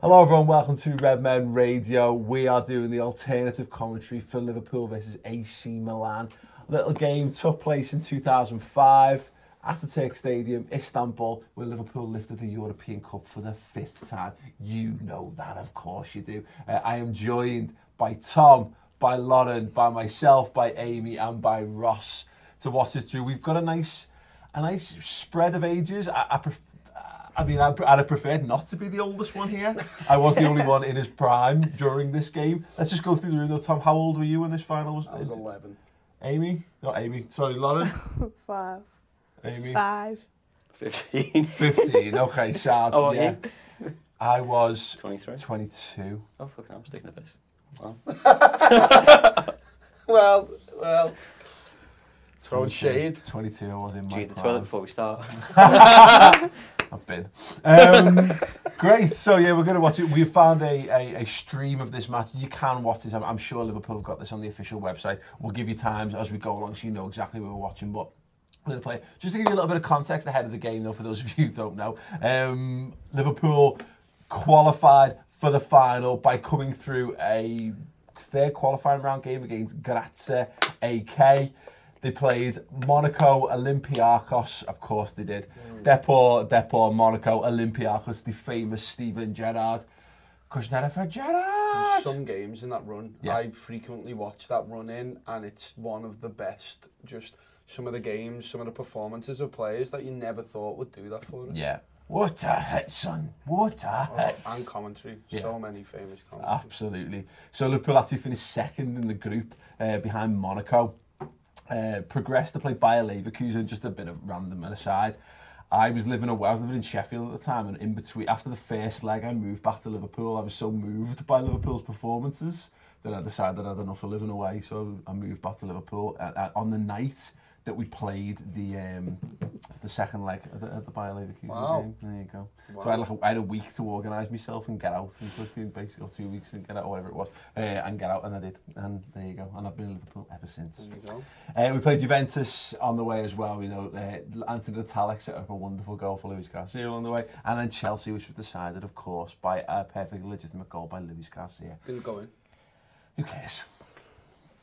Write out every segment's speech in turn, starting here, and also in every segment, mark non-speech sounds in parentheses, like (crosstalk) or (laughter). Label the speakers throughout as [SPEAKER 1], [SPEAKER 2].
[SPEAKER 1] Hello, everyone. Welcome to Red Men Radio. We are doing the alternative commentary for Liverpool versus AC Milan. Little game took place in 2005 at the Turk Stadium, Istanbul, where Liverpool lifted the European Cup for the fifth time. You know that, of course you do. Uh, I am joined by Tom, by Lauren, by myself, by Amy, and by Ross to watch us through. We've got a nice, a nice spread of ages. I, I pref- I mean, I'd, I'd have preferred not to be the oldest one here. I was the only one in his prime during this game. Let's just go through the room though. Tom, how old were you when this final was?
[SPEAKER 2] I was 11.
[SPEAKER 1] Amy? Not Amy. Sorry, Lauren.
[SPEAKER 3] Five.
[SPEAKER 1] Amy.
[SPEAKER 3] Five.
[SPEAKER 2] 15.
[SPEAKER 1] 15. Okay, sad.
[SPEAKER 2] Oh,
[SPEAKER 1] yeah.
[SPEAKER 2] yeah.
[SPEAKER 1] I was
[SPEAKER 2] 23.
[SPEAKER 1] 22.
[SPEAKER 2] (laughs) Oh, fucking, I'm sticking at this.
[SPEAKER 4] Well, well. Throwing shade.
[SPEAKER 1] 22 I was in my
[SPEAKER 2] Gee, the
[SPEAKER 1] prime.
[SPEAKER 2] toilet before we start.
[SPEAKER 1] I've been. Um, (laughs) great. So yeah, we're going to watch it. We found a, a, a stream of this match. You can watch this. I'm, I'm sure Liverpool have got this on the official website. We'll give you times as we go along, so you know exactly what we're watching. But we're going to play. Just to give you a little bit of context ahead of the game, though, for those of you who don't know, um, Liverpool qualified for the final by coming through a third qualifying round game against Grazia AK. They played Monaco, Olympiacos, of course they did. Depor, Depor, Monaco, Olympiacos, the famous Steven Gerrard. Kuznetsov Gerrard!
[SPEAKER 4] Some games in that run,
[SPEAKER 1] Yeah.
[SPEAKER 4] I frequently watch that run in, and it's one of the best. Just some of the games, some of the performances of players that you never thought would do that for us. Oh,
[SPEAKER 1] Yeah. What a hit, son. What a hit.
[SPEAKER 4] And commentary, so many famous commentaries.
[SPEAKER 1] Absolutely. So Liverpool actually finished second in the group uh, behind Monaco. Uh, progressed to play Bayer Leverkusen, just a bit of random and aside. I was living away, I was living in Sheffield at the time, and in between, after the first leg, I moved back to Liverpool. I was so moved by Liverpool's performances that I decided I'd had enough of living away, so I moved back to Liverpool. Uh, uh, on the night that we played the um, the second leg at the, at the Bayer Leverkusen
[SPEAKER 4] Wow.
[SPEAKER 1] game, there you go. So I had, like a, I had a week to organise myself and get out, and fucking basically, or two weeks and get out, whatever it was, uh, and get out, and I did. And there you go. And I've been in Liverpool ever since.
[SPEAKER 4] There you go.
[SPEAKER 1] Uh, we played Juventus on the way as well. You know, uh, Anthony Natalic set up a wonderful goal for Luis Garcia on the way, and then Chelsea, which was decided, of course, by a perfectly legitimate goal by Luis Garcia.
[SPEAKER 4] Didn't go in.
[SPEAKER 1] Who cares?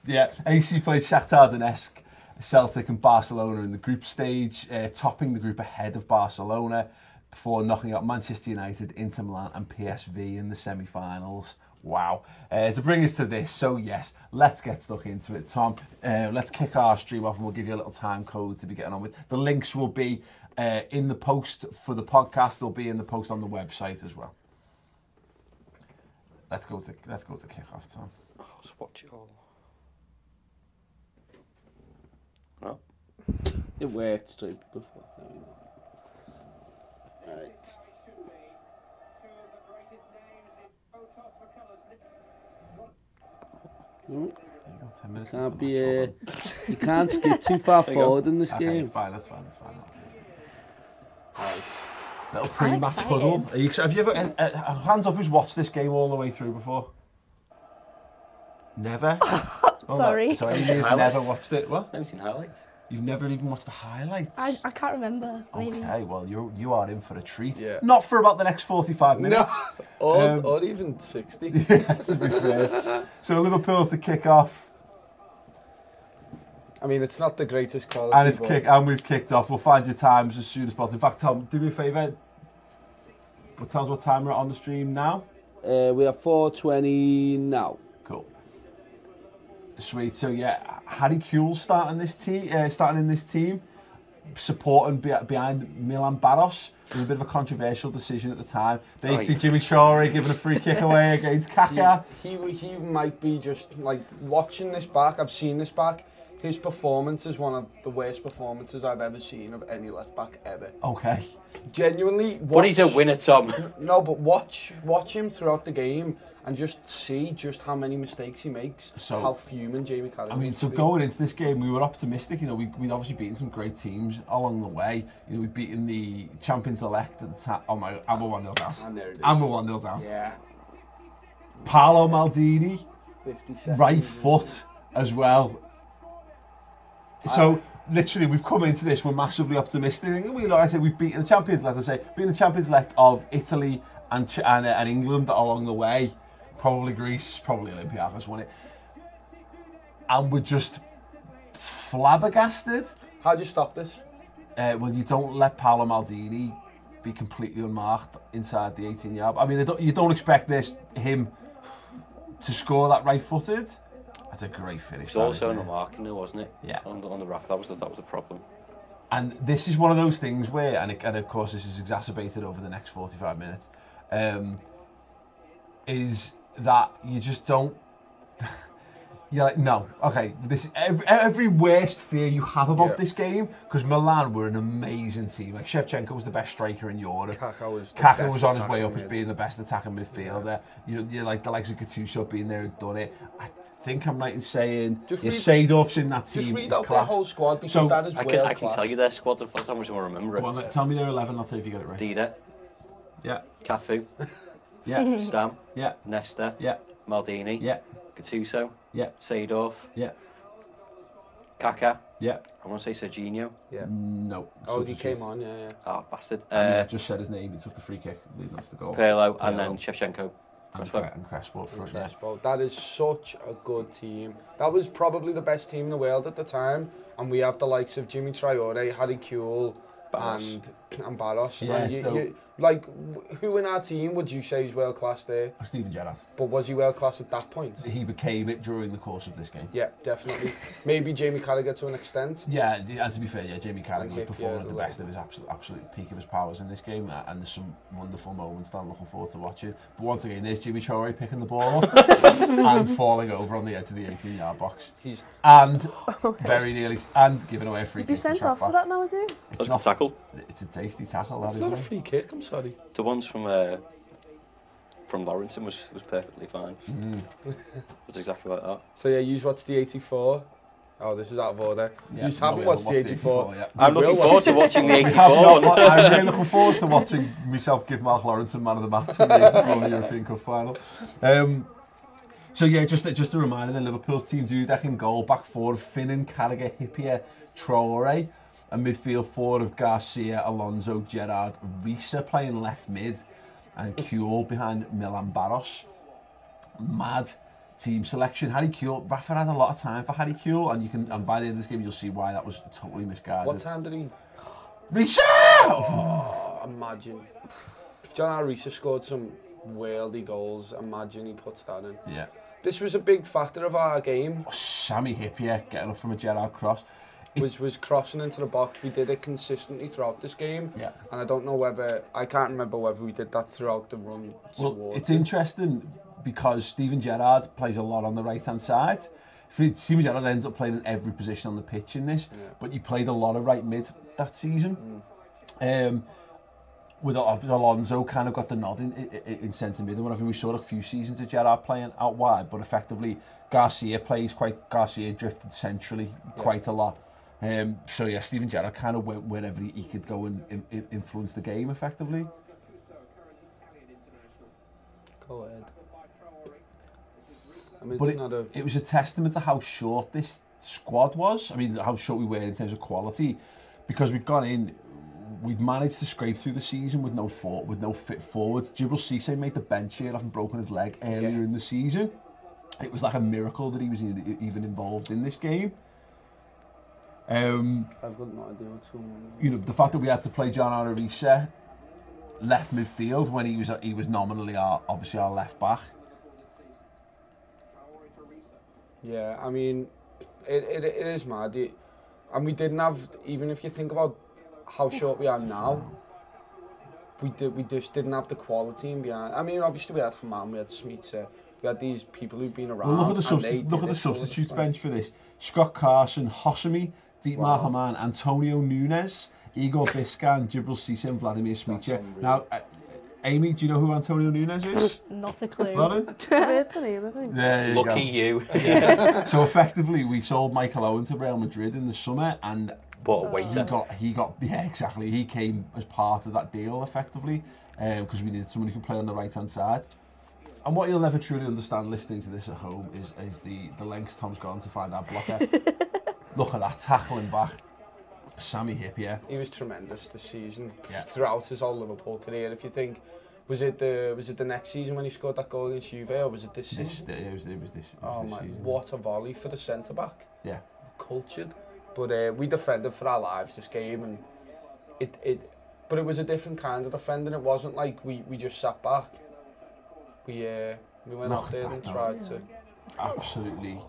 [SPEAKER 1] Yeah, AC played Shakhtar Donetsk, Celtic and Barcelona in the group stage, uh, topping the group ahead of Barcelona before knocking out Manchester United, Inter Milan and PSV in the semi-finals. Wow. Uh, to bring us to this, so yes, let's get stuck into it, Tom. Uh, let's kick our stream off and we'll give you a little time code to be getting on with. The links will be uh, in the post for the podcast. They'll be in the post on the website as well. Let's go to let's go to kick off, Tom.
[SPEAKER 2] Oh, just watch it all. Oh,
[SPEAKER 5] It worked straight before. There we go. Right. No,
[SPEAKER 1] There you go, 10 minutes. into
[SPEAKER 5] can't
[SPEAKER 1] the
[SPEAKER 5] be.
[SPEAKER 1] match,
[SPEAKER 5] Uh,
[SPEAKER 1] hold on.
[SPEAKER 5] you can't skip too far
[SPEAKER 2] you go.
[SPEAKER 5] forward in this
[SPEAKER 1] Okay,
[SPEAKER 5] game.
[SPEAKER 1] fine, that's fine, that's fine. Right. Little pre-match
[SPEAKER 3] excited.
[SPEAKER 1] huddle. Are you, ex- have you ever, uh, uh, hands up who's watched this game all the way through before?
[SPEAKER 3] (laughs)
[SPEAKER 1] Never? Oh, no.
[SPEAKER 3] Sorry.
[SPEAKER 1] So Amy has
[SPEAKER 2] Highlights.
[SPEAKER 1] never watched it. What?
[SPEAKER 2] I haven't seen highlights.
[SPEAKER 1] You've never even watched the highlights?
[SPEAKER 3] I, I can't remember. Maybe.
[SPEAKER 1] Okay, well, you're, you are in for a treat.
[SPEAKER 5] Yeah.
[SPEAKER 1] Not for about the next 45 minutes. (laughs)
[SPEAKER 5] Or,
[SPEAKER 1] Um,
[SPEAKER 5] or even 60.
[SPEAKER 1] to be fair. So Liverpool to kick off.
[SPEAKER 4] I mean, it's not the greatest quality.
[SPEAKER 1] And it's
[SPEAKER 4] but
[SPEAKER 1] kick, and we've kicked off. We'll find your times as soon as possible. In fact, Tom, do me a favour. But tell us what time we're on the stream now.
[SPEAKER 6] Uh, we are 420 now.
[SPEAKER 1] Cool. Sweet. So yeah, Harry Kuehl starting this team, uh, starting in this team, supporting be- behind Milan Baros. It was a bit of a controversial decision at the time. They
[SPEAKER 6] Oh,
[SPEAKER 2] Aye.
[SPEAKER 1] see Jimmy Shorey giving a free kick
[SPEAKER 6] (laughs)
[SPEAKER 1] away against Kaká.
[SPEAKER 4] He, he he might be just like watching this back. I've seen this back. His performance is one of the worst performances I've ever seen of any left back ever.
[SPEAKER 1] Okay.
[SPEAKER 4] Genuinely, watch,
[SPEAKER 2] But he's a winner, Tom.
[SPEAKER 4] No, but watch watch him throughout the game and just see just how many mistakes he makes.
[SPEAKER 1] So-
[SPEAKER 4] how fuming Jamie Carragher.
[SPEAKER 1] I mean,
[SPEAKER 4] must
[SPEAKER 1] so
[SPEAKER 4] be.
[SPEAKER 1] going into this game, we were optimistic. You know, we, we'd obviously beaten some great teams along the way. You know, we'd beaten the champions elect at the time. Oh my, I'm a 1 0 down.
[SPEAKER 4] And there it is.
[SPEAKER 1] I'm a 1 0 down.
[SPEAKER 4] Yeah.
[SPEAKER 1] Paolo Maldini,
[SPEAKER 6] 50 seconds.
[SPEAKER 1] right foot as well. So literally, we've come into this. We're massively optimistic. Thinking, We, like I said, we've beaten the champions. Let us say, beaten the champions left of Italy and Ch- and, uh, and England along the way. Probably Greece. Probably Olympiacos won it. And we're just flabbergasted.
[SPEAKER 4] How do you stop this?
[SPEAKER 1] Uh, well, you don't let Paolo Maldini be completely unmarked inside the 18 yard. I mean, I don't, you don't expect this him to score that right footed. That's a great finish.
[SPEAKER 2] It's
[SPEAKER 1] that,
[SPEAKER 2] also
[SPEAKER 1] isn't
[SPEAKER 2] in the
[SPEAKER 1] it?
[SPEAKER 2] marking though, wasn't it?
[SPEAKER 1] Yeah.
[SPEAKER 2] On the, on the wrap, that was the, that was the problem.
[SPEAKER 1] And this is one of those things where, and, it, and of course, this is exacerbated over the next 45 minutes, um, is that you just don't. (laughs) You're like, no, okay, this every, every worst fear you have about
[SPEAKER 4] Yeah.
[SPEAKER 1] this game, because Milan were an amazing team. Like, Shevchenko was the best striker in Europe.
[SPEAKER 4] Kaká was the
[SPEAKER 1] Kaká
[SPEAKER 4] best
[SPEAKER 1] was on his
[SPEAKER 4] attacking
[SPEAKER 1] way up as
[SPEAKER 4] mid.
[SPEAKER 1] being the best attacking midfielder. You know, you're like the likes of Gattuso being there and done it. I think I'm right in saying
[SPEAKER 4] Just
[SPEAKER 1] your
[SPEAKER 4] read-
[SPEAKER 1] Seedorf's in that team.
[SPEAKER 4] Just read
[SPEAKER 1] is
[SPEAKER 4] out their
[SPEAKER 1] class.
[SPEAKER 4] whole squad because
[SPEAKER 1] So-
[SPEAKER 4] that is
[SPEAKER 2] I can,
[SPEAKER 4] world
[SPEAKER 2] I can
[SPEAKER 4] class.
[SPEAKER 2] tell you their squad, if that's how much I remember it.
[SPEAKER 1] Go on, let- tell me their 11, I'll tell you if you got it right.
[SPEAKER 2] Dida,
[SPEAKER 1] Yeah, (laughs)
[SPEAKER 2] Cafu, (laughs)
[SPEAKER 1] yeah,
[SPEAKER 2] Stam,
[SPEAKER 1] yeah,
[SPEAKER 2] Nesta,
[SPEAKER 1] yeah,
[SPEAKER 2] Maldini,
[SPEAKER 1] yeah,
[SPEAKER 2] Gattuso,
[SPEAKER 1] yeah,
[SPEAKER 2] Seedorf,
[SPEAKER 1] yeah,
[SPEAKER 2] Kaká,
[SPEAKER 1] yeah.
[SPEAKER 2] I want to say Serginho.
[SPEAKER 4] Yeah.
[SPEAKER 1] No.
[SPEAKER 4] Oh, he
[SPEAKER 1] Substitute.
[SPEAKER 4] came on. Yeah, yeah.
[SPEAKER 2] Oh, bastard.
[SPEAKER 1] I mean, I
[SPEAKER 2] Uh,
[SPEAKER 1] just said his name. He took the free kick, leading up to the goal.
[SPEAKER 2] Perlo, and then
[SPEAKER 1] Pirlo.
[SPEAKER 2] Shevchenko.
[SPEAKER 1] and,
[SPEAKER 2] Crespo.
[SPEAKER 1] Cre- and Crespo for it. Yeah.
[SPEAKER 4] Crespo. That is such a good team. That was probably the best team in the world at the time, and we have the likes of Jimmy Traore, Harry Kuehl,
[SPEAKER 2] Barros.
[SPEAKER 4] and and Barros.
[SPEAKER 1] Yeah,
[SPEAKER 4] and you,
[SPEAKER 1] so-
[SPEAKER 4] you, like wh- who in our team would you say is world class there?
[SPEAKER 1] Stephen Gerrard.
[SPEAKER 4] But was he world class at that point?
[SPEAKER 1] He became it during the course of this game.
[SPEAKER 4] Yeah, definitely. Maybe Jamie Carragher to an extent.
[SPEAKER 1] Yeah, the- and to be fair, yeah, Jamie Carragher was
[SPEAKER 4] Like, yeah,
[SPEAKER 1] performing
[SPEAKER 4] yeah,
[SPEAKER 1] at the
[SPEAKER 4] the
[SPEAKER 1] best of his absolute, absolute peak of his powers in this game, uh, and there's some wonderful moments that I'm looking forward to watching. But once again, there's Jimmy Chorley picking
[SPEAKER 2] (laughs)
[SPEAKER 1] the ball up and falling over on the edge of the 18-yard box,
[SPEAKER 4] He's
[SPEAKER 3] (laughs)
[SPEAKER 1] and
[SPEAKER 3] Oh,
[SPEAKER 1] very nearly and giving away a free
[SPEAKER 3] You'd
[SPEAKER 1] kick.
[SPEAKER 3] be
[SPEAKER 1] to
[SPEAKER 3] sent off for
[SPEAKER 1] Shaqiri.
[SPEAKER 3] that nowadays.
[SPEAKER 2] That's
[SPEAKER 1] It's
[SPEAKER 2] a good
[SPEAKER 1] not
[SPEAKER 2] tackle.
[SPEAKER 1] It's a tasty tackle. That
[SPEAKER 4] That's
[SPEAKER 1] is
[SPEAKER 4] not a
[SPEAKER 1] it?
[SPEAKER 4] free kick. I'm sorry.
[SPEAKER 2] The ones from uh, from Laurenton was, was perfectly fine.
[SPEAKER 1] Mm.
[SPEAKER 2] (laughs) It was exactly like that.
[SPEAKER 4] So yeah, use what's the 84. Oh, this is out of order.
[SPEAKER 1] Yeah,
[SPEAKER 4] you
[SPEAKER 1] no,
[SPEAKER 4] just
[SPEAKER 1] we
[SPEAKER 4] haven't watched the 84.
[SPEAKER 1] 84, yeah.
[SPEAKER 2] I'm
[SPEAKER 4] will
[SPEAKER 2] looking
[SPEAKER 4] watch
[SPEAKER 2] forward to watching
[SPEAKER 1] (laughs)
[SPEAKER 2] the
[SPEAKER 1] We have not
[SPEAKER 2] 84.
[SPEAKER 1] wa- I'm really looking forward to watching myself give Mark Lawrence a man of the match in
[SPEAKER 4] (laughs)
[SPEAKER 1] the 84 European Cup final. Um, so yeah, just a, just a reminder then Liverpool's team Dudek in goal, back four of Finnan, Carragher, Hippier, Traore, and midfield four of Garcia, Alonso, Gerrard, Risa playing left mid, and Kuehl behind Milan Baros. Mad team selection. Harry Kuehl, Rafa had a lot of time for Harry Kuehl, and you can and by the end of this game you'll see why that was totally misguided.
[SPEAKER 4] What time did he?
[SPEAKER 1] Risa!
[SPEAKER 4] Imagine. John Arisa scored some worldy goals. Imagine he puts that in.
[SPEAKER 1] Yeah.
[SPEAKER 4] This was a big factor of our game,
[SPEAKER 1] Sammy Hippier getting up from a Gerrard cross.
[SPEAKER 4] was was crossing into the box. We did it consistently throughout this game.
[SPEAKER 1] Yeah.
[SPEAKER 4] And I don't know whether I can't remember whether we did that throughout the run.
[SPEAKER 1] Well,
[SPEAKER 4] towards
[SPEAKER 1] it's
[SPEAKER 4] it.
[SPEAKER 1] interesting because Steven Gerrard plays a lot on the right hand side. Fe- Steven Gerrard ends up playing in every position on the pitch in this, but he played a lot of right mid that season. Um, with Al- Alonso kind of got the nod in, in, in centre mid and whatever. We saw a few seasons of Gerrard playing out wide, but effectively Garcia plays quite. Garcia drifted centrally quite a lot. Um, so yeah, Steven Gerrard kind of went wherever he, he could go and in, in, influence the game effectively.
[SPEAKER 4] Go ahead. I mean,
[SPEAKER 1] But
[SPEAKER 4] it's
[SPEAKER 1] it,
[SPEAKER 4] not a.
[SPEAKER 1] it was a testament to how short this squad was. I mean, how short we were in terms of quality, because we'd gone in, we'd managed to scrape through the season with no for, with no fit forwards. Jibril Cisse made the bench here after broken his leg earlier
[SPEAKER 4] Yeah.
[SPEAKER 1] in the season. It was like a miracle that he was in, even involved in this game. Um,
[SPEAKER 4] I've got no idea what's going on.
[SPEAKER 1] you know, the fact that we had to play John Arisa left midfield when he was he was nominally our obviously our left back.
[SPEAKER 4] Yeah, I mean, it, it, it is mad. It, and we didn't have, even if you think about how short we are now, we did we just didn't have the quality in behind. I mean, obviously we had Haman, we had Smitsa, we had these people who've been around.
[SPEAKER 1] Well, look at the,
[SPEAKER 4] and they
[SPEAKER 1] substi-
[SPEAKER 4] did
[SPEAKER 1] look at the
[SPEAKER 4] it for us,
[SPEAKER 1] substitutes
[SPEAKER 4] like-
[SPEAKER 1] bench for this. Scott Carson, Hossamy, Deep wow. Antonio Nunes,
[SPEAKER 4] (coughs)
[SPEAKER 1] Igor Biscan, Jibril Cisse and Vladimir Smicha. Now, uh, Amy, do you know who Antonio Nunes is?
[SPEAKER 3] Not a (laughs) clue.
[SPEAKER 1] Lauren?
[SPEAKER 3] I read the name, I think.
[SPEAKER 1] There you go.
[SPEAKER 2] Lucky you.
[SPEAKER 4] (laughs)
[SPEAKER 1] So effectively, we sold Michael Owen to Real Madrid in the summer, and
[SPEAKER 2] What a
[SPEAKER 1] he
[SPEAKER 2] waiter.
[SPEAKER 1] got he got yeah exactly. He came as part of that deal effectively, because we needed someone who could play on the right hand side. And what you'll never truly understand listening to this at home is is the the lengths Tom's gone to find that
[SPEAKER 4] (laughs)
[SPEAKER 1] blocker. Look at that tackling back, Sammy Hippier.
[SPEAKER 4] He was tremendous this season
[SPEAKER 1] Yeah.
[SPEAKER 4] throughout his whole Liverpool career. If you think, was it the was it the next season when he scored that goal against Juve, or was it this
[SPEAKER 1] This
[SPEAKER 4] season?
[SPEAKER 1] it was, it was this. It was
[SPEAKER 4] oh
[SPEAKER 1] this
[SPEAKER 4] my!
[SPEAKER 1] season.
[SPEAKER 4] What a volley for the centre back.
[SPEAKER 1] Yeah.
[SPEAKER 4] cultured, but uh, we defended for our lives this game, and it it, but it was a different kind of defending. It wasn't like we, we just sat back. We uh, we went
[SPEAKER 1] Knocked
[SPEAKER 4] out there
[SPEAKER 1] back
[SPEAKER 4] and
[SPEAKER 1] down.
[SPEAKER 4] tried to.
[SPEAKER 1] absolutely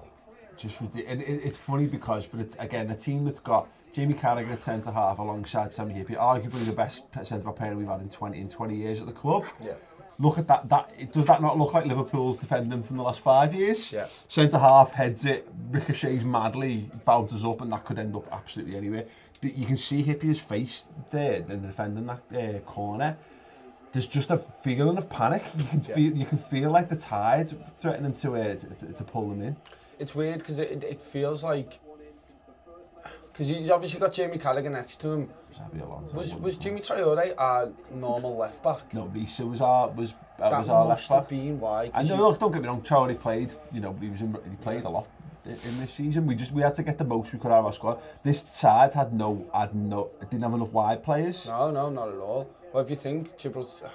[SPEAKER 1] just ridiculous. And it, it's funny because for the, t- again a team that's got Jamie Carragher at centre half alongside Sammy Hippie, arguably the best centre back pair we've had in twenty in twenty years at the club.
[SPEAKER 4] Yeah.
[SPEAKER 1] Look at that! That it- does that not look like Liverpool's defending from the last five years?
[SPEAKER 4] Yeah.
[SPEAKER 1] Centre half heads it, ricochets madly, bounces up, and that could end up absolutely anywhere. Th- You can see Hippie's face there in defending that uh, corner. there's just a feeling of panic. You can feel you can feel like the tide threatening to uh, to, to- to pull them in.
[SPEAKER 4] It's weird because it, it, it feels like because he's obviously got Jamie Carragher next to him.
[SPEAKER 1] That'd be a long time.
[SPEAKER 4] Was
[SPEAKER 1] wouldn't
[SPEAKER 4] was
[SPEAKER 1] it?
[SPEAKER 4] Jimmy Traore our normal left back?
[SPEAKER 1] No, Lisa was our was uh,
[SPEAKER 4] that
[SPEAKER 1] was our left
[SPEAKER 4] must have
[SPEAKER 1] back.
[SPEAKER 4] been why. 'cause
[SPEAKER 1] And no,
[SPEAKER 4] you-
[SPEAKER 1] look, don't get me wrong. Charlie played. You know, he was in, he played a lot i- in this season. We just we had to get the most we could out of our squad. This side had no had no didn't have enough wide players.
[SPEAKER 4] No, no, not at all. Well, if you think Gibraltar,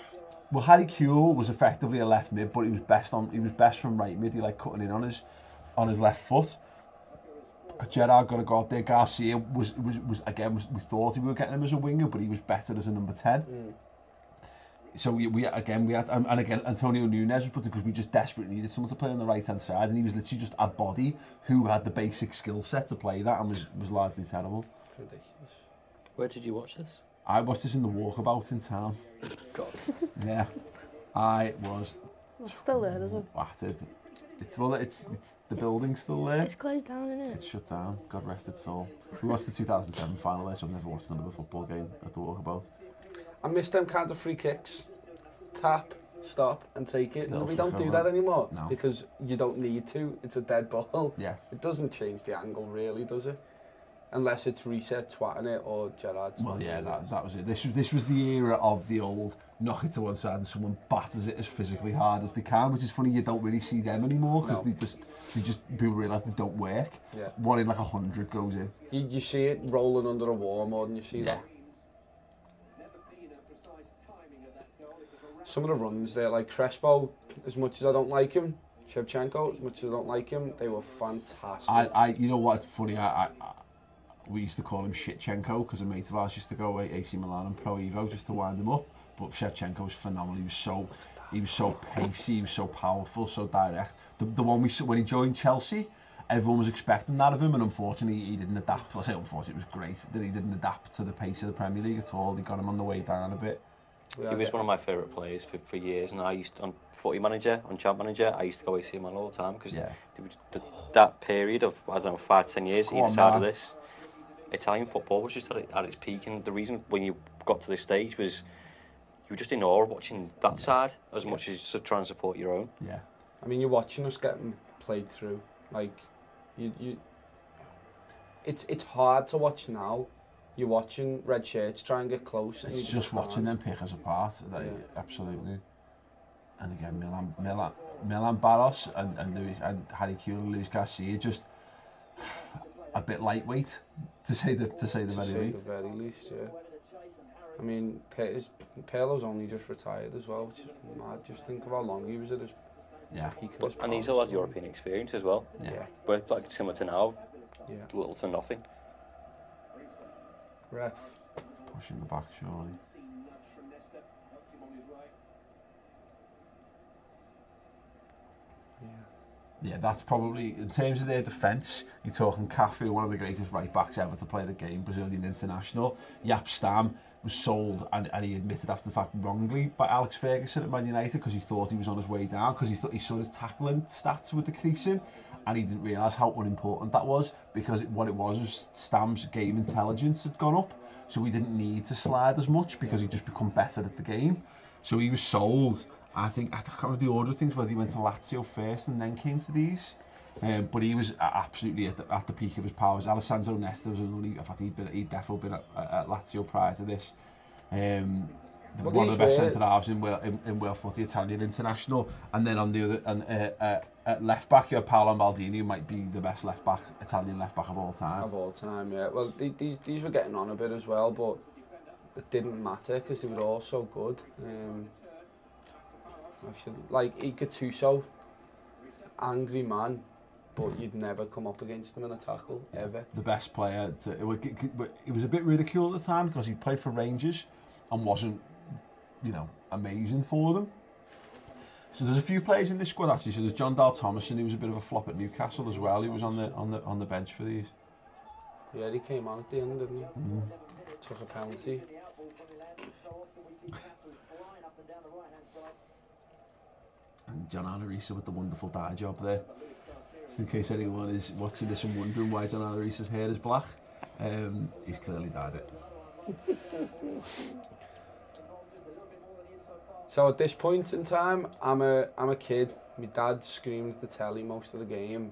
[SPEAKER 1] Well, Harry Kewell was effectively a left mid, but he was best on he was best from right mid. He like cutting in on his on his left foot. Gerard got to go out there. Garcia was was, was again was, we thought we were getting him as a winger, but he was better as a number ten. So we, we again we had and, and again Antonio Nunes was put because we just desperately needed someone to play on the right hand side, and he was literally just a body who had the basic skill set to play that and was was largely terrible.
[SPEAKER 4] ridiculous.
[SPEAKER 2] Where did you watch this?
[SPEAKER 1] I watched this in the walkabout in town.
[SPEAKER 2] God.
[SPEAKER 1] Yeah, I was
[SPEAKER 3] It's still there, there's a.
[SPEAKER 1] battered. It's well, it's, it's the building's still there.
[SPEAKER 3] It's closed down, isn't
[SPEAKER 1] It's
[SPEAKER 3] it?
[SPEAKER 1] shut down. God rest its soul. We watched the 2007 final there, so I've never watched another football game at the walkabout.
[SPEAKER 4] I miss them kinds of free kicks. Tap, stop, and take it.
[SPEAKER 1] No,
[SPEAKER 4] and we
[SPEAKER 1] for
[SPEAKER 4] don't do
[SPEAKER 1] sure.
[SPEAKER 4] that anymore
[SPEAKER 1] No.
[SPEAKER 4] because you don't need to. It's a dead ball.
[SPEAKER 1] Yeah.
[SPEAKER 4] It doesn't change the angle, really, does it? Unless it's reset twatting it or Gerard.
[SPEAKER 1] Well, yeah, that, that was it. This was this was the era of the old knock it to one side and someone batters it as physically hard as they can, which is funny. You don't really see them anymore because
[SPEAKER 4] No.
[SPEAKER 1] they just they just people realise they don't work.
[SPEAKER 4] Yeah.
[SPEAKER 1] One in like a hundred goes in.
[SPEAKER 4] You, you see it rolling under a wall more than you see that. Some of the runs there, like Crespo, as much as I don't like him, Shevchenko, as much as I don't like him, they were fantastic.
[SPEAKER 1] I, I, you know what? It's funny. I, I, I we used to call him Shitchenko because a mate of ours used to go A- AC Milan and Pro Evo just to wind him up. But Shevchenko was phenomenal. He was so, he was so pacey. He was so powerful. So direct. The, the one we saw when he joined Chelsea, everyone was expecting that of him, and unfortunately he didn't adapt. Well, I say unfortunately, it was great that he didn't adapt to the pace of the Premier League at all. They got him on the way down a bit.
[SPEAKER 4] We
[SPEAKER 2] He
[SPEAKER 4] had
[SPEAKER 2] was one of my favourite players for, for years, and I used to, on footy manager, on champ manager, I used to go and see him all the time because
[SPEAKER 1] Yeah.
[SPEAKER 2] that period of I don't know five ten years
[SPEAKER 1] Go
[SPEAKER 2] either
[SPEAKER 1] on,
[SPEAKER 2] side of
[SPEAKER 1] man.
[SPEAKER 2] this, Italian football was just at, it, at its peak, and the reason when you got to this stage was you were just in awe watching that side as much as to try and support your own.
[SPEAKER 1] Yeah.
[SPEAKER 4] I mean, you're watching us getting played through. Like, you, you. It's it's hard to watch now. You're watching red shirts try and get close. and
[SPEAKER 1] It's
[SPEAKER 4] you
[SPEAKER 1] just watching them
[SPEAKER 4] can't.
[SPEAKER 1] pick us apart. That,
[SPEAKER 4] Yeah.
[SPEAKER 1] Absolutely. And again, Milan, Milan, Milan Barros and and, Luis, and Harry Kewell and Luis Garcia just (sighs) a bit lightweight to say the to say the
[SPEAKER 4] To
[SPEAKER 1] very
[SPEAKER 4] say
[SPEAKER 1] least.
[SPEAKER 4] the very least, yeah. I mean, Pe- is- Pirlo's only just retired as well, which is mad. Just think of how long he was at his
[SPEAKER 1] Yeah.
[SPEAKER 4] peak. of
[SPEAKER 2] But,
[SPEAKER 4] his
[SPEAKER 2] and he's a
[SPEAKER 1] Oh,
[SPEAKER 4] powers.
[SPEAKER 2] lot of European experience as well.
[SPEAKER 4] Yeah,
[SPEAKER 2] We're like similar to now,
[SPEAKER 4] yeah.
[SPEAKER 2] little to nothing.
[SPEAKER 4] Ref.
[SPEAKER 1] It's pushing the back surely. Yeah, that's probably in terms of their defence. You're talking Cafu, one of the greatest right backs ever to play the game, Brazilian international. Yap Stam was sold, and, and he admitted after the fact wrongly by Alex Ferguson at Man United because he thought he was on his way down because he thought he saw his tackling stats were decreasing, and he didn't realise how unimportant that was because it, what it was was Stam's game intelligence had gone up, so we didn't need to slide as much because he'd just become better at the game. So he was sold. I think I can't remember the order of things whether he went to Lazio first and then came to these. Um, but he was a- absolutely at the, at the peak of his powers. Alessandro Nesta was another. In fact, he'd, been, he'd definitely been at, at Lazio prior to this. Um, the-
[SPEAKER 4] But
[SPEAKER 1] one of the best
[SPEAKER 4] these were-
[SPEAKER 1] centre halves in world in, in world footy, Italian international, and then on the other and uh, uh, at left back, you have Paolo Maldini, who might be the best left back Italian left back of all time.
[SPEAKER 4] of all time. Yeah. Well, the- these these were getting on a bit as well, but it didn't matter because they were all so good. Um, I should- like Iguatuso, angry man, but you'd never come up against him in a tackle ever.
[SPEAKER 1] the best player. To, it, was, it was a bit ridiculed at the time because he played for Rangers and wasn't, you know, amazing for them. So there's a few players in this squad actually. So there's John Dal Thomason, who was a bit of a flop at Newcastle as well. He was on the on the on the bench for these.
[SPEAKER 4] Yeah, he came on at the end, didn't he?
[SPEAKER 2] Mm-hmm.
[SPEAKER 4] Took a penalty.
[SPEAKER 1] And John Alarisa with the wonderful dye job there. Just in case anyone is watching this and wondering why John Alarisa's hair is black, um, he's clearly dyed it.
[SPEAKER 4] So at this point in time, I'm a I'm a kid. My dad screamed at the telly most of the game.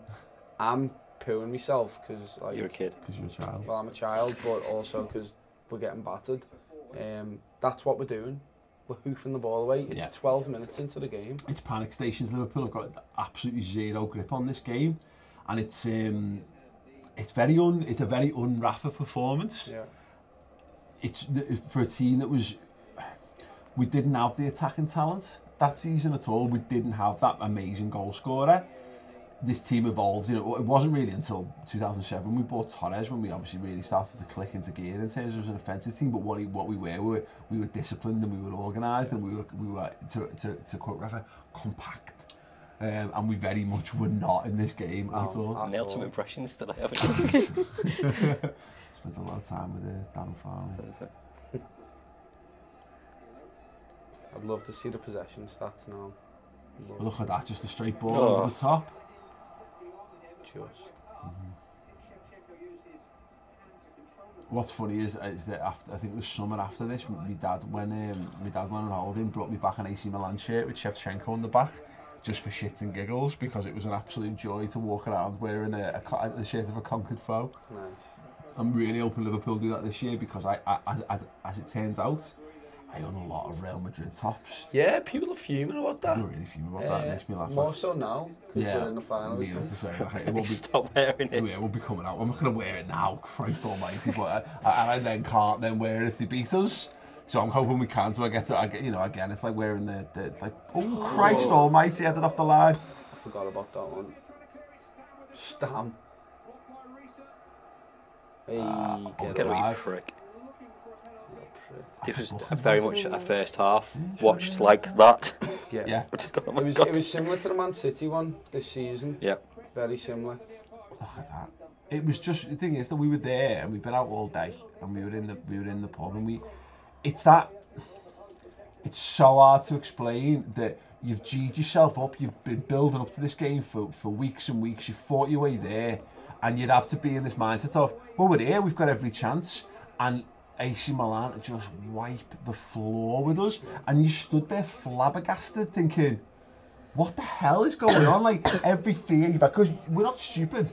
[SPEAKER 4] I'm pooing myself because like
[SPEAKER 2] You're a kid.
[SPEAKER 1] Because you're a child.
[SPEAKER 4] well, I'm a child, but also because we're getting battered. Um, that's what we're doing. We're hoofing the ball away. It's
[SPEAKER 1] Yeah.
[SPEAKER 4] 12 minutes into the game.
[SPEAKER 1] it's panic stations. Liverpool have got absolutely zero grip on this game, and it's um, it's very un it's a very un Rafa performance.
[SPEAKER 4] Yeah.
[SPEAKER 1] It's for a team that was we didn't have the attacking talent that season at all. We didn't have that amazing goal scorer. This team evolved. You know, it wasn't really until 2007 we bought Torres when we obviously really started to click into gear in terms of an offensive team. But what he, what we were, we were we were disciplined and we were organised and we were we were to to, to quote Rafa compact. Um, and we very much were not in this game at all.
[SPEAKER 4] At
[SPEAKER 2] Nailed some
[SPEAKER 4] all.
[SPEAKER 2] impressions that I haven't.
[SPEAKER 1] Spent a lot of time with uh, Dan Farley.
[SPEAKER 4] I'd love to see the possession stats now.
[SPEAKER 1] Well,
[SPEAKER 4] Love
[SPEAKER 1] look at that, just a straight ball
[SPEAKER 2] Oh.
[SPEAKER 1] over the top.
[SPEAKER 4] just.
[SPEAKER 1] What's funny is, uh, is that after, I think the summer after this, my dad when um, my dad went on holiday and brought me back an AC Milan shirt with Shevchenko on the back, just for shits and giggles because it was an absolute joy to walk around wearing a, a, co- a shirt of a conquered foe.
[SPEAKER 4] Nice.
[SPEAKER 1] I'm really hoping Liverpool do that this year because I, I, as, as, as it turns out, I own a lot of Real Madrid tops.
[SPEAKER 4] Yeah, people are fuming about
[SPEAKER 1] I'm really fuming about that. It makes me laugh.
[SPEAKER 4] Eh, More so now, 'cause
[SPEAKER 1] yeah,
[SPEAKER 4] we're in the final.
[SPEAKER 1] needless to say, like, it won't be,
[SPEAKER 2] Stop wearing it.
[SPEAKER 1] Oh, Yeah, we'll be coming out. I'm not going to wear it now, (laughs) Christ Almighty. But I, I, and I then can't then wear it if they beat us. So I'm hoping we can. So I get to, I get, you know, again, it's like wearing the, the like, oh Christ Almighty, headed off the line.
[SPEAKER 4] I forgot about that one. Stam. Hey,
[SPEAKER 1] Ah,
[SPEAKER 4] get
[SPEAKER 2] Get
[SPEAKER 4] out.
[SPEAKER 2] away, you
[SPEAKER 1] Dive.
[SPEAKER 2] prick. It was
[SPEAKER 1] think-
[SPEAKER 2] very much a first half watched like that. (laughs)
[SPEAKER 4] Yeah.
[SPEAKER 1] Yeah,
[SPEAKER 2] Oh my
[SPEAKER 4] It was,
[SPEAKER 2] God.
[SPEAKER 4] it was similar to the Man City one this season.
[SPEAKER 2] Yeah.
[SPEAKER 4] Very similar.
[SPEAKER 1] look at that. It was just the thing is that we were there and we've been out all day and we were in the we were in the pub and we, it's that. It's so hard to explain that you've G'd yourself up, you've been building up to this game for, for weeks and weeks, you fought your way there, and you'd have to be in this mindset of, well, we're here, we've got every chance, and AC Milan just wipe the floor with us, and you stood there flabbergasted thinking, what the hell is going on? Like every fear you've had, because we're not stupid.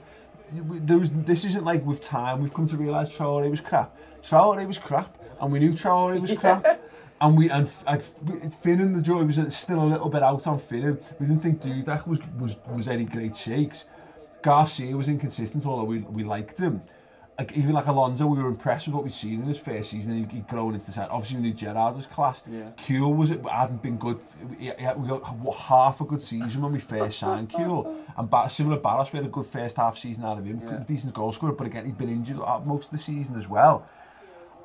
[SPEAKER 1] We- There was, this isn't like with time we've come to realise Traore was crap. Traore was crap, and we knew Traore was crap. And we and, F- and F- Finn and the joy was still a little bit out on Finn. We didn't think Dudek was was was any great shakes. Garcia was inconsistent, although we we liked him. Like, even like Alonso, we were impressed with what we'd seen in his first season. He, he'd grown into the side. Obviously, we knew Gerrard was class.
[SPEAKER 4] Yeah.
[SPEAKER 1] Kuehl was hadn't been good. He, he- we got what, half a good season when we first signed Kuehl. And ba- similar Barros, we had a good first half season out of him.
[SPEAKER 4] Yeah.
[SPEAKER 1] Decent goal scorer, but again, he'd been injured uh, most of the season as well.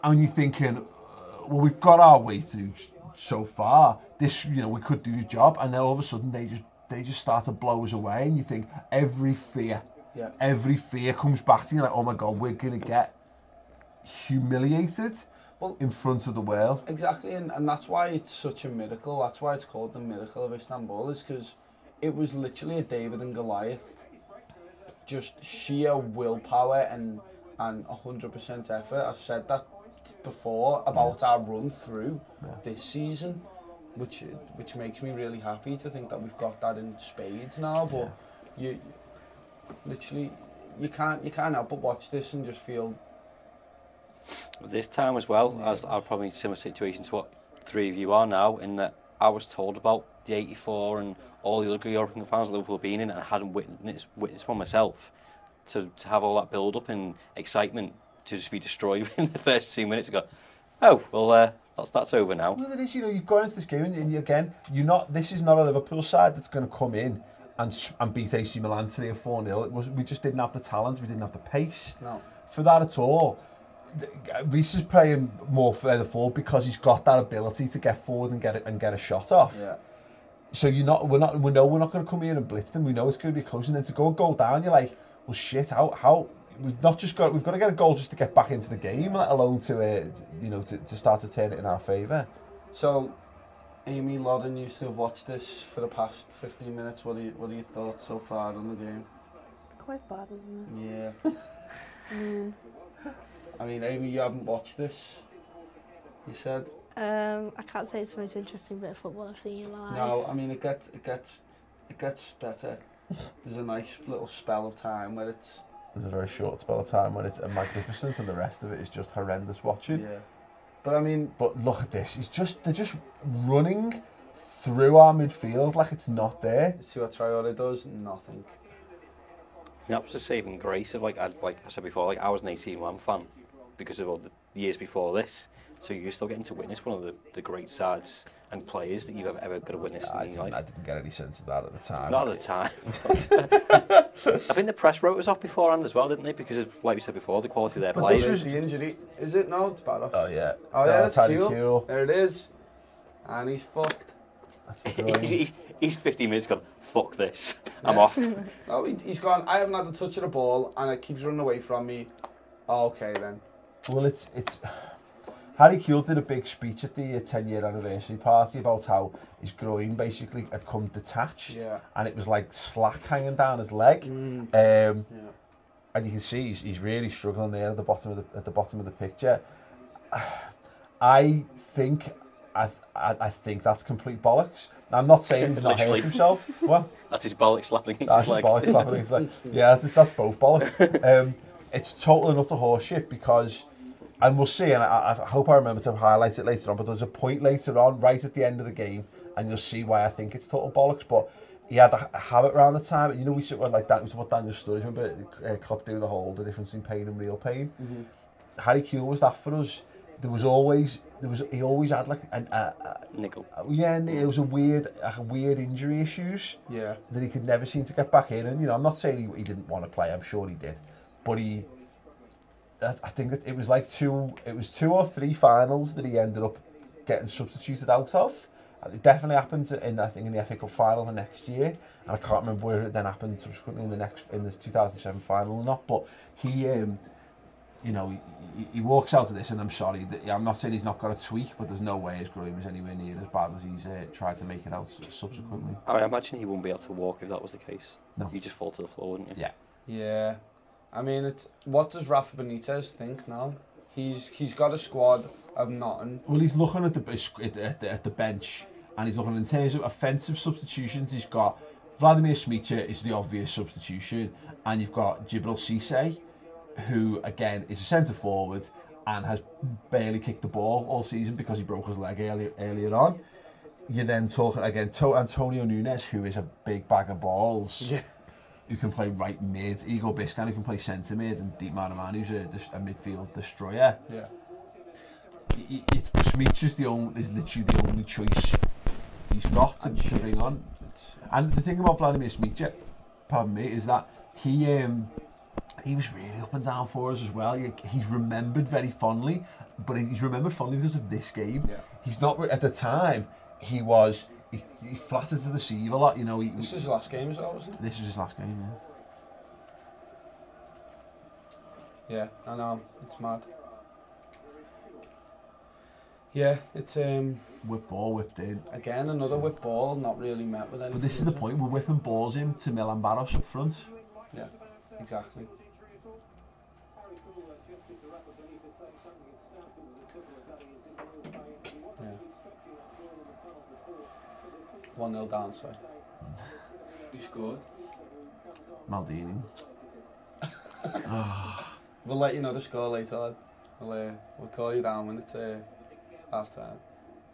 [SPEAKER 1] And you're thinking, uh, well, we've got our way through s- so far. This, you know, we could do the job. And then all of a sudden, they just they they just start to blow us away, and you think every fear,
[SPEAKER 4] Yeah.
[SPEAKER 1] every fear comes back to you like, oh my god, we're gonna get humiliated
[SPEAKER 4] Well-
[SPEAKER 1] in front of the world.
[SPEAKER 4] Exactly, and, and that's why it's such a miracle. That's why it's called the miracle of Istanbul, is because it was literally a David and Goliath. Just sheer willpower and and hundred percent effort. I've said that before about our run through this season, which which makes me really happy to think that we've got that in spades now. But you literally you can't you can't help but watch this and just feel
[SPEAKER 2] this time as well as I'm probably in a similar situation to what three of you are now in that I was told about the 84 and all the other European fans that Liverpool being in it and I hadn't witnessed, witnessed one myself to, to have all that build up and excitement to just be destroyed (laughs) in the first two minutes and go oh well uh, that's that's over now
[SPEAKER 1] Well, it is. You know, you've gone into this game, and, and you- again, you're not. This is not a Liverpool side that's going to come in and s- and beat AC Milan three or four nil. It was. We just didn't have the talent. We didn't have the pace.
[SPEAKER 4] No.
[SPEAKER 1] For that at all. Th- Reece is playing more further forward because he's got that ability to get forward and get it and get a shot off.
[SPEAKER 4] yeah.
[SPEAKER 1] So you're not, we're not, we know we're not going to come here and blitz them. We know it's going to be close, and then to go and go down, you're like, well, shit. How how we've not just got, we've got to get a goal just to get back into the game, let alone to, uh, you know, to, to start to turn it in our favour.
[SPEAKER 4] So, Amy Lodden used to have watched this for the past 15 minutes. What are, you, what are your thoughts so far on the game?
[SPEAKER 3] It's quite bad, isn't
[SPEAKER 4] Yeah.
[SPEAKER 3] it? I mean,
[SPEAKER 4] I mean, Amy, you haven't watched this. You said
[SPEAKER 3] um, I can't say it's the most interesting bit of football I've seen in my life.
[SPEAKER 4] no. I mean, it gets it gets it gets better. There's a nice little spell of time where it's
[SPEAKER 1] there's a very short spell of time when it's magnificent and the rest of it is just horrendous watching.
[SPEAKER 4] yeah. But I mean,
[SPEAKER 1] But look at this, it's just they're just running through our midfield like it's not there.
[SPEAKER 4] see what Traore does. Nothing.
[SPEAKER 2] And that was the saving grace of like I like I said before, like I was an 18 Man fan because of all the years before this. So you're still getting to witness one of the, the great sides and players that you've ever, ever got to witness in your life.
[SPEAKER 1] get any sense of that at the time.
[SPEAKER 2] Not at the time. (laughs) I think the press wrote us off beforehand as well, didn't they? Because of, like we said before, the quality of their
[SPEAKER 1] But this
[SPEAKER 2] players.
[SPEAKER 1] was-
[SPEAKER 4] There's the injury. Is it? No, it's Barros.
[SPEAKER 1] Oh yeah.
[SPEAKER 4] Oh yeah, that's
[SPEAKER 1] Taddy
[SPEAKER 4] cool.
[SPEAKER 1] Kuhl.
[SPEAKER 4] There it is. And he's fucked.
[SPEAKER 1] That's
[SPEAKER 4] (laughs)
[SPEAKER 1] the
[SPEAKER 2] He's, (laughs)
[SPEAKER 1] groin.
[SPEAKER 2] he- he's 15 minutes gone, fuck this, I'm off.
[SPEAKER 4] Oh, he, he's gone. I haven't had a touch of the ball, and it keeps running away from me. Oh, okay then.
[SPEAKER 1] Well, it's it's. Harry Kuehl did a big speech at the 10 year anniversary party about how his groin basically had come detached
[SPEAKER 4] Yeah. Mm.
[SPEAKER 1] and it was like slack hanging down his leg. Um,
[SPEAKER 4] Yeah.
[SPEAKER 1] and you can see he's, he's really struggling there at the bottom of the at the bottom of the picture. (sighs) I think I I, I think that's complete bollocks. I'm not saying he's not hurt
[SPEAKER 2] Literally.
[SPEAKER 1] himself. What?
[SPEAKER 2] That's his bollock slapping against
[SPEAKER 1] That's
[SPEAKER 2] his leg. (laughs)
[SPEAKER 1] just bollocks slapping. It's like, yeah, that's, that's both bollocks. Um, it's total and utter horseshit because, and we'll see, and I, I hope I remember to highlight it later on, but there's a point later on, right at the end of the game, and you'll see why I think it's total bollocks, but he had a habit around the time, you know, we said, well, like, that was what Daniel Sturridge, remember uh, Klopp doing the whole, the difference between pain and real pain? Harry Kuehl was that for us. There was always, there was, he always had like, an, a,
[SPEAKER 2] Nickel.
[SPEAKER 1] a, yeah, and it was a weird, a weird injury issues
[SPEAKER 4] Yeah.
[SPEAKER 1] that he could never seem to get back in. And you know, I'm not saying he, he didn't want to play. I'm sure he did, but he. That, I think that it was like two. It was two or three finals that he ended up getting substituted out of. And It definitely happened in I think in the FA Cup final the next year, and I can't remember whether it then happened subsequently in the next in the 2007 final or not. But he. Um, you know, he- he, he walks out of this, and I'm sorry. That, I'm not saying he's not got a tweak, but there's no way his groin was anywhere near as bad as he's uh, tried to make it out subsequently.
[SPEAKER 2] I imagine he wouldn't be able to walk if that was the case.
[SPEAKER 1] No.
[SPEAKER 2] You'd just fall to the floor, wouldn't you?
[SPEAKER 1] Yeah.
[SPEAKER 4] Yeah. I mean, it's what does Rafa Benitez think now? He's he's got a squad
[SPEAKER 1] (laughs)
[SPEAKER 4] of nothing.
[SPEAKER 1] Well, he's looking at the at the, at the, at the bench, and he's looking in terms of offensive substitutions. He's got Vladimir Smicha is the obvious substitution, and you've got Jibril Cisse, who again is a centre forward and has barely kicked the ball all season because he broke his leg earlier earlier on. You're then talking again to Antonio Nunes, who is a big bag of balls. Who can play right mid? Igor Biscan, who can play centre mid, and Deep Manaman, who's a, dis- a midfield destroyer
[SPEAKER 4] Yeah.
[SPEAKER 1] it, it's Smith is the only is literally the only choice he's got to, to bring on.
[SPEAKER 4] It's,
[SPEAKER 1] And the thing about Vladimir Smicha, pardon me, is that he um, he was really up and down for us as well. He, he's remembered very fondly, but he's remembered fondly because of this game.
[SPEAKER 4] Yeah.
[SPEAKER 1] He's not re- at the time. He was he, he flatters to the sieve a lot. You know, he,
[SPEAKER 4] This was his last game as well, wasn't it?
[SPEAKER 1] this was his last game. Yeah.
[SPEAKER 4] Yeah, I know. It's mad. Yeah, it's um
[SPEAKER 1] Whip ball whipped in.
[SPEAKER 4] again another whip ball, not really met with anything.
[SPEAKER 1] uh, But this is the
[SPEAKER 4] it?
[SPEAKER 1] point, we're whipping balls in to Milan Barros up front.
[SPEAKER 4] Yeah, exactly. Yeah. One 0 down, so
[SPEAKER 7] Who scored?
[SPEAKER 1] Maldini.
[SPEAKER 4] we'll let you know the score later. Lad. We'll uh, we'll call you down when it's uh, half time.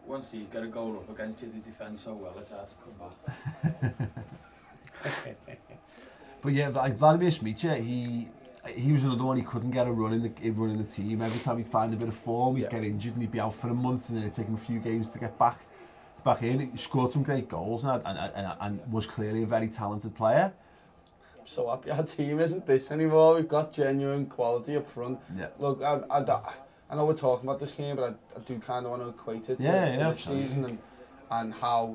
[SPEAKER 7] Once you get a goal up against you, they defend so well, it's hard to come back.
[SPEAKER 1] But yeah, like Vladimir Smicha, he he was another one he couldn't get a run in the a run in the team. Every time he'd find a bit of form, he'd
[SPEAKER 4] Yeah.
[SPEAKER 1] get injured and he'd be out for a month, and then it'd take him a few games to get back back in. He scored some great goals and and, and, and was clearly a very talented player.
[SPEAKER 4] I'm so happy our team isn't this anymore. We've got genuine quality up front.
[SPEAKER 1] Yeah.
[SPEAKER 4] Look, I, I, I- I know we're talking about this game, but I, I do kind of want to equate it to,
[SPEAKER 1] Yeah,
[SPEAKER 4] to
[SPEAKER 1] yeah,
[SPEAKER 4] this season and, and how,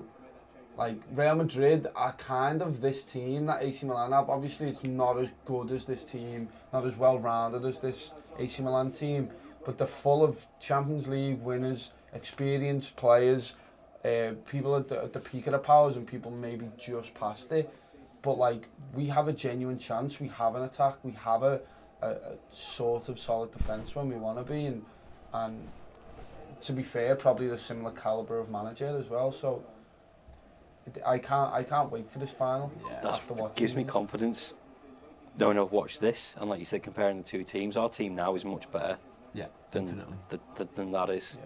[SPEAKER 4] like, Real Madrid are kind of this team that AC Milan have. Obviously, it's not as good as this team, not as well rounded as this AC Milan team, but they're full of Champions League winners, experienced players, uh, people at the, at the peak of their powers, and people maybe just past it. But like we have a genuine chance, we have an attack, we have a, a, a sort of solid defence when we want to be, and and to be fair, probably the similar caliber of manager as well. So it- I can't I can't wait for this final.
[SPEAKER 2] That's
[SPEAKER 4] after
[SPEAKER 2] what
[SPEAKER 4] watching
[SPEAKER 2] gives me
[SPEAKER 4] this.
[SPEAKER 2] confidence knowing I've watched this. And like you said, comparing the two teams, our team now is much better
[SPEAKER 1] Yeah,
[SPEAKER 2] than,
[SPEAKER 1] definitely.
[SPEAKER 2] th- th- than that is.
[SPEAKER 4] Yeah.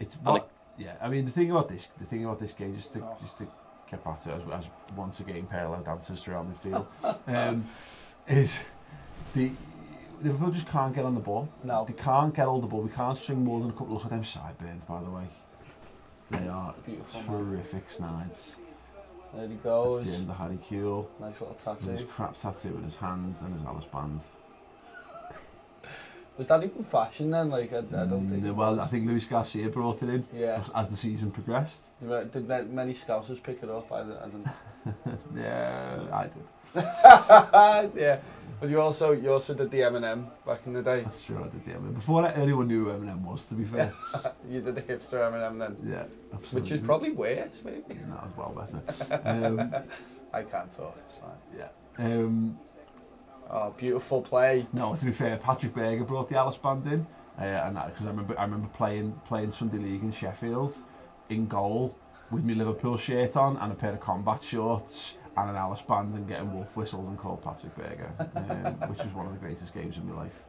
[SPEAKER 1] It's
[SPEAKER 2] I
[SPEAKER 1] what, yeah. I mean, the thing about this, the thing about this game, just to
[SPEAKER 4] Oh.
[SPEAKER 1] just to get back to it, as, as once again parallel dancers throughout midfield, um, is the Liverpool just can't get on the ball.
[SPEAKER 4] No.
[SPEAKER 1] They can't get hold of the ball. We can't string more than a couple. Look at them sideburns, by the way. They are
[SPEAKER 4] Beautiful, man.
[SPEAKER 1] terrific snides.
[SPEAKER 4] There he
[SPEAKER 1] That's the
[SPEAKER 4] goes.
[SPEAKER 1] end of the Harry Kewell.
[SPEAKER 4] Nice little
[SPEAKER 1] And his
[SPEAKER 4] tattoo.
[SPEAKER 1] crap tattoo in his hand and his Alice band.
[SPEAKER 4] Was that even fashion then? Like I, I don't think.
[SPEAKER 1] Mm, well, I think Luis Garcia brought it in
[SPEAKER 4] Yeah.
[SPEAKER 1] as- as the season progressed.
[SPEAKER 4] Did ma- Did ma- many scousers pick it up? I, don't- I don't
[SPEAKER 1] Yeah, I did. (laughs)
[SPEAKER 4] (laughs) yeah. But you also you also did the Eminem back in the day.
[SPEAKER 1] That's true, I did the Eminem. Before that, anyone knew who Eminem was, to be fair.
[SPEAKER 4] You did the hipster Eminem then.
[SPEAKER 1] yeah, absolutely.
[SPEAKER 4] Which is probably worse, maybe.
[SPEAKER 1] No, that was well better. (laughs) um,
[SPEAKER 4] I can't talk, it's fine.
[SPEAKER 1] yeah. Um,
[SPEAKER 4] Oh, beautiful play.
[SPEAKER 1] no, to be fair, Patrick Berger brought the Alice band in, uh, and that because I remember I remember playing playing Sunday League in Sheffield, in goal with my Liverpool shirt on and a pair of combat shorts and an Alice band and getting wolf whistled and called Patrick Berger,
[SPEAKER 4] (laughs)
[SPEAKER 1] um, which was one of the greatest games of my life.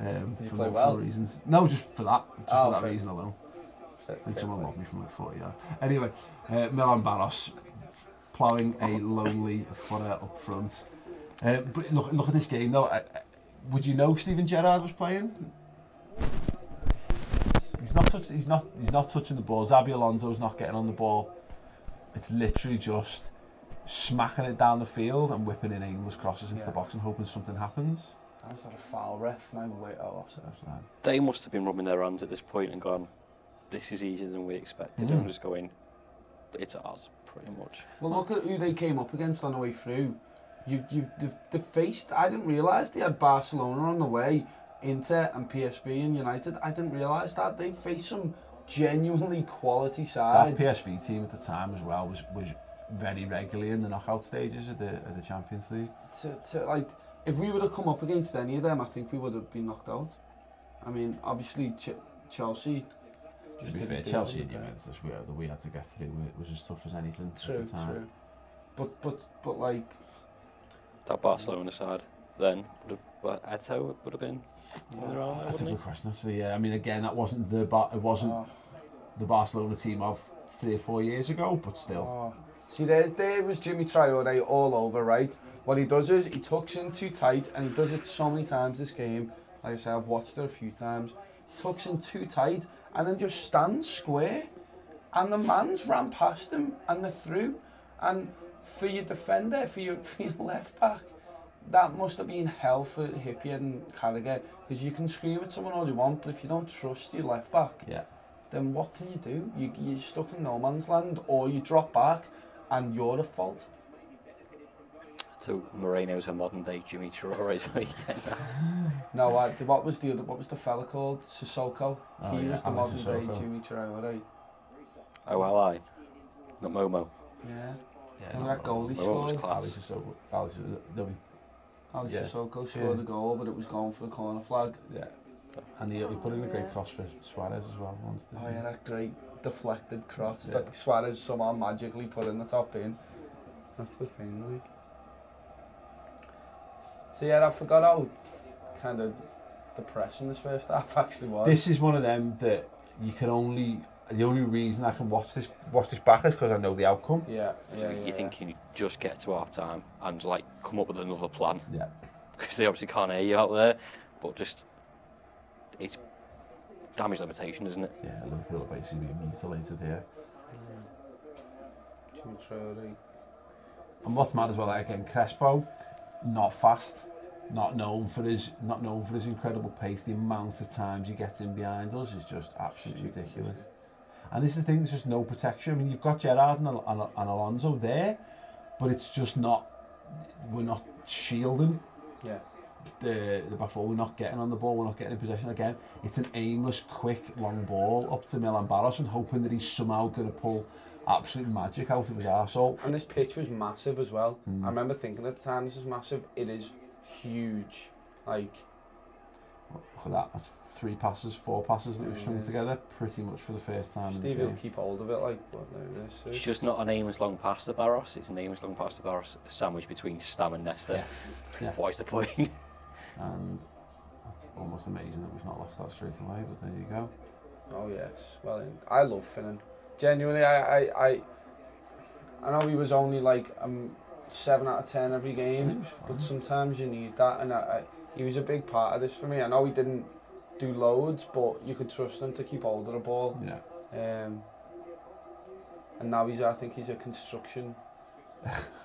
[SPEAKER 1] Um,
[SPEAKER 4] Did you
[SPEAKER 1] for
[SPEAKER 4] play
[SPEAKER 1] multiple
[SPEAKER 4] well?
[SPEAKER 1] reasons. No, just for that, just
[SPEAKER 4] Oh,
[SPEAKER 1] for that
[SPEAKER 4] fair.
[SPEAKER 1] reason alone.
[SPEAKER 4] Fair-
[SPEAKER 1] I think
[SPEAKER 4] fair
[SPEAKER 1] someone
[SPEAKER 4] play.
[SPEAKER 1] robbed me from like 40 yards. Anyway, uh, Milan Barros ploughing a lonely footer up front. Uh, but look, look at this game though. I, I, would you know Steven Gerrard was playing? He's not touch, he's not he's not touching the ball. Zabi Alonso's not getting on the ball. It's literally just smacking it down the field and whipping in aimless crosses into
[SPEAKER 4] Yeah.
[SPEAKER 1] the box and hoping something happens.
[SPEAKER 4] That's not a foul ref, no way oh offside.
[SPEAKER 1] That's right.
[SPEAKER 2] They must have been rubbing their hands at this point and gone, this is easier than we expected.
[SPEAKER 1] Mm.
[SPEAKER 2] And just going, it's ours, pretty much.
[SPEAKER 4] Well look at who they came up against on the way through. You you the the faced I didn't realise they had Barcelona on the way, Inter and PSV and United. I didn't realise that. They faced some genuinely quality
[SPEAKER 1] That
[SPEAKER 4] sides.
[SPEAKER 1] PSV team at the time as well was was very regularly in the knockout stages of the of the Champions League.
[SPEAKER 4] to, to like if we would have come up against any of them, I think we would have been knocked out. I mean, obviously Ch- Chelsea.
[SPEAKER 1] To
[SPEAKER 4] just
[SPEAKER 1] be
[SPEAKER 4] didn't
[SPEAKER 1] fair,
[SPEAKER 4] do
[SPEAKER 1] Chelsea
[SPEAKER 4] it,
[SPEAKER 1] and
[SPEAKER 4] did they?
[SPEAKER 1] Juventus we, that we had to get through were- was as tough as anything
[SPEAKER 4] True,
[SPEAKER 1] at the time.
[SPEAKER 4] true. But but but like
[SPEAKER 2] That Barcelona side then would have, well, Eto would have been on
[SPEAKER 4] oh,
[SPEAKER 2] their own,
[SPEAKER 1] That's a
[SPEAKER 2] wouldn't
[SPEAKER 1] good
[SPEAKER 2] it?
[SPEAKER 1] question. Actually, yeah. I mean, again, that wasn't the Bar- it wasn't
[SPEAKER 4] oh,
[SPEAKER 1] the Barcelona team of three or four years ago, but still.
[SPEAKER 4] oh. see there there was Jimmy Traore all over right. What he does is he tucks in too tight, and he does it so many times this game. Like I say, I've watched it a few times. Tucks in too tight, and then just stands square, and the man's ran past him, and they're through. And for your defender, for your, (laughs) for your left back, that must have been hell for Hippier and Carragher because you can scream at someone all you want, but if you don't trust your left back,
[SPEAKER 1] Yeah.
[SPEAKER 4] then what can you do? You, you're stuck in no man's land, or you drop back, and you're at fault.
[SPEAKER 2] (laughs) So Moreno's a modern day Jimmy Traore. so he-
[SPEAKER 4] No, I, what was the other? What was the fella called? Sissoko.
[SPEAKER 1] Oh,
[SPEAKER 4] he
[SPEAKER 1] yeah,
[SPEAKER 4] was the modern
[SPEAKER 1] Alex
[SPEAKER 4] day
[SPEAKER 1] Sissoko.
[SPEAKER 4] Jimmy Traore.
[SPEAKER 2] oh, ally. Not Momo.
[SPEAKER 4] Yeah.
[SPEAKER 1] Yeah,
[SPEAKER 4] Remember
[SPEAKER 1] no,
[SPEAKER 4] that goal he
[SPEAKER 2] Momo was
[SPEAKER 4] scored?
[SPEAKER 2] class.
[SPEAKER 1] Alex is so Alex is they'll be
[SPEAKER 4] Alex
[SPEAKER 1] Yeah.
[SPEAKER 4] Sissoko scored
[SPEAKER 1] Yeah.
[SPEAKER 4] the goal, but it was going for the corner flag.
[SPEAKER 1] yeah. And he, he put in a great cross for Suarez as well once. didn't
[SPEAKER 4] Oh
[SPEAKER 1] he?
[SPEAKER 4] yeah, that great deflected cross
[SPEAKER 1] Yeah.
[SPEAKER 4] that Suarez somehow magically put in the top in. That's the thing, like. So yeah, I forgot how kind of depressing this first half (laughs) actually was.
[SPEAKER 1] This is one of them that you can only. The only reason I can watch this watch this back is because I know the outcome.
[SPEAKER 4] yeah, yeah, yeah.
[SPEAKER 2] you think you just get to half time and like come up with another plan (laughs)
[SPEAKER 1] Yeah.
[SPEAKER 2] because they obviously can't hear you out there, but just it's damage limitation, isn't it?
[SPEAKER 1] Yeah, Liverpool are basically being mutilated here.
[SPEAKER 4] yeah. Jimmy Traore.
[SPEAKER 1] And what's mad as well, like again, Crespo, not fast, not known for his not known for his incredible pace. The amount of times he gets in behind us is just absolutely
[SPEAKER 4] Stupid,
[SPEAKER 1] ridiculous.
[SPEAKER 4] isn't it?
[SPEAKER 1] And this is the thing, there's just no protection. I mean, you've got Gerard and, Al- and, Al- and Alonso there, but it's just not. We're not shielding
[SPEAKER 4] Yeah.
[SPEAKER 1] the the back four. We're not getting on the ball. We're not getting in possession again. It's an aimless, quick, long ball up to Milan Barros and hoping that he's somehow going to pull absolute magic out of his arsehole.
[SPEAKER 4] And this pitch was massive as well.
[SPEAKER 1] Mm.
[SPEAKER 4] I remember thinking at the time, this is massive. It is huge. Like,
[SPEAKER 1] Look at that. That's three passes, four passes that we've strung
[SPEAKER 4] Yes.
[SPEAKER 1] together pretty much for the first time. in the
[SPEAKER 4] Stevie will
[SPEAKER 1] game.
[SPEAKER 4] keep hold of it. Like, but there it is. so-
[SPEAKER 2] It's just not an aimless long pass to Barros. It's an aimless long pass to Barros, sandwiched between Stam and Nesta.
[SPEAKER 1] Yeah.
[SPEAKER 2] What is the point? (laughs)
[SPEAKER 1] And that's almost amazing that we've not lost that straight away, but there you go.
[SPEAKER 4] Oh yes, well I love Finnan. Genuinely, I, I, I, I know he was only like um seven out of ten every
[SPEAKER 1] And it
[SPEAKER 4] game,
[SPEAKER 1] was fine.
[SPEAKER 4] but sometimes you need that, and I, I, he was a big part of this for me. I know he didn't do loads, but you could trust him to keep hold of the ball.
[SPEAKER 1] Yeah.
[SPEAKER 4] Um, and now he's, I think he's a construction.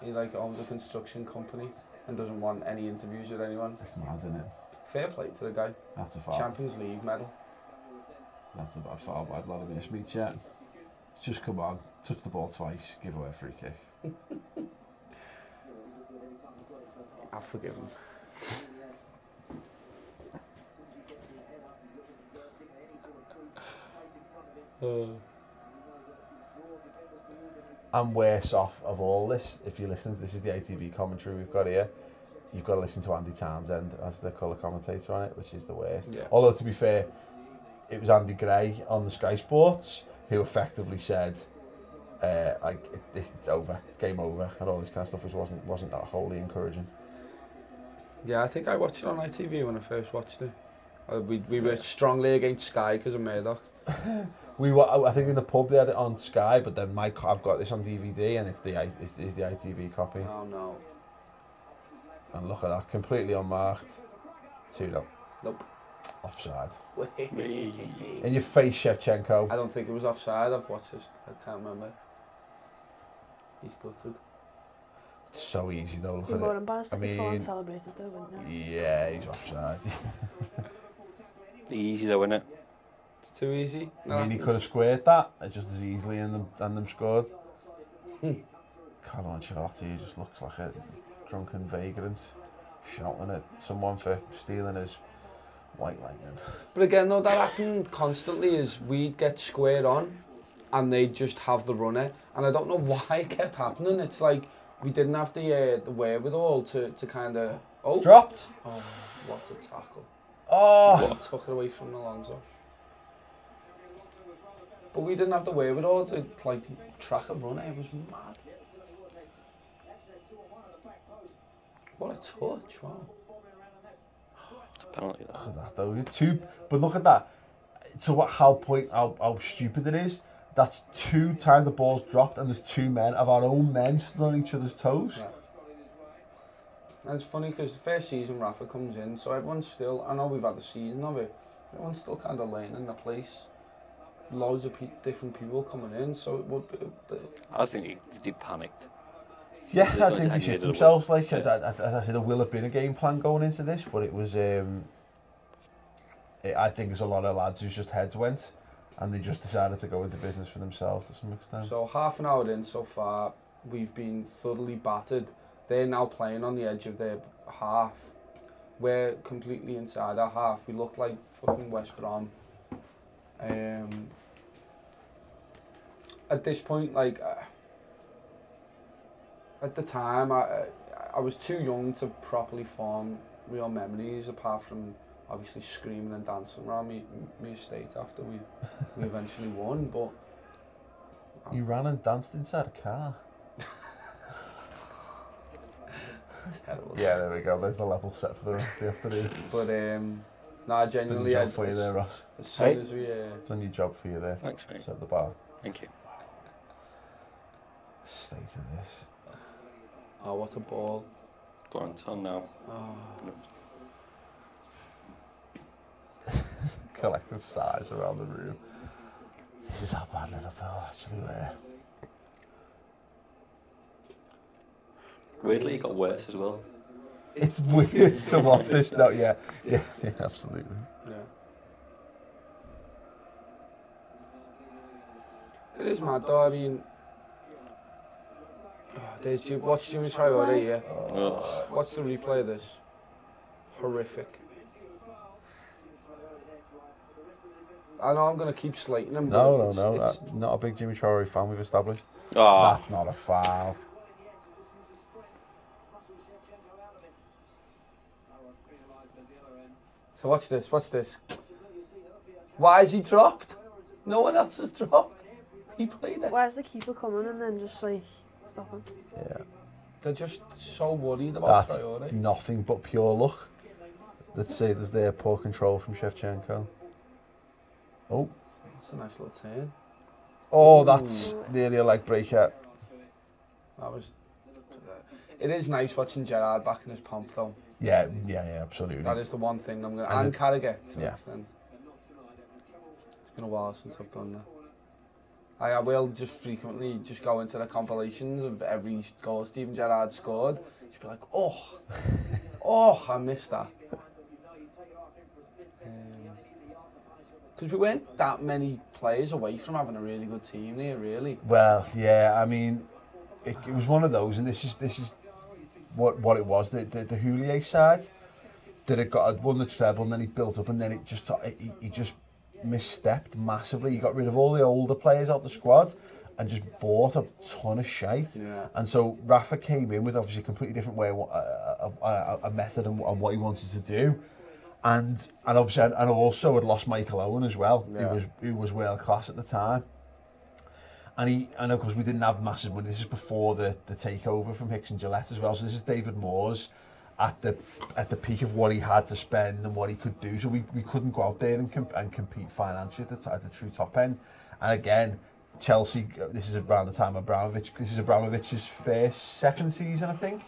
[SPEAKER 4] he like owns a construction company and doesn't want any interviews with anyone.
[SPEAKER 1] It's mad, isn't it?
[SPEAKER 4] Fair play to the guy.
[SPEAKER 1] That's a foul.
[SPEAKER 4] Champions League medal.
[SPEAKER 1] That's a bad foul by Vladimir Smith, yeah. Just come on, touch the ball twice, give away a free kick.
[SPEAKER 4] I forgive him. Uh,
[SPEAKER 1] And worse off of all this, if you listen, to this is the ATV commentary we've got here. You've got to listen to Andy Townsend as the colour commentator on it, which is the worst.
[SPEAKER 4] Yeah.
[SPEAKER 1] Although to be fair, it was Andy Gray on the Sky Sports who effectively said, uh, "Like it, it's it's over, it's game over," and all this kind of stuff, which wasn't wasn't that wholly encouraging.
[SPEAKER 4] Yeah, I think I watched it on ITV when I first watched it. Uh, we, we were strongly against Sky because of Murdoch.
[SPEAKER 1] We were, I- I think, in the pub they had it on Sky, but then my co- I've got this on DVD and it's the I- it's, it's the ITV copy.
[SPEAKER 4] Oh no.
[SPEAKER 1] And look at that, completely unmarked, two 0
[SPEAKER 4] Nope. (laughs)
[SPEAKER 1] offside.
[SPEAKER 4] I
[SPEAKER 1] In your face, Shevchenko.
[SPEAKER 4] don't think it was offside. I've watched this. I can't remember. He's gutted.
[SPEAKER 1] So easy though, look
[SPEAKER 3] You're more
[SPEAKER 1] at
[SPEAKER 3] embarrassed
[SPEAKER 1] I
[SPEAKER 3] I before
[SPEAKER 1] mean-
[SPEAKER 3] and celebrated though, wouldn't
[SPEAKER 1] it.
[SPEAKER 3] you?
[SPEAKER 1] Yeah, he's (laughs) offside.
[SPEAKER 2] Easy though, isn't it?
[SPEAKER 4] It's too easy.
[SPEAKER 1] I mean, he could have squared that uh, just as easily and them, and them scored.
[SPEAKER 4] Hmm.
[SPEAKER 1] Carlo Ancelotti he just looks like a drunken vagrant shouting at someone for stealing his white lightning.
[SPEAKER 4] But again, though, that happened constantly. Is we'd get squared on, and they'd just have the runner. And I don't know why it kept happening. It's like we didn't have the uh, the wherewithal to to kind of oh,
[SPEAKER 1] It's dropped.
[SPEAKER 4] oh what a tackle.
[SPEAKER 1] Oh,
[SPEAKER 4] (laughs) What? Took it away from Alonso. But we didn't have the wherewithal to like track a runner. It was mad. What a touch! Wow.
[SPEAKER 2] It's a penalty. That.
[SPEAKER 1] look at that though. Two, but look at that. To what how point how, how stupid it is. That's two times the ball's dropped and there's two men of our own men stood on each other's toes.
[SPEAKER 4] Yeah. And it's funny because the first season Rafa comes in, so everyone's still. I know we've had a season of it. but Everyone's still kind of learning the place. Loads of pe- different people coming in, so it would. Be,
[SPEAKER 2] I think they, they panicked.
[SPEAKER 1] Yeah,
[SPEAKER 2] They
[SPEAKER 1] I
[SPEAKER 2] don't
[SPEAKER 1] think they
[SPEAKER 2] actually do
[SPEAKER 1] shit
[SPEAKER 2] the work.
[SPEAKER 1] themselves. Like I,
[SPEAKER 2] Yeah.
[SPEAKER 1] I, I, I said, there will have been a game plan going into this, but it was. Um, it, I think there's a lot of lads whose just heads went, and they just decided to go into business for themselves to some extent.
[SPEAKER 4] So half an hour in so far, we've been thoroughly battered. They're now playing on the edge of their half. We're completely inside our half. We look like fucking West Brom. Um, at this point, like uh, at the time, I I- I was too young to properly form real memories, apart from obviously screaming and dancing around me, me estate after we we eventually won. But
[SPEAKER 1] you ran and danced inside a car.
[SPEAKER 4] terrible.
[SPEAKER 1] Yeah, there we go. There's the level set for the rest of the
[SPEAKER 2] (laughs)
[SPEAKER 1] afternoon.
[SPEAKER 4] But um, no, I
[SPEAKER 1] Done
[SPEAKER 4] genuinely,
[SPEAKER 1] your
[SPEAKER 4] I,
[SPEAKER 1] job for you
[SPEAKER 4] as,
[SPEAKER 1] there, Ross.
[SPEAKER 4] as soon
[SPEAKER 2] Hey?
[SPEAKER 4] as we, uh,
[SPEAKER 1] Done your job for you there.
[SPEAKER 2] Thanks, mate.
[SPEAKER 1] Set the bar.
[SPEAKER 2] Thank you.
[SPEAKER 1] State of this.
[SPEAKER 4] oh, what a ball!
[SPEAKER 2] Go on, Tom, now.
[SPEAKER 4] Oh,
[SPEAKER 1] Collective sighs around the room. This is how bad Liverpool actually were.
[SPEAKER 2] Weirdly, it got worse as well.
[SPEAKER 1] It's (laughs) weird to watch this. No, yeah, yeah, (laughs) yeah, absolutely.
[SPEAKER 4] yeah. It is mad though. I mean, oh, there's Ju- watch Jimmy Traore here.
[SPEAKER 2] Ugh.
[SPEAKER 4] Watch the replay of this. Horrific. I know I'm gonna keep slating him.
[SPEAKER 1] No, no,
[SPEAKER 4] but
[SPEAKER 1] no.
[SPEAKER 4] It's,
[SPEAKER 1] that- not a big Jimmy Traore fan we've established.
[SPEAKER 2] Ah,
[SPEAKER 1] That's not a foul.
[SPEAKER 4] So what's this? What's this? Why is he dropped? No one else has dropped. He played it.
[SPEAKER 3] Why is the keeper coming and then just like stop him?
[SPEAKER 1] Yeah.
[SPEAKER 4] They're just so worried about
[SPEAKER 1] That's
[SPEAKER 4] Traore.
[SPEAKER 1] nothing but pure luck. Let's say there's their poor control from Shevchenko. Oh,
[SPEAKER 4] That's a nice little turn.
[SPEAKER 1] oh, that's nearly a leg breaker.
[SPEAKER 4] That was. It is nice watching Gerard back in his pomp though.
[SPEAKER 1] Yeah, yeah, yeah, absolutely.
[SPEAKER 4] That is the one thing I'm gonna.
[SPEAKER 1] And
[SPEAKER 4] And,
[SPEAKER 1] the-
[SPEAKER 4] Carragher to an
[SPEAKER 1] yeah.
[SPEAKER 4] extent. It's been a while since I've done that. I, I will just frequently just go into the compilations of every goal Steven Gerrard scored. Just be like,
[SPEAKER 1] (laughs)
[SPEAKER 4] oh, oh, I missed that. Because we weren't that many players away from having a really good team here, really.
[SPEAKER 1] Well, yeah, I mean, it, it was one of those, and this is this is what what it was. The the, the Houllier side that had got had won the treble, and then he built up, and then it just he, he just misstepped massively. He got rid of all the older players out the squad. And just bought a ton of shite,
[SPEAKER 4] Yeah.
[SPEAKER 1] and so Rafa came in with obviously a completely different way of, uh, of uh, a method and, and what he wanted to do, and and obviously and also had lost Michael Owen as well,
[SPEAKER 4] Yeah.
[SPEAKER 1] who was who was world class at the time, and he and of course we didn't have massive money. This is before the, the takeover from Hicks and Gillette as well. So this is David Moores at the at the peak of what he had to spend and what he could do. So we, we couldn't go out there and, comp- and compete financially at the, t- at the true top end. And again, Chelsea. This is around the time Abramovich. This is Abramovich's first second season, I think.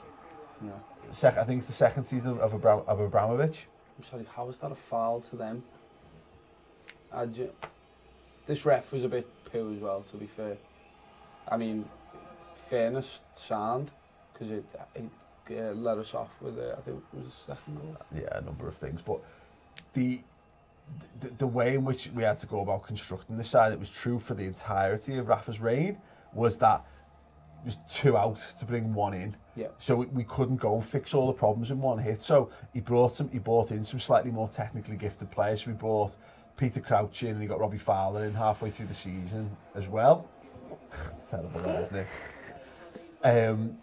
[SPEAKER 4] Yeah.
[SPEAKER 1] Sec- I think it's the second season of, of, Abram- of Abramovich.
[SPEAKER 4] I'm sorry, how is that a foul to them? I ju- this ref was a bit poo as well, to be fair. I mean, fairness sound, because it, it uh, let us off with, uh, I think it was the second goal.
[SPEAKER 1] yeah, a number of things. But the, the the way in which we had to go about constructing this side, it was true for the entirety of Rafa's reign, was that it was two out to bring one in.
[SPEAKER 4] Yeah.
[SPEAKER 1] So we, we couldn't go and fix all the problems in one hit. So he brought some, he brought in some slightly more technically gifted players. So we brought Peter Crouch in, and he got Robbie Fowler in halfway through the season as well. (laughs) Terrible, that, isn't it? Um,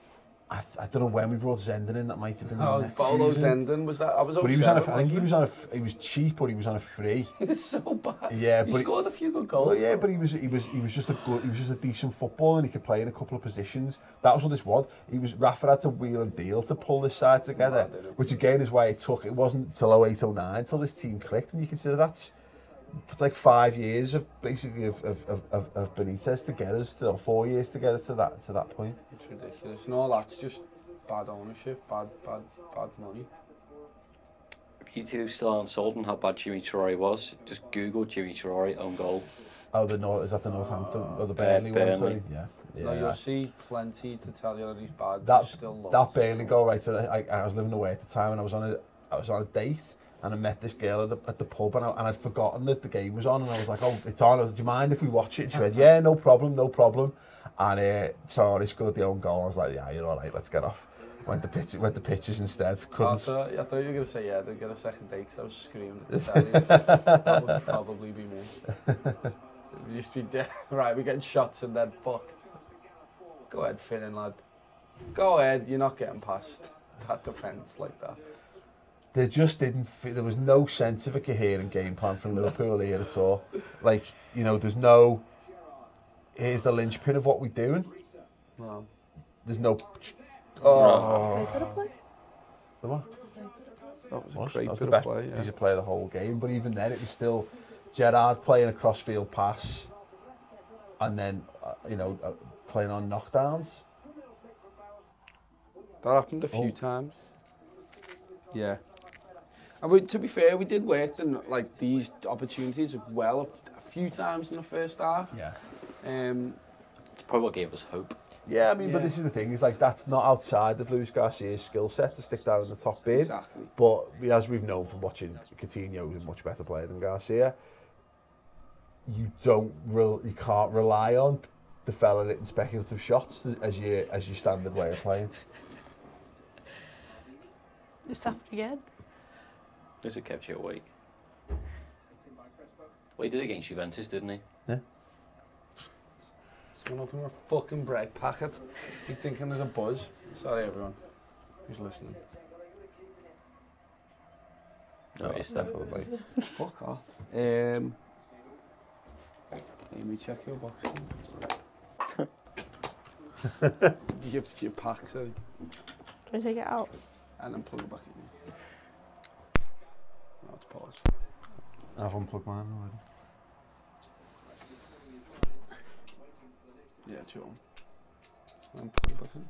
[SPEAKER 1] I, th- I don't know when we brought Zenden in. That might have been the
[SPEAKER 4] Oh,
[SPEAKER 1] next
[SPEAKER 4] Bolo's
[SPEAKER 1] season.
[SPEAKER 4] ending, was that? I was
[SPEAKER 1] But he was on a, I
[SPEAKER 4] wasn't
[SPEAKER 1] think he
[SPEAKER 4] (laughs)
[SPEAKER 1] was on a, f- he was cheap or he was on a free.
[SPEAKER 4] It was so bad.
[SPEAKER 1] Yeah,
[SPEAKER 4] he
[SPEAKER 1] but he-
[SPEAKER 4] scored a few good goals.
[SPEAKER 1] Well, yeah, but he was, he was, he was just a good, he was just a decent footballer and he could play in a couple of positions. That was what this was. He was Rafa had to wheel and deal to pull this side together, which again is why it took. It wasn't till 08, 09 till this team clicked, and you consider that's it's like five years of basically of, of, of, of- of Benitez to get us to, or four years to get us to that to that point.
[SPEAKER 4] It's ridiculous. And all that's just bad ownership, bad, bad, bad money.
[SPEAKER 2] if you two still aren't sold on how bad Jimmy Traore was, just Google Jimmy Traore own goal.
[SPEAKER 1] Oh, the North is that the Northampton or the Burnley, one?
[SPEAKER 2] Burnley.
[SPEAKER 1] Sorry, yeah, yeah.
[SPEAKER 4] now, you'll
[SPEAKER 1] I-
[SPEAKER 4] see plenty to tell you that he's bad.
[SPEAKER 1] that
[SPEAKER 4] there's still loads.
[SPEAKER 1] that Bailey goal right so I, I was living away at the time and I was on a I was on a date and I met this girl at the, at the pub, and, I, and I'd forgotten that the game was on, and I was like, "Oh, it's on." I was, "Do you mind if we watch it?" And she went, "Yeah, no problem, no problem." And uh, Torres scored the own goal. and I was like, "Yeah, you're all right. Let's get off." Went the pitch, went the pitches instead.
[SPEAKER 4] I
[SPEAKER 1] Couldn't.
[SPEAKER 4] thought, I thought you were going to say, yeah, they get a second date because I was screaming
[SPEAKER 1] (laughs)
[SPEAKER 4] at the telly. that would probably be me. It would just be, de- (laughs) right, we're getting shots and then fuck. Go ahead, Finnan, lad. Go ahead, you're not getting past (laughs) that defence like that.
[SPEAKER 1] They just didn't. Fit, there was no sense of a coherent game plan from Liverpool here at all. Like you know, there's no. Here's the linchpin of what we're doing.
[SPEAKER 4] No.
[SPEAKER 1] There's no. Oh,
[SPEAKER 3] They could have played.
[SPEAKER 1] the what?
[SPEAKER 8] That was a
[SPEAKER 1] was.
[SPEAKER 8] great
[SPEAKER 1] That was the
[SPEAKER 8] bit
[SPEAKER 1] best
[SPEAKER 8] of play. Yeah.
[SPEAKER 1] piece of play of the whole game. But even then, it was still Gerard playing a crossfield pass, and then uh, you know uh, playing on knockdowns.
[SPEAKER 4] That happened a few
[SPEAKER 1] Oh.
[SPEAKER 4] times. Yeah. And we, to be fair, we did work the, n- like these opportunities well a, a few times in the first half.
[SPEAKER 1] Yeah.
[SPEAKER 4] Um,
[SPEAKER 2] It's probably what gave us hope.
[SPEAKER 1] Yeah, I mean, but
[SPEAKER 4] Yeah.
[SPEAKER 1] this is the thing. It's like that's not outside of Luis Garcia's skill set to stick down in the top bin.
[SPEAKER 4] Exactly.
[SPEAKER 1] But we- as we've known from watching Coutinho, who's a much better player than Garcia, you don't rel you can't rely on the fella hitting speculative shots as your as your standard way of playing.
[SPEAKER 3] This happened again.
[SPEAKER 2] Does it kept you awake? Well, he did against Juventus, didn't he?
[SPEAKER 4] Someone open my fucking bread packet. He's thinking there's a buzz. Sorry, everyone who's listening.
[SPEAKER 1] Oh.
[SPEAKER 2] No, it's them.
[SPEAKER 4] (laughs)
[SPEAKER 1] Definitely.
[SPEAKER 4] Fuck off. Um, let me check your box. your, your pack, sorry.
[SPEAKER 3] Can we take it out?
[SPEAKER 4] And then plug it back in. Now it's paused.
[SPEAKER 1] I've unplugged mine already.
[SPEAKER 4] Yeah, it's your own. And then plug it back in.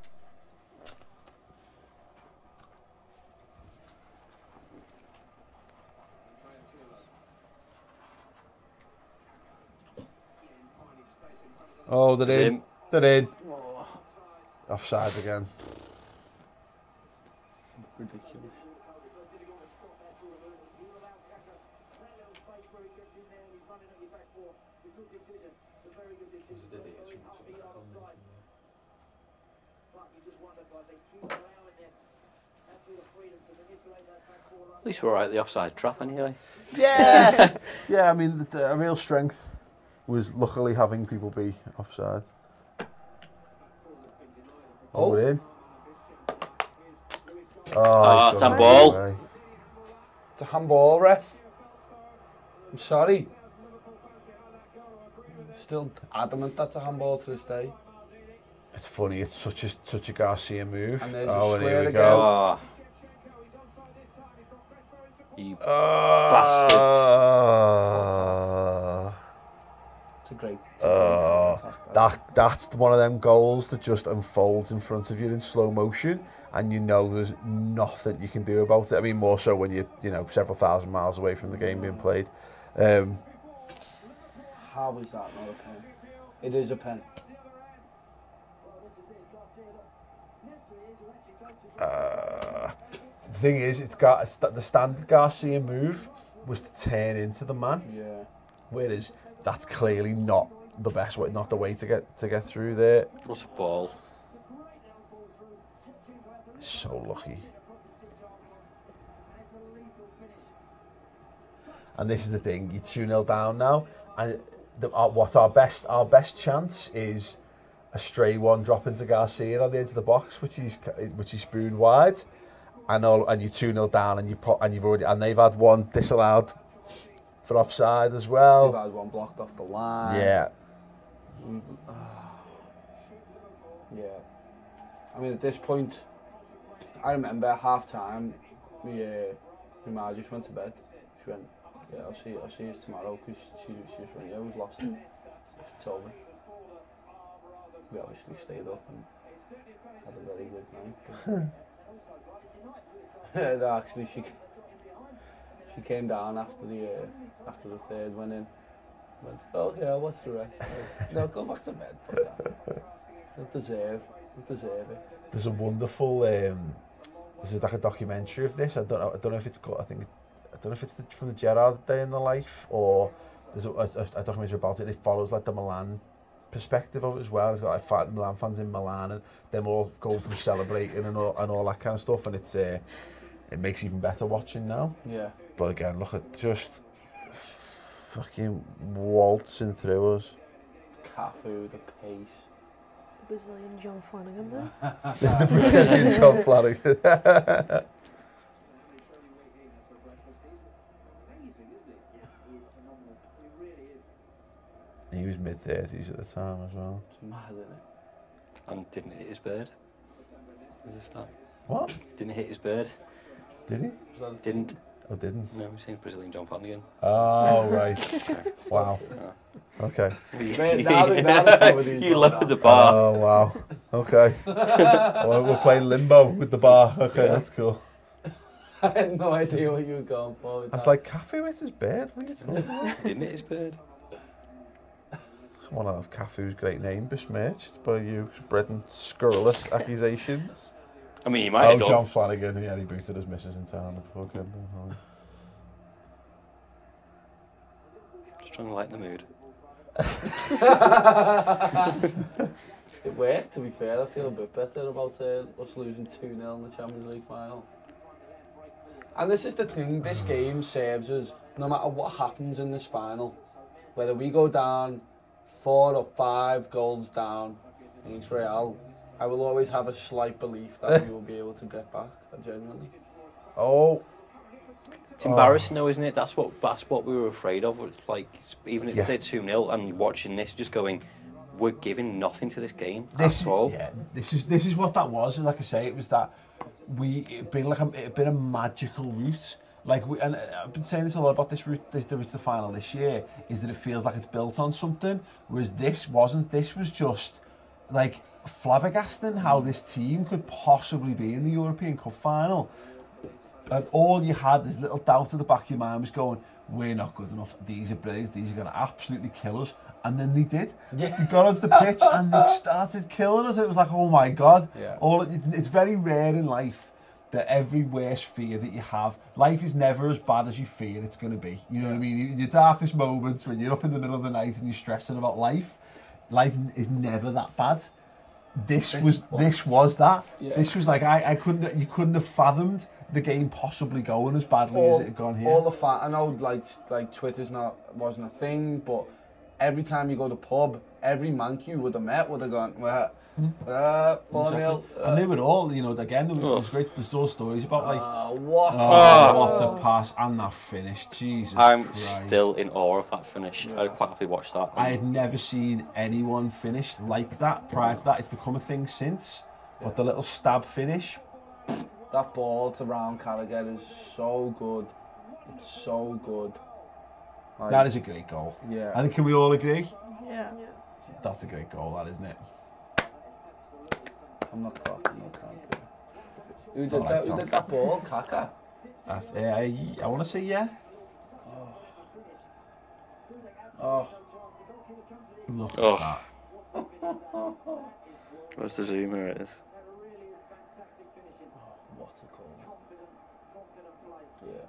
[SPEAKER 1] Oh,
[SPEAKER 2] It's
[SPEAKER 1] they're in.
[SPEAKER 2] him.
[SPEAKER 1] They're in. Offside again.
[SPEAKER 4] Ridiculous.
[SPEAKER 2] At least we're all right at the offside trap, anyway.
[SPEAKER 1] Yeah. (laughs) yeah, I mean, the, a real strength was luckily having people be offside. Oh,
[SPEAKER 4] Oh.
[SPEAKER 1] we're in. Oh,
[SPEAKER 2] Ah,
[SPEAKER 1] he's
[SPEAKER 2] it's
[SPEAKER 1] gone
[SPEAKER 2] handball.
[SPEAKER 1] the other way.
[SPEAKER 4] It's a handball, ref. I'm sorry. Still adamant that's a handball to this day.
[SPEAKER 1] It's funny. It's such a such a Garcia move.
[SPEAKER 4] And there's a
[SPEAKER 1] oh, and here
[SPEAKER 4] square
[SPEAKER 1] we
[SPEAKER 4] again.
[SPEAKER 1] go.
[SPEAKER 2] Ah. You
[SPEAKER 1] Ah.
[SPEAKER 4] It's a great. It's a great
[SPEAKER 1] Oh,
[SPEAKER 4] contest, that.
[SPEAKER 1] that that's one of them goals that just unfolds in front of you in slow motion, and you know there's nothing you can do about it. I mean, more so when you you know several thousand miles away from the game being played. Um,
[SPEAKER 4] How is that not a pen? It is a pen.
[SPEAKER 1] the thing is, it's got it's th- the standard Garcia move was to turn into the man,
[SPEAKER 4] Yeah.
[SPEAKER 1] whereas that's clearly not the best way, not the way to get to get through there.
[SPEAKER 2] What a ball.
[SPEAKER 1] So lucky. And this is the thing: you're two 0 down now, and the, our, what our best our best chance is a stray one dropping to Garcia on the edge of the box, which he's c- which is spooned wide, and all and you're two 0 down, and you pro- and you've already and they've had one disallowed for offside as
[SPEAKER 4] We've
[SPEAKER 1] well.
[SPEAKER 4] had one blocked off the line.
[SPEAKER 1] Oh. Yeah,
[SPEAKER 4] Yeah. I mean, at this point, I remember at half time, we, uh, my mum just went to bed. She went, Yeah, I'll see, I'll see you tomorrow because she, she just went, Yeah, we've lost it. It's over. We obviously stayed up and had a very good night. But... (laughs) no, actually, she she came down after the uh, after the third went in. Went, okay, I'll watch the rest. Like, no, go back to bed. Fuck that. Don't deserve, don't deserve it.
[SPEAKER 1] there's a wonderful um, there's like a documentary of this. I don't know. I don't know if it's called. I think
[SPEAKER 9] I don't know if it's the, from the Gerard day in the life or there's a, a, a documentary about it. It follows like the Milan perspective of it as well. It's got like fan, Milan fans in Milan and them all going from celebrating and all, and all that kind of stuff. And it's uh, it makes even better watching now.
[SPEAKER 4] Yeah.
[SPEAKER 9] But again, look at just fucking waltzing through us.
[SPEAKER 4] Cafu, the
[SPEAKER 9] (laughs)
[SPEAKER 4] pace.
[SPEAKER 3] The Brazilian John Flanagan there.
[SPEAKER 9] the Brazilian John Flanagan. (laughs) he was mid thirties at the time as well.
[SPEAKER 4] It's mad, isn't it?
[SPEAKER 2] and didn't hit his bird. Is this that?
[SPEAKER 9] What?
[SPEAKER 2] Didn't hit his bird.
[SPEAKER 9] Did he?
[SPEAKER 4] Was that a thing?
[SPEAKER 2] Didn't.
[SPEAKER 9] Or didn't?
[SPEAKER 2] No, we've seen Brazilian John Flanagan.
[SPEAKER 9] Oh right. wow. Okay.
[SPEAKER 4] Mate, (laughs)
[SPEAKER 2] (laughs)
[SPEAKER 4] now that- now that comedy's
[SPEAKER 2] you
[SPEAKER 4] not
[SPEAKER 2] left
[SPEAKER 4] that
[SPEAKER 2] the bar.
[SPEAKER 9] Oh wow. Okay. well, we're playing limbo with the bar. Okay, that's cool.
[SPEAKER 4] (laughs) I had no idea what you were going for. With
[SPEAKER 9] I was
[SPEAKER 4] that.
[SPEAKER 9] like, Cafu with his beard. What are you talking about?
[SPEAKER 2] didn't hit his bird.
[SPEAKER 9] Come on, have Cafu's great name besmirched by you spreading scurrilous accusations.
[SPEAKER 2] I mean, he might
[SPEAKER 9] Oh,
[SPEAKER 2] have done.
[SPEAKER 9] John Flanagan. Yeah, he booted his missus in town. Poor kid.
[SPEAKER 2] Just trying to lighten the mood.
[SPEAKER 4] (laughs) It worked, to be fair. I feel a bit better about uh, us losing 2 0 in the Champions League final. And this is the thing this game serves us no matter what happens in this final. Whether we go down four or five goals down against Real, I will always have a slight belief that we will be able to get back, genuinely.
[SPEAKER 9] Oh,
[SPEAKER 1] Oh.
[SPEAKER 2] It's embarrassing though, isn't it? That's what that's what we were afraid of. was like even if
[SPEAKER 9] Yeah.
[SPEAKER 2] it's say two 0 and watching this, just going, we're giving nothing to this game
[SPEAKER 1] this
[SPEAKER 2] at all.
[SPEAKER 1] yeah this is this is what that was and like I say it was that we it'd been like a, it'd been a magical route like we and uh, I've been saying this a lot about this route this, the route to the final this year is that it feels like it's built on something whereas this wasn't this was just like flabbergasting how this team could possibly be in the European Cup final and all you had this little doubt at the back of your mind was going we're not good enough these are brilliant these are going to absolutely kill us and then they did
[SPEAKER 4] Yeah.
[SPEAKER 1] they got onto the
[SPEAKER 4] (laughs)
[SPEAKER 1] pitch and they started killing us it was like oh my god
[SPEAKER 4] Yeah.
[SPEAKER 1] all it, it's very rare in life that every worst fear that you have life is never as bad as you fear it's going to be you know what i mean in your darkest moments when you're up in the middle of the night and you're stressing about life life n- is never that bad this
[SPEAKER 4] This
[SPEAKER 1] was
[SPEAKER 4] was-
[SPEAKER 1] this was that
[SPEAKER 4] Yeah.
[SPEAKER 1] this was like I, I couldn't you couldn't have fathomed the game possibly going as badly as it had gone here.
[SPEAKER 4] All the fa I know, like like Twitter's not wasn't a thing, but every time you go to pub, every mank you would have met would have gone, well, uh, four
[SPEAKER 1] Exactly.
[SPEAKER 4] nil.
[SPEAKER 1] and
[SPEAKER 4] Uh,
[SPEAKER 1] they were all, you know, again, there was, there was
[SPEAKER 2] Oh.
[SPEAKER 1] great, there's all stories about like,
[SPEAKER 4] uh, what?
[SPEAKER 1] oh, what a pass and that finish, Jesus
[SPEAKER 2] I'm
[SPEAKER 1] Christ.
[SPEAKER 2] still in awe of that finish. I'd quite happily watch that.
[SPEAKER 1] I had never seen anyone finish like that prior to that. It's become a thing since, but the little stab finish,
[SPEAKER 4] That ball to round Gallagher is so good. It's so good. Like,
[SPEAKER 1] that is a great goal.
[SPEAKER 4] Yeah.
[SPEAKER 1] I think can we all agree?
[SPEAKER 3] Yeah.
[SPEAKER 1] That's a great goal, that isn't it?
[SPEAKER 4] I'm not clapping. I can't do. it. Who did
[SPEAKER 1] Alright,
[SPEAKER 4] that? Who
[SPEAKER 1] Tom.
[SPEAKER 4] did that ball? Kaka.
[SPEAKER 1] I, th- eh, I, I want to say yeah.
[SPEAKER 4] Oh,
[SPEAKER 1] Look
[SPEAKER 2] Oh.
[SPEAKER 1] at that.
[SPEAKER 2] (laughs) Where's the zoomer? It is.
[SPEAKER 4] what a goal. Yeah.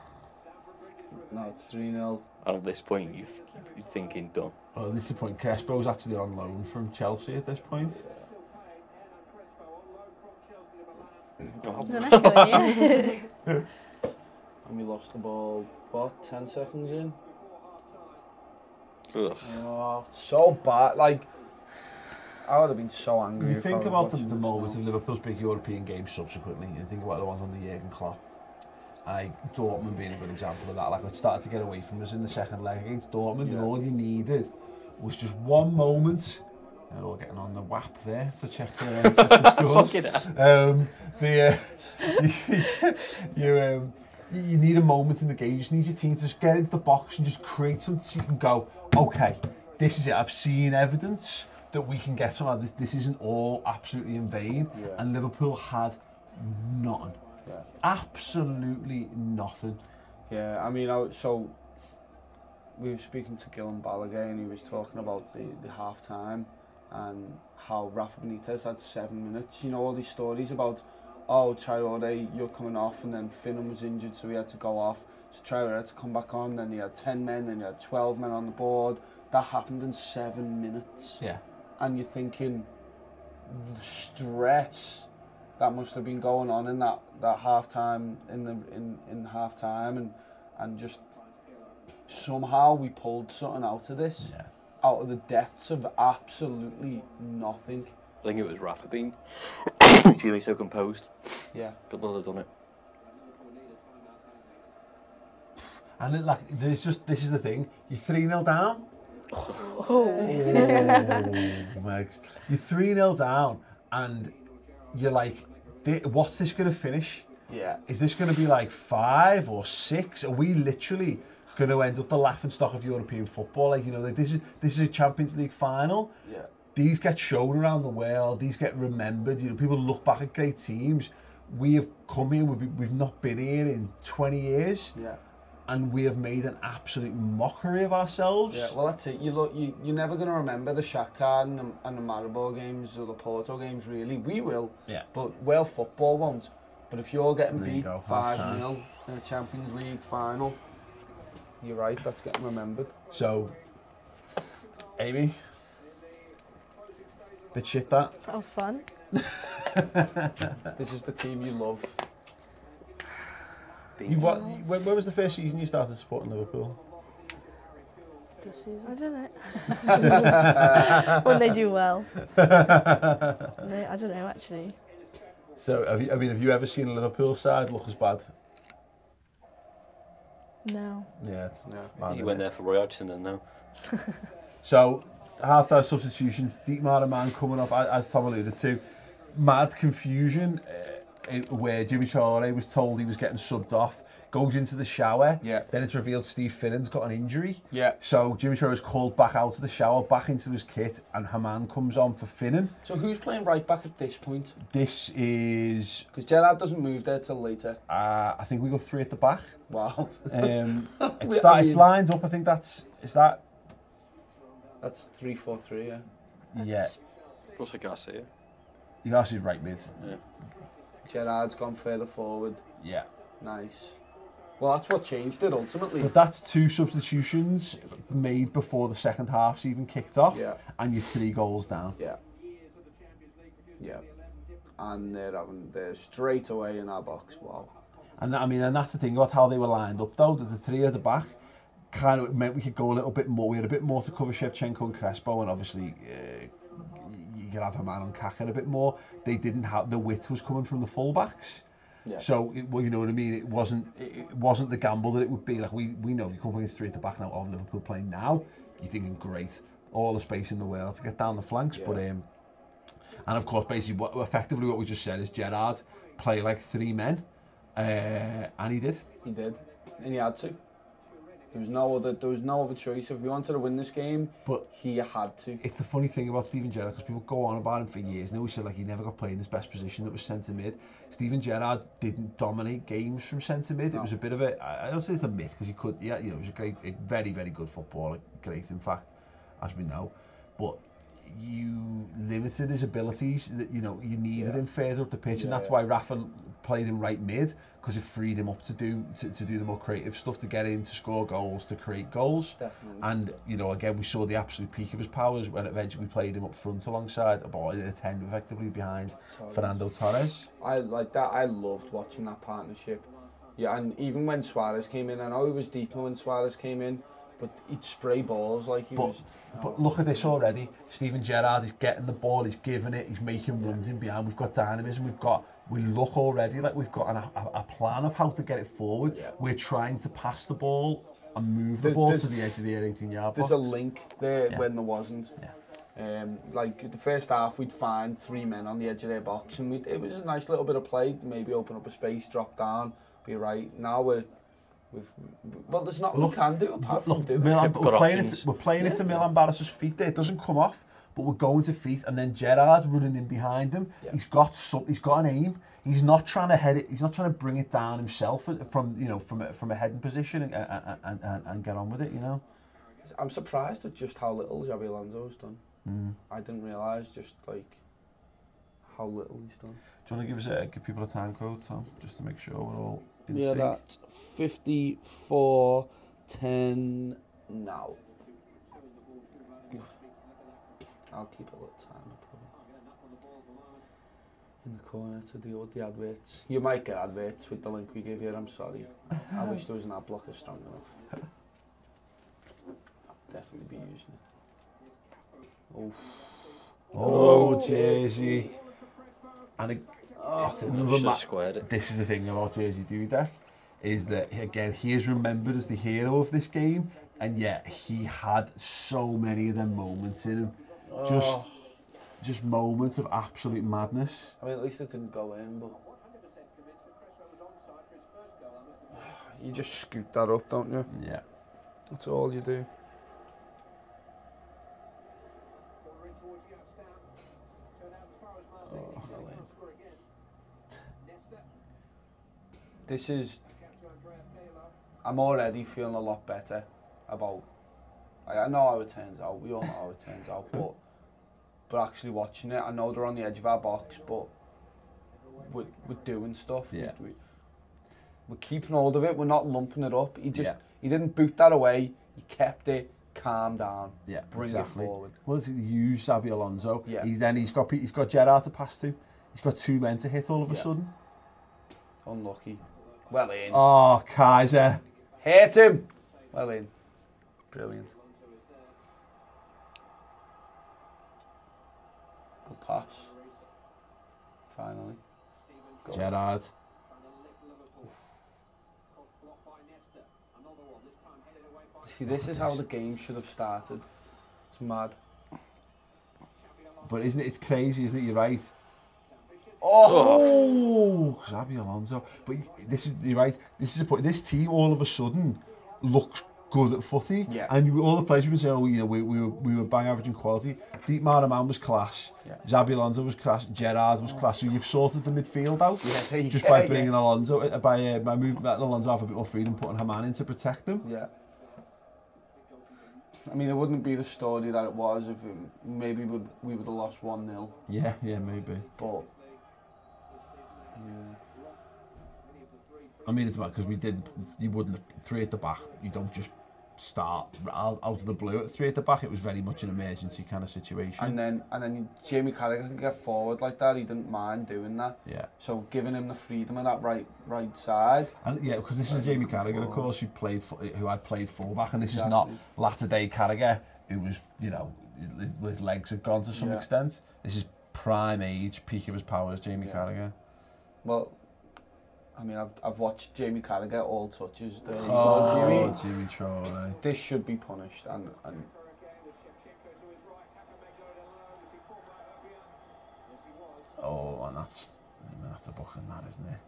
[SPEAKER 4] (sighs) Now it's three 0
[SPEAKER 2] And at this point, you you're thinking done.
[SPEAKER 1] Well, at this point, Crespo's actually on loan from Chelsea at this point.
[SPEAKER 4] Mm-hmm.
[SPEAKER 3] There's an echo in here.
[SPEAKER 4] and we lost the ball, what, 10 seconds in?
[SPEAKER 2] Ugh.
[SPEAKER 4] Oh, so bad. Like, I would have been so angry.
[SPEAKER 1] You
[SPEAKER 4] if I
[SPEAKER 1] think
[SPEAKER 4] was
[SPEAKER 1] about the,
[SPEAKER 4] watching
[SPEAKER 1] the
[SPEAKER 4] this
[SPEAKER 1] moments
[SPEAKER 4] now.
[SPEAKER 1] of Liverpool's big European games subsequently, and think about the ones under Jurgen Klopp. I Dortmund being a good example of that. Like it started to get away from us in the second leg against Dortmund, and
[SPEAKER 4] Yeah.
[SPEAKER 1] all you needed was just one moment. They're all getting on the whap there to check the, uh, check the (laughs) scores.
[SPEAKER 2] Fucking hell.
[SPEAKER 1] um, the uh, (laughs) you um, you you need a moment in the game. You just need your team to just get into the box and just create something. So you can go, okay, this is it. I've seen evidence that we can get somehow. This this isn't all absolutely in vain. And Liverpool had none,
[SPEAKER 4] Yeah.
[SPEAKER 1] absolutely nothing.
[SPEAKER 4] Yeah, I mean, I, was- so we were speaking to Gillan Ballagher and he was talking about the, the half time and how Rafa Benitez had seven minutes. You know, all these stories about, oh, Traore, you're coming off, and then Finnan was injured, so he had to go off. So Traore had to come back on, then he had 10 men, then he had 12 men on the board. That happened in seven minutes.
[SPEAKER 10] Yeah.
[SPEAKER 4] And you're thinking, the stress that must have been going on in that, that half time, in the in, in half time, and, and just somehow we pulled something out of this,
[SPEAKER 10] Yeah.
[SPEAKER 4] out of the depths of absolutely nothing.
[SPEAKER 2] I think it was Rafa (coughs) being excuse me, so composed.
[SPEAKER 4] Yeah.
[SPEAKER 2] Good will have done it.
[SPEAKER 1] And it, like, there's just this is the thing. You're three 0 down. Oh, Megs. You're three 0 down, and you're like, "Thi- what's this going to finish?
[SPEAKER 4] Yeah.
[SPEAKER 1] Is this going to be like five or six? Are we literally going to end up the laughing stock of European football? Like, you know, like this is this is a Champions League final.
[SPEAKER 4] Yeah.
[SPEAKER 1] these get shown around the world, these get remembered, you know, people look back at great teams. We have come here, we've, we've not been here in 20 years,
[SPEAKER 4] Yeah.
[SPEAKER 1] and we have made an absolute mockery of ourselves.
[SPEAKER 4] Yeah, well, that's it. You look, you, you're never going to remember the Shakhtar and the, and the Maribor games or the Porto games, really. We will,
[SPEAKER 1] Yeah.
[SPEAKER 4] but well, football won't. But if you're getting
[SPEAKER 1] There you
[SPEAKER 4] beat
[SPEAKER 1] go,
[SPEAKER 4] 5
[SPEAKER 1] half-time.
[SPEAKER 4] 0 in a Champions League final, you're right, that's getting remembered.
[SPEAKER 1] So, Amy, bit shit that.
[SPEAKER 11] That was fun.
[SPEAKER 4] This is the team you love.
[SPEAKER 1] You've what, when, when was the first season you started supporting Liverpool?
[SPEAKER 3] this season.
[SPEAKER 11] I don't
[SPEAKER 1] (laughs)
[SPEAKER 11] know. when they do well. no, I don't know actually.
[SPEAKER 1] So, have you, I mean, have you ever seen a Liverpool side look as bad?
[SPEAKER 11] No.
[SPEAKER 1] Yeah, it's, it's
[SPEAKER 4] No.
[SPEAKER 1] mad,
[SPEAKER 2] He
[SPEAKER 1] isn't
[SPEAKER 2] went
[SPEAKER 1] it?
[SPEAKER 2] there for Roy Hodgson and now.
[SPEAKER 1] So, half-time substitutions, Dietmar man coming off, a- as Tom alluded to, mad confusion uh, it- where Jimmy Traore was told he was getting subbed off, goes into the shower,
[SPEAKER 4] Yeah.
[SPEAKER 1] then it's revealed Steve Finnan's got an injury.
[SPEAKER 4] Yeah.
[SPEAKER 1] So Jimmy Traore's called back out of the shower, back into his kit, and Haman comes on for Finnan.
[SPEAKER 4] So who's playing right back at this point?
[SPEAKER 1] This is,
[SPEAKER 4] Because Gerard doesn't move there till later.
[SPEAKER 1] uh, I think we go three at the back.
[SPEAKER 4] Wow, (laughs)
[SPEAKER 1] Um,
[SPEAKER 4] We-
[SPEAKER 1] it's, that,
[SPEAKER 4] I
[SPEAKER 1] it's
[SPEAKER 4] mean-
[SPEAKER 1] lined up, I think that's, is that,
[SPEAKER 4] that's three four three. yeah.
[SPEAKER 1] yeah.
[SPEAKER 2] Plus I can't see it.
[SPEAKER 1] You guys is right mid.
[SPEAKER 4] Gerard's gone further forward.
[SPEAKER 1] Yeah.
[SPEAKER 4] Nice. Well, that's what changed it ultimately.
[SPEAKER 1] But that's two substitutions made before the second half's even kicked off,
[SPEAKER 4] Yeah.
[SPEAKER 1] and you're three goals down.
[SPEAKER 4] Yeah. Yeah. And they're having they're straight away in our box. Wow.
[SPEAKER 1] And that, I mean, and that's the thing about how they were lined up though. that The three at the back kind of meant we could go a little bit more. We had a bit more to cover Shevchenko and Crespo, and obviously uh, you could have a man on Kaka a bit more. They didn't have the width was coming from the fullbacks.
[SPEAKER 4] Yeah.
[SPEAKER 1] So it, well, you know what I mean. It wasn't it it wasn't the gamble that it would be. Like we we know if you come up against three at the back now of Liverpool playing now, you're thinking great, all the space in the world to get down the flanks. But um, and of course, basically, what effectively what we just said is Gerard play like three men, uh, and he did.
[SPEAKER 4] He did. And he had to. There was no other there was no other choice. If we wanted to win this game,
[SPEAKER 1] But-
[SPEAKER 4] he had to.
[SPEAKER 1] It's the funny thing about Steven Gerrard because people go on about him for years. Now he said like he never got played in his best position that was centre mid. Steven Gerrard didn't dominate games from centre mid. It was a bit of a I I don't say it's a myth because he could yeah you know he was a great a very very good footballer great in fact as we know, but you limited his abilities that you know you needed him further up the pitch and that's why Rafa played him right mid because it freed him up to do to, to do the more creative stuff to get in to score goals to create goals
[SPEAKER 4] Definitely.
[SPEAKER 1] and you know again we saw the absolute peak of his powers when eventually we played him up front alongside about in a 10 effectively behind Fernando Torres
[SPEAKER 4] I like that. I loved watching that partnership. Yeah, and even when Suarez came in, I know he was deeper when Suarez came in, but he'd spray balls like he
[SPEAKER 1] but
[SPEAKER 4] was.
[SPEAKER 1] but look at this already Steven Gerrard is getting the ball he's giving it he's making runs in behind we've got dynamism we've got we look already like we've got an, a, a plan of how to get it forward
[SPEAKER 4] Yeah.
[SPEAKER 1] we're trying to pass the ball and move the
[SPEAKER 4] There's-
[SPEAKER 1] ball
[SPEAKER 4] there's-
[SPEAKER 1] to the edge of the 18 yard
[SPEAKER 4] There's
[SPEAKER 1] box
[SPEAKER 4] a link there
[SPEAKER 1] Oh. Yeah.
[SPEAKER 4] when there wasn't.
[SPEAKER 1] Yeah.
[SPEAKER 4] Um, like the first half, we'd find three men on the edge of their box, and we'd, it was a nice little bit of play. Maybe open up a space, drop down, be right. Now we're, we've, well, there's not
[SPEAKER 1] Look,
[SPEAKER 4] we can do
[SPEAKER 1] But
[SPEAKER 4] apart from
[SPEAKER 1] look,
[SPEAKER 4] do it.
[SPEAKER 1] Milan,
[SPEAKER 2] They've
[SPEAKER 1] we're
[SPEAKER 2] got
[SPEAKER 1] playing it.
[SPEAKER 2] options.
[SPEAKER 1] We're playing it to Milan Barros' feet. There, it doesn't come off, but we're going to feet, and then Gerrard running in behind him.
[SPEAKER 4] Yeah.
[SPEAKER 1] He's got some. He's got an aim. He's not trying to head it. He's not trying to bring it down himself uh, from you know from a, from a heading position and, and, and, and, and get on with it. You know.
[SPEAKER 4] I'm surprised
[SPEAKER 1] Mm.
[SPEAKER 4] at just how little Xabi Alonso has done. I didn't realise just like how little he's done.
[SPEAKER 1] Do you want to give us a give people a time code, Tom, just to make sure we're all in
[SPEAKER 12] Yeah,
[SPEAKER 1] sync?
[SPEAKER 12] that's 54, 10 now.
[SPEAKER 4] I'll keep a little timer probably in the corner to deal with the adverts. You might get adverts with the link we give you. I'm sorry. I wish there was an ad blocker strong enough. I'd definitely be using it. Oof.
[SPEAKER 1] Oh, Jersey. And it,
[SPEAKER 4] Oh.
[SPEAKER 1] it's another
[SPEAKER 2] Should've
[SPEAKER 1] ma-
[SPEAKER 2] squared
[SPEAKER 1] This is the thing about Jersey Dudek, is that again he is remembered as the hero of this game, and yet he had so many of them moments in him, just
[SPEAKER 4] Oh.
[SPEAKER 1] just moments of absolute madness.
[SPEAKER 4] I mean, at least it didn't go in, but. (sighs) You just scoop that up, don't you?
[SPEAKER 1] Yeah.
[SPEAKER 4] That's all you do. Oh, This is. I'm already feeling a lot better about. I, I know how it turns out. We all know how it turns out, but but actually watching it, I know they're on the edge of our box, but we're, we're doing stuff.
[SPEAKER 1] Yeah.
[SPEAKER 4] We, we, are keeping hold of it. We're not lumping it up. He just
[SPEAKER 1] Yeah.
[SPEAKER 4] he didn't boot that away. He kept it. Calm down.
[SPEAKER 1] Yeah,
[SPEAKER 4] Bring
[SPEAKER 1] exactly.
[SPEAKER 4] it forward.
[SPEAKER 1] Well, it's- he used Xabi Alonso.
[SPEAKER 4] Yeah.
[SPEAKER 1] He, then he's got pe- he's got Gerrard to pass to. He's got two men to hit all of a
[SPEAKER 4] Yeah.
[SPEAKER 1] sudden.
[SPEAKER 4] Unlucky. Well in.
[SPEAKER 1] Oh, Kaiser.
[SPEAKER 4] Hit him. Well in. Brilliant. Good pass. Finally. Goal.
[SPEAKER 1] Gerrard.
[SPEAKER 4] See, this is how the game should have started. It's mad.
[SPEAKER 1] But isn't it? It's crazy, isn't it? You're right.
[SPEAKER 4] Oh,
[SPEAKER 1] Xabi Alonso. But this is you're right. This is a point. This team all of a sudden looks good at footy.
[SPEAKER 4] Yeah.
[SPEAKER 1] And we- all the players we were saying, oh, you know, we, we were we were bang average in quality. Deep Maraman was class.
[SPEAKER 4] Yeah.
[SPEAKER 1] Xabi Alonso was class. Gerrard was class. So you've sorted the midfield out
[SPEAKER 4] Yeah, there you
[SPEAKER 1] just
[SPEAKER 4] go,
[SPEAKER 1] by
[SPEAKER 4] (laughs) yeah.
[SPEAKER 1] bringing Alonso, uh, by uh, by moving letting Alonso have a bit more freedom, putting Haman in to protect them.
[SPEAKER 4] Yeah. I mean, it wouldn't be the story that it was if it, maybe we, we would have lost 1 0,
[SPEAKER 1] Yeah, yeah, maybe.
[SPEAKER 4] but. Yeah.
[SPEAKER 1] I mean, it's mad because we did. You wouldn't three at the back. You don't just start out out of the blue at three at the back. It was very much an emergency kind of situation.
[SPEAKER 4] And then and then Jamie Carragher can get forward like that. He didn't mind doing that.
[SPEAKER 1] Yeah.
[SPEAKER 4] So giving him the freedom of that right right side.
[SPEAKER 1] And yeah, because this is Jamie Carragher, of course, who played fu- who I played fullback, and this is not
[SPEAKER 4] Exactly.
[SPEAKER 1] latter day Carragher, who was you know li- his legs had gone to some
[SPEAKER 4] Yeah.
[SPEAKER 1] extent. This is prime age, peak of his powers, Jamie
[SPEAKER 4] Yeah.
[SPEAKER 1] Carragher.
[SPEAKER 4] Well, I mean, I've, I've watched Jamie Carragher all touches. There.
[SPEAKER 1] Oh,
[SPEAKER 4] You know what I mean?
[SPEAKER 1] Jimmy Traore.
[SPEAKER 4] This should be punished. And, and (laughs)
[SPEAKER 1] Oh, and that's I mean, that's a booking, that isn't it?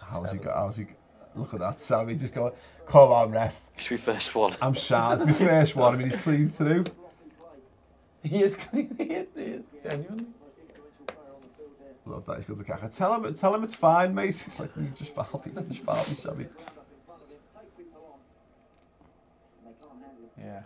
[SPEAKER 1] How's he got? How's he? Got, look at that, Sammy. Just go. Come on, ref.
[SPEAKER 2] It's my first one.
[SPEAKER 1] I'm sad. It's my first one. I mean, he's clean through.
[SPEAKER 4] he is clean. He is, he is genuinely.
[SPEAKER 1] Love that he's got the caca. Tell him, tell him it's fine, mate. (laughs) It's like you just fouled me, you just fouled me, Sammy.
[SPEAKER 4] Yeah.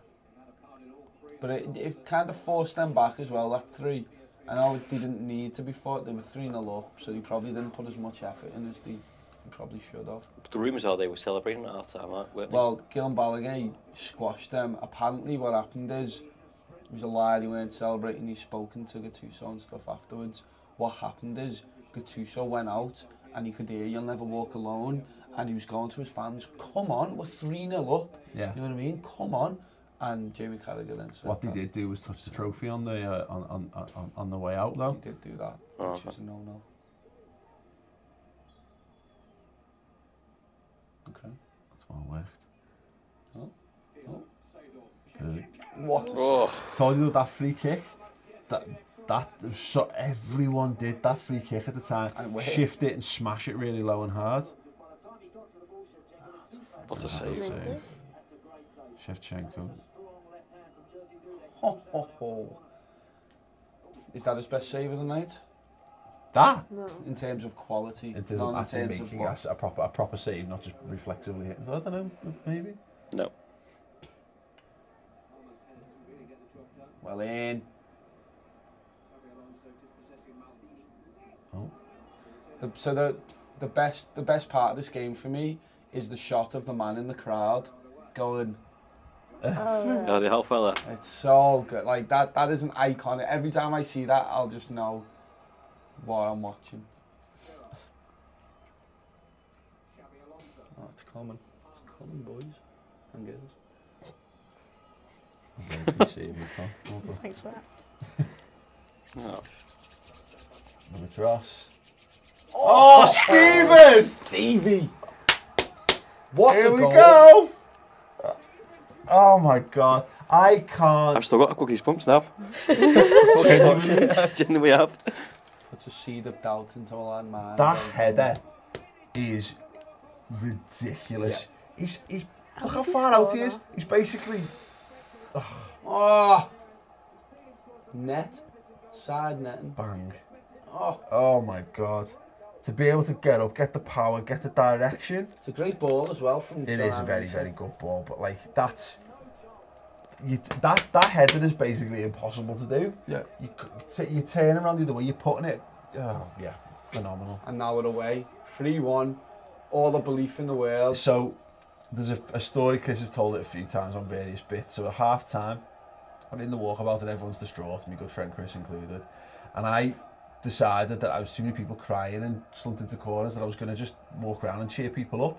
[SPEAKER 4] But it, it kind of forced them back as well, that three. I know it didn't need to be fought, they were 3 0 up, so he probably didn't put as much effort in as they he probably should have.
[SPEAKER 2] The rumours are they were celebrating at half time, weren't they?
[SPEAKER 4] Well, Gillan Balogun squashed them. Apparently, what happened is it was a lie. They weren't celebrating. He's spoken to Gattuso and stuff afterwards. What happened is Gattuso went out and he could hear "You'll never walk alone," and he was going to his fans, "Come on, we're three 0 up."
[SPEAKER 1] Yeah.
[SPEAKER 4] You know what I mean? Come on. And Jamie Carragher then said
[SPEAKER 1] What they
[SPEAKER 4] that.
[SPEAKER 1] did do was touch the trophy on the uh, on, on, on, on the way out, though.
[SPEAKER 4] He did do that,
[SPEAKER 2] Oh,
[SPEAKER 4] which
[SPEAKER 2] okay.
[SPEAKER 4] is a no-no. Okay.
[SPEAKER 1] That's well worked.
[SPEAKER 4] Oh. Oh.
[SPEAKER 1] Bit of a-
[SPEAKER 4] What? a
[SPEAKER 2] Oh,
[SPEAKER 1] Told you that free kick. That that so everyone did that free kick at the
[SPEAKER 4] And
[SPEAKER 1] time.
[SPEAKER 4] it
[SPEAKER 1] Shift it and smash it really low and hard.
[SPEAKER 2] what a save.
[SPEAKER 13] Amazing.
[SPEAKER 1] Shevchenko.
[SPEAKER 4] Ho, ho, ho. Is that his best save of the night?
[SPEAKER 1] That
[SPEAKER 13] No.
[SPEAKER 4] In terms of quality,
[SPEAKER 1] it
[SPEAKER 4] not
[SPEAKER 1] doesn't
[SPEAKER 4] in
[SPEAKER 1] actually
[SPEAKER 4] terms of
[SPEAKER 1] making
[SPEAKER 4] what-
[SPEAKER 1] us a proper a proper save, not just reflexively hitting. So I don't know, maybe.
[SPEAKER 2] No.
[SPEAKER 4] Well in.
[SPEAKER 1] Oh,
[SPEAKER 4] The, so the the best the best part of this game for me is the shot of the man in the crowd going.
[SPEAKER 11] Oh,
[SPEAKER 2] yeah. Oh, the whole fella.
[SPEAKER 4] It's so good. Like that that is an icon. Every time I see that, I'll just know what I'm watching. Oh, it's coming. It's coming, boys and girls. (laughs)
[SPEAKER 11] Thanks for that.
[SPEAKER 2] Oh.
[SPEAKER 10] Number to Ross.
[SPEAKER 4] Oh,
[SPEAKER 10] Steven!
[SPEAKER 4] Stevie! What
[SPEAKER 10] Here
[SPEAKER 4] a
[SPEAKER 10] we
[SPEAKER 4] goal.
[SPEAKER 10] go! Oh my god. I can't.
[SPEAKER 2] (laughs) I've still got a cookies pumps now. (laughs) Genuinely have.
[SPEAKER 4] Puts a seed of doubt into a lad mind.
[SPEAKER 1] That header is ridiculous. He's, he's, look how
[SPEAKER 11] did he
[SPEAKER 1] far out
[SPEAKER 11] score
[SPEAKER 1] he is.
[SPEAKER 11] that?
[SPEAKER 1] He's basically
[SPEAKER 4] Oh. Net. Side netting.
[SPEAKER 1] bang.
[SPEAKER 4] Oh,
[SPEAKER 1] Oh my god. To be able to get up, get the power, get the direction.
[SPEAKER 4] it's a great ball as well from
[SPEAKER 1] It
[SPEAKER 4] John
[SPEAKER 1] is a very,
[SPEAKER 4] Anderson.
[SPEAKER 1] very good ball, but like that's you, that that header is basically impossible to do.
[SPEAKER 4] Yeah.
[SPEAKER 1] You c- t- you turn around the other way, you're putting it. Oh, yeah, phenomenal.
[SPEAKER 4] And now we're away. 3 1. All the belief in the world.
[SPEAKER 1] So there's a, a story Chris has told it a few times on various bits. So at half time, I'm in the walkabout and everyone's distraught, my good friend Chris included. And I decided that I was too many people crying and slumped into corners that I was going to just walk around and cheer people up.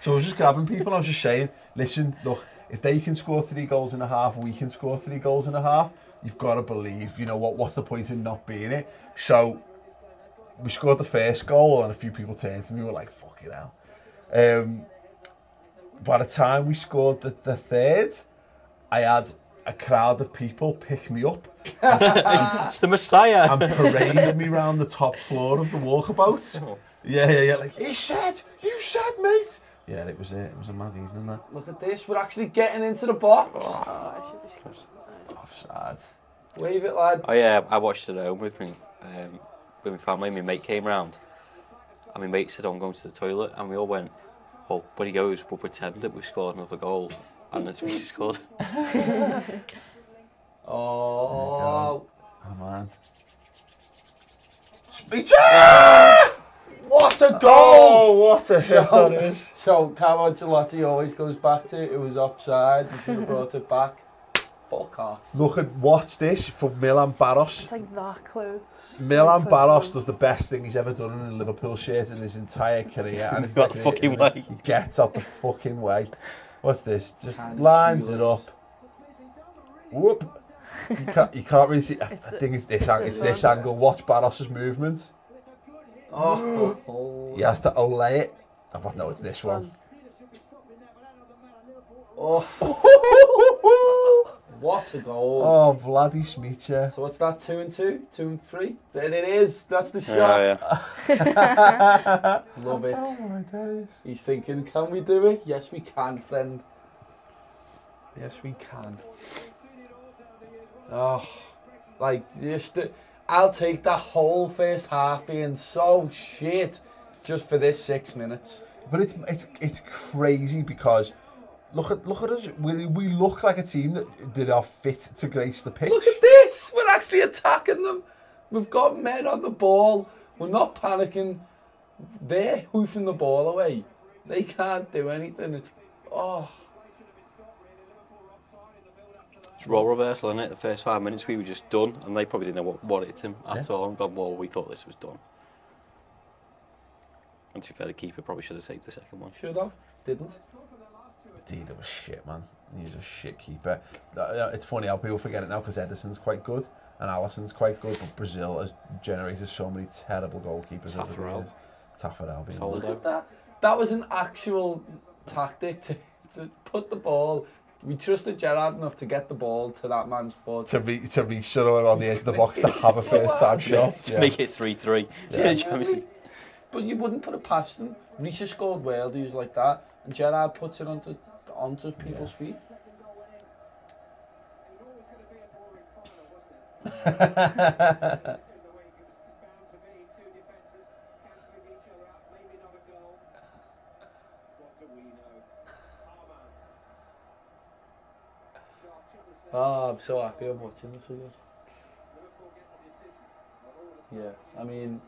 [SPEAKER 1] so I was just grabbing people. I was just saying, listen, look, if they can score three goals and a half, we can score three goals and a half. You've got to believe. You know what? What's the point in not being it? So we scored the first goal, and a few people turned to me. Were like, fucking hell. Um, by the time we scored the, the third, I had a crowd of people pick me up
[SPEAKER 2] It's the Messiah.
[SPEAKER 1] (laughs) and parade me round the top floor of the walkabout. Yeah, yeah, yeah. Like, he said, you said, mate. Yeah, it was it. It was a mad evening, that.
[SPEAKER 4] Look at this. We're actually getting into the box.
[SPEAKER 11] Oh, I should be scared.
[SPEAKER 1] Offside.
[SPEAKER 4] Wave it, lad.
[SPEAKER 2] Oh yeah, I watched it at home with me, um, with my family. My mate came round, and my mate said, "Oh, "I'm going to the toilet," and we all went. Well, when he goes, we'll pretend that we scored another goal, and that's what he scored.
[SPEAKER 1] Oh,
[SPEAKER 4] Oh.
[SPEAKER 1] man. Speecher!
[SPEAKER 4] What a
[SPEAKER 1] Oh,
[SPEAKER 4] goal!
[SPEAKER 1] what (laughs) a hit
[SPEAKER 4] So-
[SPEAKER 1] that is.
[SPEAKER 4] So Carlo Ancelotti always goes back to it was offside. You should have brought it back. Fuck off.
[SPEAKER 1] Look at, watch this for Milan Barros.
[SPEAKER 3] It's like that close.
[SPEAKER 1] Milan
[SPEAKER 3] It's like
[SPEAKER 1] Barros
[SPEAKER 3] that.
[SPEAKER 1] does the best thing he's ever done in a Liverpool shirt in his entire career,
[SPEAKER 2] (laughs)
[SPEAKER 1] and it's
[SPEAKER 2] Got the
[SPEAKER 1] like
[SPEAKER 2] fucking
[SPEAKER 1] it,
[SPEAKER 2] way.
[SPEAKER 1] He gets out the fucking way. What's this? Just
[SPEAKER 4] Tiny
[SPEAKER 1] lines it up.
[SPEAKER 4] shoeless.
[SPEAKER 1] Whoop. You can't, you can't really see. I,
[SPEAKER 3] It's
[SPEAKER 1] I
[SPEAKER 3] the-
[SPEAKER 1] think it's this
[SPEAKER 3] it's
[SPEAKER 1] angle. It's
[SPEAKER 3] this
[SPEAKER 1] this
[SPEAKER 3] one.
[SPEAKER 1] angle. Watch Barros's movement.
[SPEAKER 4] Oh.
[SPEAKER 1] He has to olay it. Oh, but no, it's this one. (laughs)
[SPEAKER 4] Oh.
[SPEAKER 1] oh,
[SPEAKER 4] What a goal.
[SPEAKER 1] Vladdy Smicha.
[SPEAKER 4] So what's that? Two and two, two and three. There it is. That's
[SPEAKER 2] (laughs)
[SPEAKER 4] the shot.
[SPEAKER 2] Oh, Yeah, yeah.
[SPEAKER 4] Love it.
[SPEAKER 1] Oh my days.
[SPEAKER 4] He's thinking, can we do it? Yes, we can, friend. Yes, we can. Oh, like just, the- I'll take that whole first half being so shit just for this six minutes.
[SPEAKER 1] But it's it's it's crazy because look at look at us. We, we look like a team that, that are fit to grace the pitch.
[SPEAKER 4] Look at this! We're actually attacking them. We've got men on the ball. We're not panicking. They're hoofing the ball away. They can't do anything. It's oh.
[SPEAKER 2] It's role reversal, is it? The first five minutes we were just done, and they probably didn't know what, what hit him at all. And gone, well, we thought this was done. And to be fair, the keeper probably should have saved the second one.
[SPEAKER 4] Should have. Didn't.
[SPEAKER 1] Dida was shit, man. He was a shit keeper. Uh, uh, It's funny how people forget it now because Edison's quite good and Allison's quite good, but Brazil has generated so many terrible goalkeepers. over the
[SPEAKER 2] Taffarel.
[SPEAKER 1] years. Taffarel being
[SPEAKER 2] Tol-
[SPEAKER 1] one.
[SPEAKER 4] Look at that. That was an actual tactic to, to put the ball. We trusted Gerard enough to get the ball to that man's foot.
[SPEAKER 1] to re- to reach someone on the edge of the box to have a first
[SPEAKER 2] (laughs)
[SPEAKER 1] time shot. Yeah.
[SPEAKER 2] Make it three three. (laughs) Yeah. Champions League.
[SPEAKER 4] But you wouldn't put it past them. Risha scored well, he was like that. And Gerard puts it onto, onto people's feet. Oh, I'm so happy I'm watching this again. Yeah, I mean,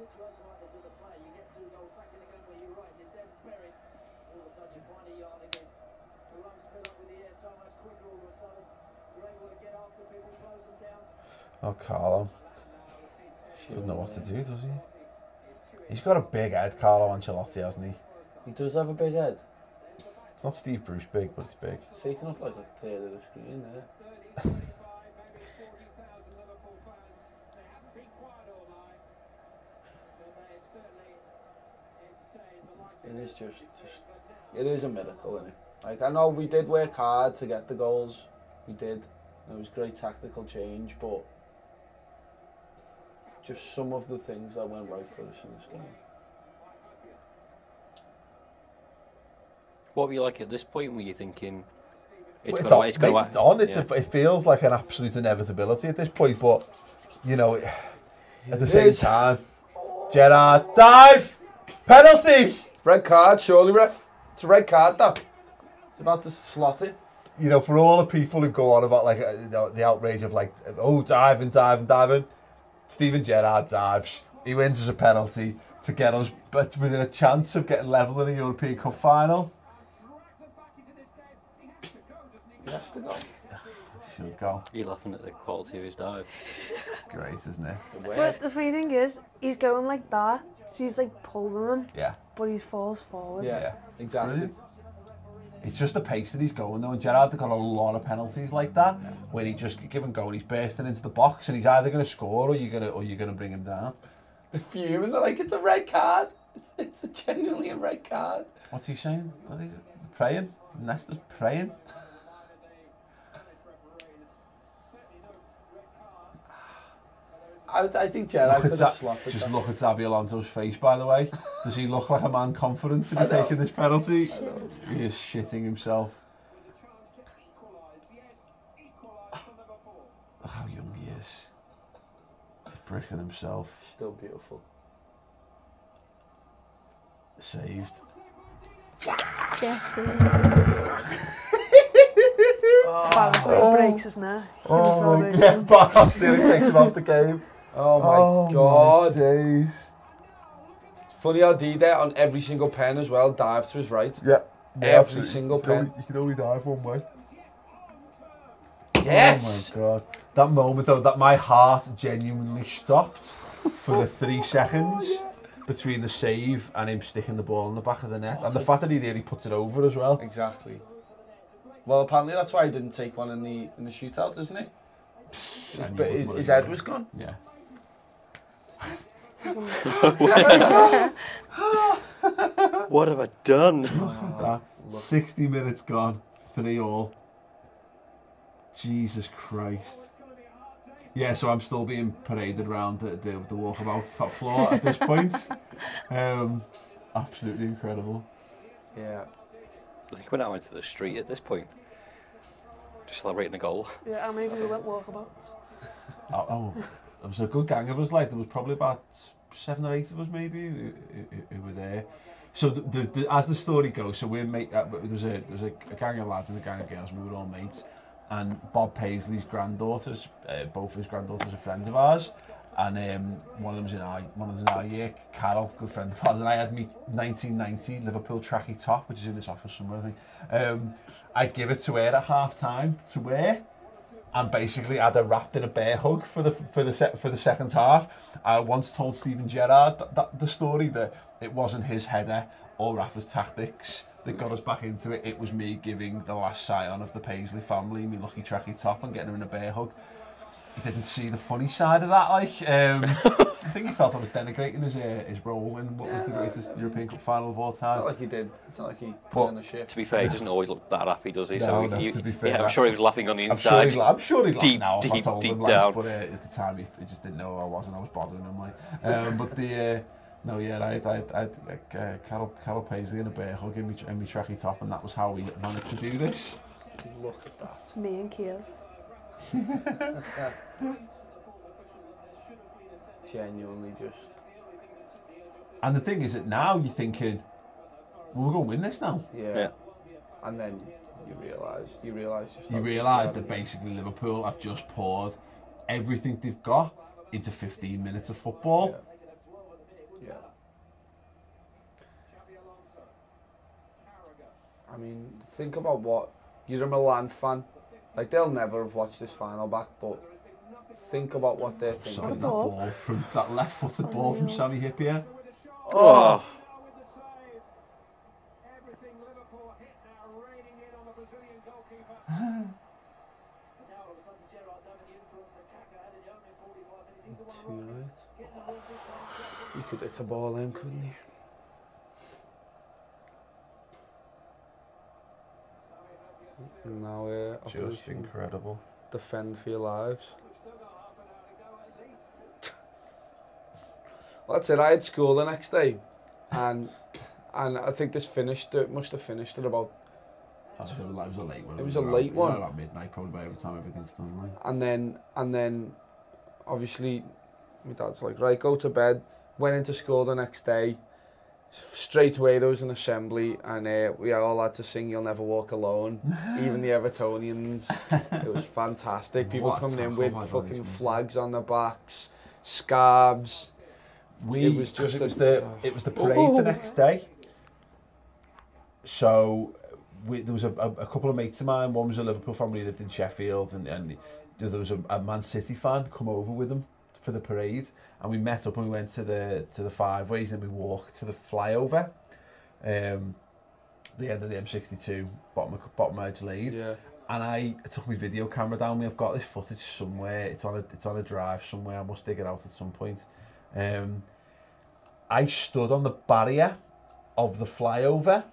[SPEAKER 1] Oh, Carlo. He doesn't know what to do, does he? He's got a big head, Carlo Ancelotti, hasn't he?
[SPEAKER 5] He does have a big head.
[SPEAKER 1] It's not Steve Bruce big, but it's big.
[SPEAKER 5] It's taking up like a third of the screen there.
[SPEAKER 4] It is just, just, it is a miracle, isn't it? Like I know we did work hard to get the goals, we did. It was great tactical change, but just some of the things that went right for us in this game.
[SPEAKER 2] What were you like at this point? Were you thinking
[SPEAKER 1] Well,
[SPEAKER 2] gonna wa-
[SPEAKER 1] it's,
[SPEAKER 2] gonna
[SPEAKER 1] on,
[SPEAKER 2] wa-
[SPEAKER 1] mate, it's on. It's
[SPEAKER 2] Yeah.
[SPEAKER 1] a, it feels like an absolute inevitability at this point, but you know, (sighs) it- at the
[SPEAKER 4] It
[SPEAKER 1] same
[SPEAKER 4] is.
[SPEAKER 1] time, Gerard dive penalty.
[SPEAKER 4] Red card, surely ref. It's a red card though. It's about to slot it.
[SPEAKER 1] You know, for all the people who go on about like uh, you know, the outrage of like, oh, diving, diving, diving, Steven Gerrard dives. He wins as a penalty to get us, but within a chance of getting level in a European Cup final.
[SPEAKER 4] That's the goal.
[SPEAKER 1] Should go. (sighs)
[SPEAKER 2] You're laughing at the quality of his dive.
[SPEAKER 1] Great, isn't it?
[SPEAKER 3] But the funny thing is, he's going like that. So he's like pulling him.
[SPEAKER 1] Yeah.
[SPEAKER 3] But he falls forward.
[SPEAKER 4] exactly.
[SPEAKER 1] It's just the pace that he's going though, and Gerrard got a lot of penalties like that when he just give and go and he's bursting into the box and he's either going to score or you're going to or you're going to bring him down.
[SPEAKER 4] The fume and they're like, it's a red card. It's it's a genuinely a red card.
[SPEAKER 1] What's he saying? Bloody praying. Nesta's praying.
[SPEAKER 4] I, I think Gerard
[SPEAKER 1] Look
[SPEAKER 4] could
[SPEAKER 1] at
[SPEAKER 4] have
[SPEAKER 1] Ta-
[SPEAKER 4] slotted
[SPEAKER 1] just
[SPEAKER 4] that.
[SPEAKER 1] look at Xabi Alonso's face, by the way. Does he look like a man confident to be
[SPEAKER 4] I know.
[SPEAKER 1] taking this penalty?
[SPEAKER 4] I know.
[SPEAKER 1] He is shitting himself. How young he is. He's bricking himself.
[SPEAKER 4] Still beautiful.
[SPEAKER 1] Saved.
[SPEAKER 3] Get in. Wow, it's like
[SPEAKER 1] Oh.
[SPEAKER 3] breaks his neck.
[SPEAKER 1] Oh my god, Barnes nearly takes him out the game.
[SPEAKER 4] Oh my
[SPEAKER 1] Oh my
[SPEAKER 4] god.
[SPEAKER 1] days.
[SPEAKER 4] Funny how D there on every single pen as well dives to his right.
[SPEAKER 1] Yeah.
[SPEAKER 4] Every single pen.
[SPEAKER 1] You can only dive one way.
[SPEAKER 4] Yes!
[SPEAKER 1] Oh my god. That moment though, that my heart genuinely stopped for the three seconds between the save and him sticking the ball in the back of the net. And the fact that he nearly puts it over as well.
[SPEAKER 4] Exactly. Well, apparently that's why he didn't take one in the in the shootout, isn't he? His,
[SPEAKER 1] And
[SPEAKER 4] but
[SPEAKER 1] you
[SPEAKER 4] his,
[SPEAKER 1] wouldn't
[SPEAKER 4] his
[SPEAKER 1] worry.
[SPEAKER 4] head
[SPEAKER 1] (laughs)
[SPEAKER 4] was gone. (laughs)
[SPEAKER 1] Yeah.
[SPEAKER 2] What have (laughs) I done?
[SPEAKER 1] That. 60 minutes gone, 3 all. Jesus Christ. Yeah, so I'm still being paraded around the, the, the walkabout top floor at this point. Um, absolutely incredible.
[SPEAKER 4] Yeah.
[SPEAKER 2] I think we're now into the street at this point. Just celebrating a goal.
[SPEAKER 3] Yeah, and maybe we went walkabouts.
[SPEAKER 1] Oh, oh there was a good gang of us. Like there was probably about seven or eight of us, maybe, who, who, who were there. So the, the, the, as the story goes, so we're mate. Uh, there was a there was a, a gang of lads and a gang of girls, and we were all mates. And Bob Paisley's granddaughters, uh, both his granddaughters are friends of ours. And um, one of them's in our one of them's in our year, Carol, good friend of ours. And I had me 1990 Liverpool tracky top, which is in this office somewhere, I think. Um, I give it to her at half time to wear and basically had her wrapped in a bear hug for the for the se- for the second half. I once told Stephen Gerrard that, that the story that it wasn't his header or Rafa's tactics that got us back into it. It was me giving the last scion of the Paisley family me lucky tracky top and getting her in a bear hug. He didn't see the funny side of that. Like, um, I think he felt I was denigrating his uh, his role in what was the greatest European Cup final of all
[SPEAKER 4] It's
[SPEAKER 1] time.
[SPEAKER 4] not like he did. It's not like he
[SPEAKER 1] But-
[SPEAKER 4] put in a shit.
[SPEAKER 2] To be fair, he doesn't always look that happy, does he?
[SPEAKER 1] No,
[SPEAKER 2] he,
[SPEAKER 1] no,
[SPEAKER 2] he-
[SPEAKER 1] to be fair,
[SPEAKER 2] yeah, I'm
[SPEAKER 1] that-
[SPEAKER 2] sure he was laughing on the
[SPEAKER 1] I'm sure,
[SPEAKER 2] inside.
[SPEAKER 1] he'd, la- I'm sure he'd laugh
[SPEAKER 2] Deep-
[SPEAKER 1] now if I
[SPEAKER 2] deep-
[SPEAKER 1] told
[SPEAKER 2] deep
[SPEAKER 1] him, like,
[SPEAKER 2] down.
[SPEAKER 1] but uh, at the time he, he just didn't know who I was and I was bothering him. Like, um, but the uh, no, yeah, I, I, I, like, uh, Carol, Carol Paisley and a bear hug in me, in me tracky top, and that was how we managed to do this.
[SPEAKER 4] Look at that.
[SPEAKER 3] It's me and Kiev.
[SPEAKER 4] Genuinely just.
[SPEAKER 1] And the thing is that now you're thinking, well, we're going to win this now.
[SPEAKER 4] Yeah.
[SPEAKER 2] Yeah.
[SPEAKER 4] And then you realise. You realise just.
[SPEAKER 1] You
[SPEAKER 4] how-
[SPEAKER 1] realise that basically Liverpool have just poured everything they've got into 15 minutes of football.
[SPEAKER 4] Yeah. I mean, think about what you're a Milan fan. Like they'll never have watched this final back, but think about what they're thinking.
[SPEAKER 10] Sorry, that ball from that left-footed ball from Sammy Hippier.
[SPEAKER 4] Oh.
[SPEAKER 5] Two right.
[SPEAKER 4] You could hit a ball in, couldn't you? And now, uh,
[SPEAKER 1] Just
[SPEAKER 4] opposition
[SPEAKER 1] incredible.
[SPEAKER 4] defend for your lives. (laughs) Well, that's it. I had school the next day, and and I think this finished. It must have finished at about.
[SPEAKER 10] That was a- that was a late one.
[SPEAKER 4] It was a late
[SPEAKER 10] around-
[SPEAKER 4] one.
[SPEAKER 10] Around midnight, probably by every time everything's done. Like.
[SPEAKER 4] And then and then, obviously, my dad's like, right, go to bed. Went into school the next day. Straight away there was an assembly, and uh, we all had to sing "You'll Never Walk Alone." Even the Evertonians. It was fantastic. People
[SPEAKER 10] What a
[SPEAKER 4] coming in
[SPEAKER 10] tackle
[SPEAKER 4] with
[SPEAKER 10] by
[SPEAKER 4] fucking
[SPEAKER 10] Griezmann.
[SPEAKER 4] flags on their backs, scarves.
[SPEAKER 10] We,
[SPEAKER 4] It was
[SPEAKER 1] Because
[SPEAKER 4] just
[SPEAKER 1] it was
[SPEAKER 4] a-
[SPEAKER 1] the
[SPEAKER 4] oh.
[SPEAKER 1] it was the parade the next day. So we, there was a, a, a couple of mates of mine. One was a Liverpool fan. He lived in Sheffield, and, and there was a, a Man City fan come over with him for the parade. And we met up and we went to the to the five ways and we walked to the flyover, um, the end of the M62 bottom of- bottom edge lane.
[SPEAKER 4] Yeah.
[SPEAKER 1] and I, I took my video camera down. I've got this footage somewhere. It's on a it's on a drive somewhere. I must dig it out at some point. Um, I stood on the barrier of the flyover.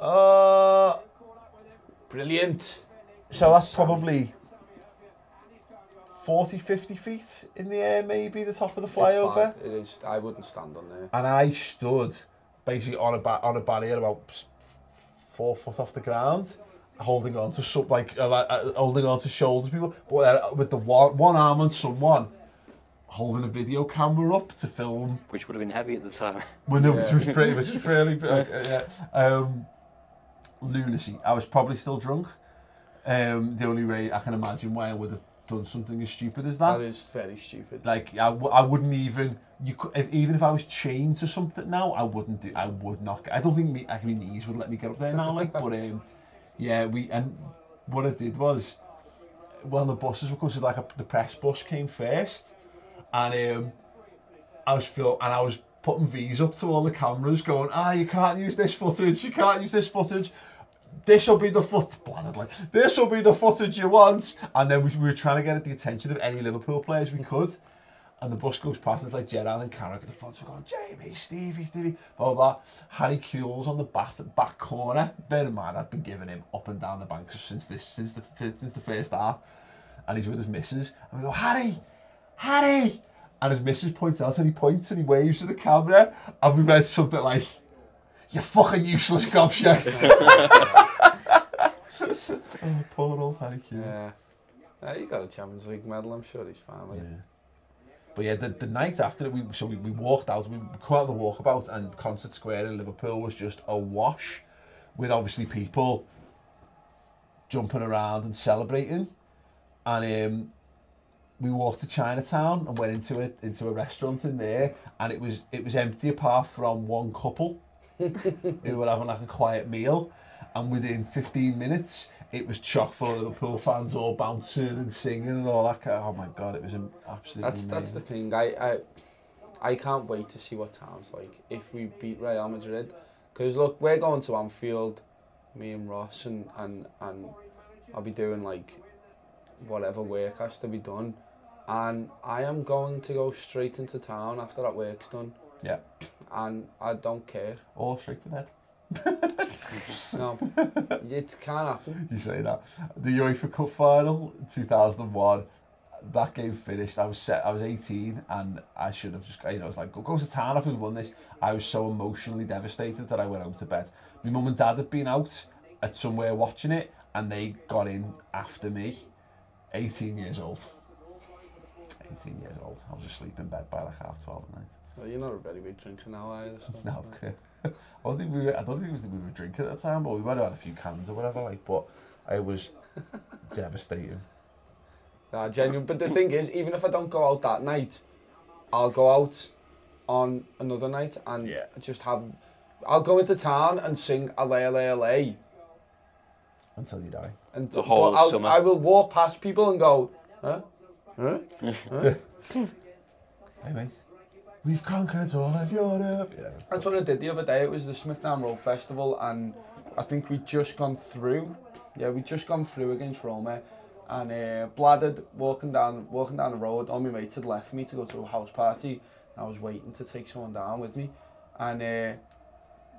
[SPEAKER 1] uh,
[SPEAKER 4] Brilliant.
[SPEAKER 1] so that's probably 40, 50 feet in the air, maybe the top of the flyover.
[SPEAKER 4] It is. I wouldn't stand on there.
[SPEAKER 1] and I stood basically on a ba- on a barrier about s- four foot off the ground, holding on to some like uh, like, uh, holding on to shoulders people, but uh, with the one, one arm on someone holding a video camera up to film.
[SPEAKER 2] which would have been heavy at the time.
[SPEAKER 1] Well, no, which (laughs)
[SPEAKER 4] Yeah.
[SPEAKER 1] was pretty, which was really uh, yeah. um, lunacy. I was probably still drunk. Um, the only way I can imagine why I would have done something as stupid as that
[SPEAKER 4] That is very stupid.
[SPEAKER 1] like I, w- I wouldn't even you could, if, even if I was chained to something now I wouldn't do I would not I don't think me, like, my knees would let me get up there now like but um, yeah we and what I did was one of the buses because like a, the press bus came first and um, I was fil- and I was putting V's up to all the cameras going ah you can't use this footage you can't use this footage this will be the foot bladdered, like this will be the footage you want and then we, we were trying to get at the attention of any Liverpool players we could and the bus goes past, and it's like Gerrard and Carrick at the front. So we're going, Jamie, Stevie, Stevie, blah, blah, blah. Harry Kewell's on the bat, back corner. Bear in mind, I've been giving him up and down the bank since this, since the, since the first half. And he's with his missus. And we go, Harry, Harry. And his missus points out, and he points and he waves to the camera. And we read something like, you fucking useless gobshite. (laughs) oh, poor old Harry Kewell.
[SPEAKER 4] Yeah. Uh, you got a Champions League medal. I'm sure he's fine. Like,
[SPEAKER 1] Yeah. But yeah, the, the night after it, we so we, we walked out, we come out the walkabout, and Concert Square in Liverpool was just awash with obviously people jumping around and celebrating. And um, we walked to Chinatown and went into a into a restaurant in there, and it was it was empty apart from one couple
[SPEAKER 4] (laughs)
[SPEAKER 1] who were having like a quiet meal, and within 15 minutes it was chock full of Liverpool fans all bouncing and singing and all that. Kind oh my god, it was an absolutely
[SPEAKER 4] that's that's the thing. I, I I can't wait to see what town's like if we beat Real Madrid. Because look, we're going to Anfield, me and Ross, and, and, and I'll be doing like whatever work has to be done. And I am going to go straight into town after that work's done.
[SPEAKER 1] Yeah.
[SPEAKER 4] And I
[SPEAKER 1] (laughs)
[SPEAKER 4] don't care.
[SPEAKER 1] all straight to bed.
[SPEAKER 4] No, it can happen.
[SPEAKER 1] You say that the UEFA Cup final 2001. That game finished. I was set. I was 18, and I should have just. You know, I was like, go, go to town if we won this. I was so emotionally devastated that I went home to bed. My mum and dad had been out at somewhere watching it, and they got in after me. 18 years old. 18 years old. I was asleep in bed by like half 12 at night.
[SPEAKER 4] Well, you're not a very big drinker now either. So
[SPEAKER 1] No, okay. (laughs) I don't think we were, I don't think it was that we were drinking at the time, but we might have had a few cans or whatever. Like, but it (laughs) was devastating.
[SPEAKER 4] Nah, genuine. But the thing is, even if I don't go out that night, I'll go out on another night and
[SPEAKER 1] Yeah.
[SPEAKER 4] just have I'll go into town and sing Ale Ale Ale.
[SPEAKER 1] Until you die.
[SPEAKER 4] And
[SPEAKER 2] The whole
[SPEAKER 4] but I'll,
[SPEAKER 2] summer.
[SPEAKER 4] I will walk past people and go, huh? Huh? huh?
[SPEAKER 1] Hey mate, we've conquered all of Europe. Yeah.
[SPEAKER 4] That's what I did the other day. It was the Smithdown Road Festival, and I think we'd just gone through. Yeah, we'd just gone through against Roma, and uh, bladdered walking down walking down the road. All my mates had left me to go to a house party, and I was waiting to take someone down with me, and uh,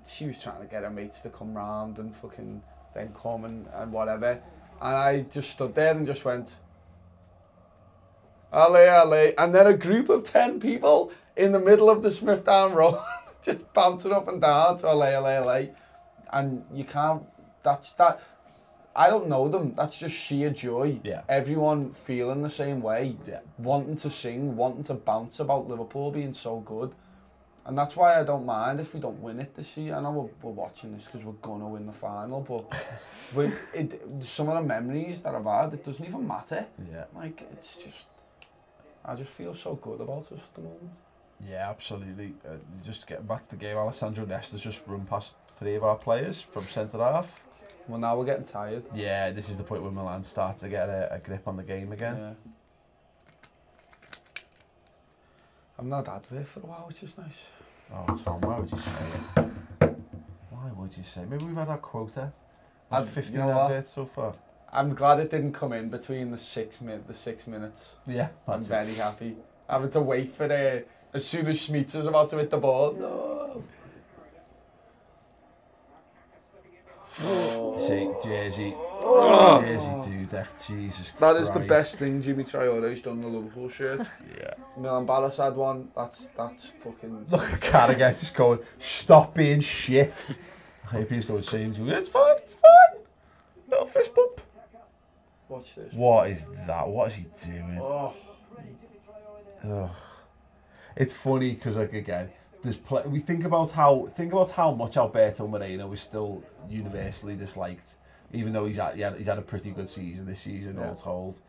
[SPEAKER 4] she was trying to get her mates to come round and fucking then come and, and whatever, and I just stood there and just went. Ali, Ali, and then a group of 10 people in the middle of the Smithdown Road (laughs) just bouncing up and down to Ali, Ali, Ali. And you can't, that's that. I don't know them. That's just sheer joy.
[SPEAKER 1] Yeah.
[SPEAKER 4] Everyone feeling the same way.
[SPEAKER 1] Yeah.
[SPEAKER 4] Wanting to sing, wanting to bounce about Liverpool being so good. And that's why I don't mind if we don't win it this year. I know we're, we're watching this because we're gonna win the final, but with it, some of the memories that I've had, it doesn't even matter.
[SPEAKER 1] Yeah.
[SPEAKER 4] Like it's just, I just feel so good about us at the moment.
[SPEAKER 1] Yeah, absolutely. Uh, just getting back to the game, Alessandro Nesta's just run past three of our players from centre half.
[SPEAKER 4] Well, now we're getting tired.
[SPEAKER 1] Yeah, this is the point where Milan start to get a, a grip on the game again.
[SPEAKER 4] Yeah. I'm not advert for a while, which is nice.
[SPEAKER 1] Oh, Tom, why would you say it? Why would you say? Maybe we've had our quota. We've
[SPEAKER 4] I've- you
[SPEAKER 1] 15
[SPEAKER 4] know what?
[SPEAKER 1] adverts so far.
[SPEAKER 4] I'm glad it didn't come in between the six min the six minutes.
[SPEAKER 1] Yeah,
[SPEAKER 4] I'm
[SPEAKER 1] that's it.
[SPEAKER 4] very happy. Having to wait for the as soon as Schmitz is about to hit the ball. No.
[SPEAKER 1] See, Jersey. Jersey Dudek, Jesus Christ.
[SPEAKER 4] That is the best thing Jimmy Traore's done in the Liverpool shirt.
[SPEAKER 1] Yeah.
[SPEAKER 4] Milan Barros had one. That's that's fucking.
[SPEAKER 1] Look at Carragher just going, stop being shit. I hope he's going, see him. It's fine, it's fine. Little fist bump.
[SPEAKER 4] Watch this.
[SPEAKER 1] What is that? What is he doing?
[SPEAKER 4] Oh,
[SPEAKER 1] Ugh. It's funny because like again, there's pl- we think about how think about how much Alberto Moreno is still universally disliked, even though he's had, he had he's had a pretty good season this season all told,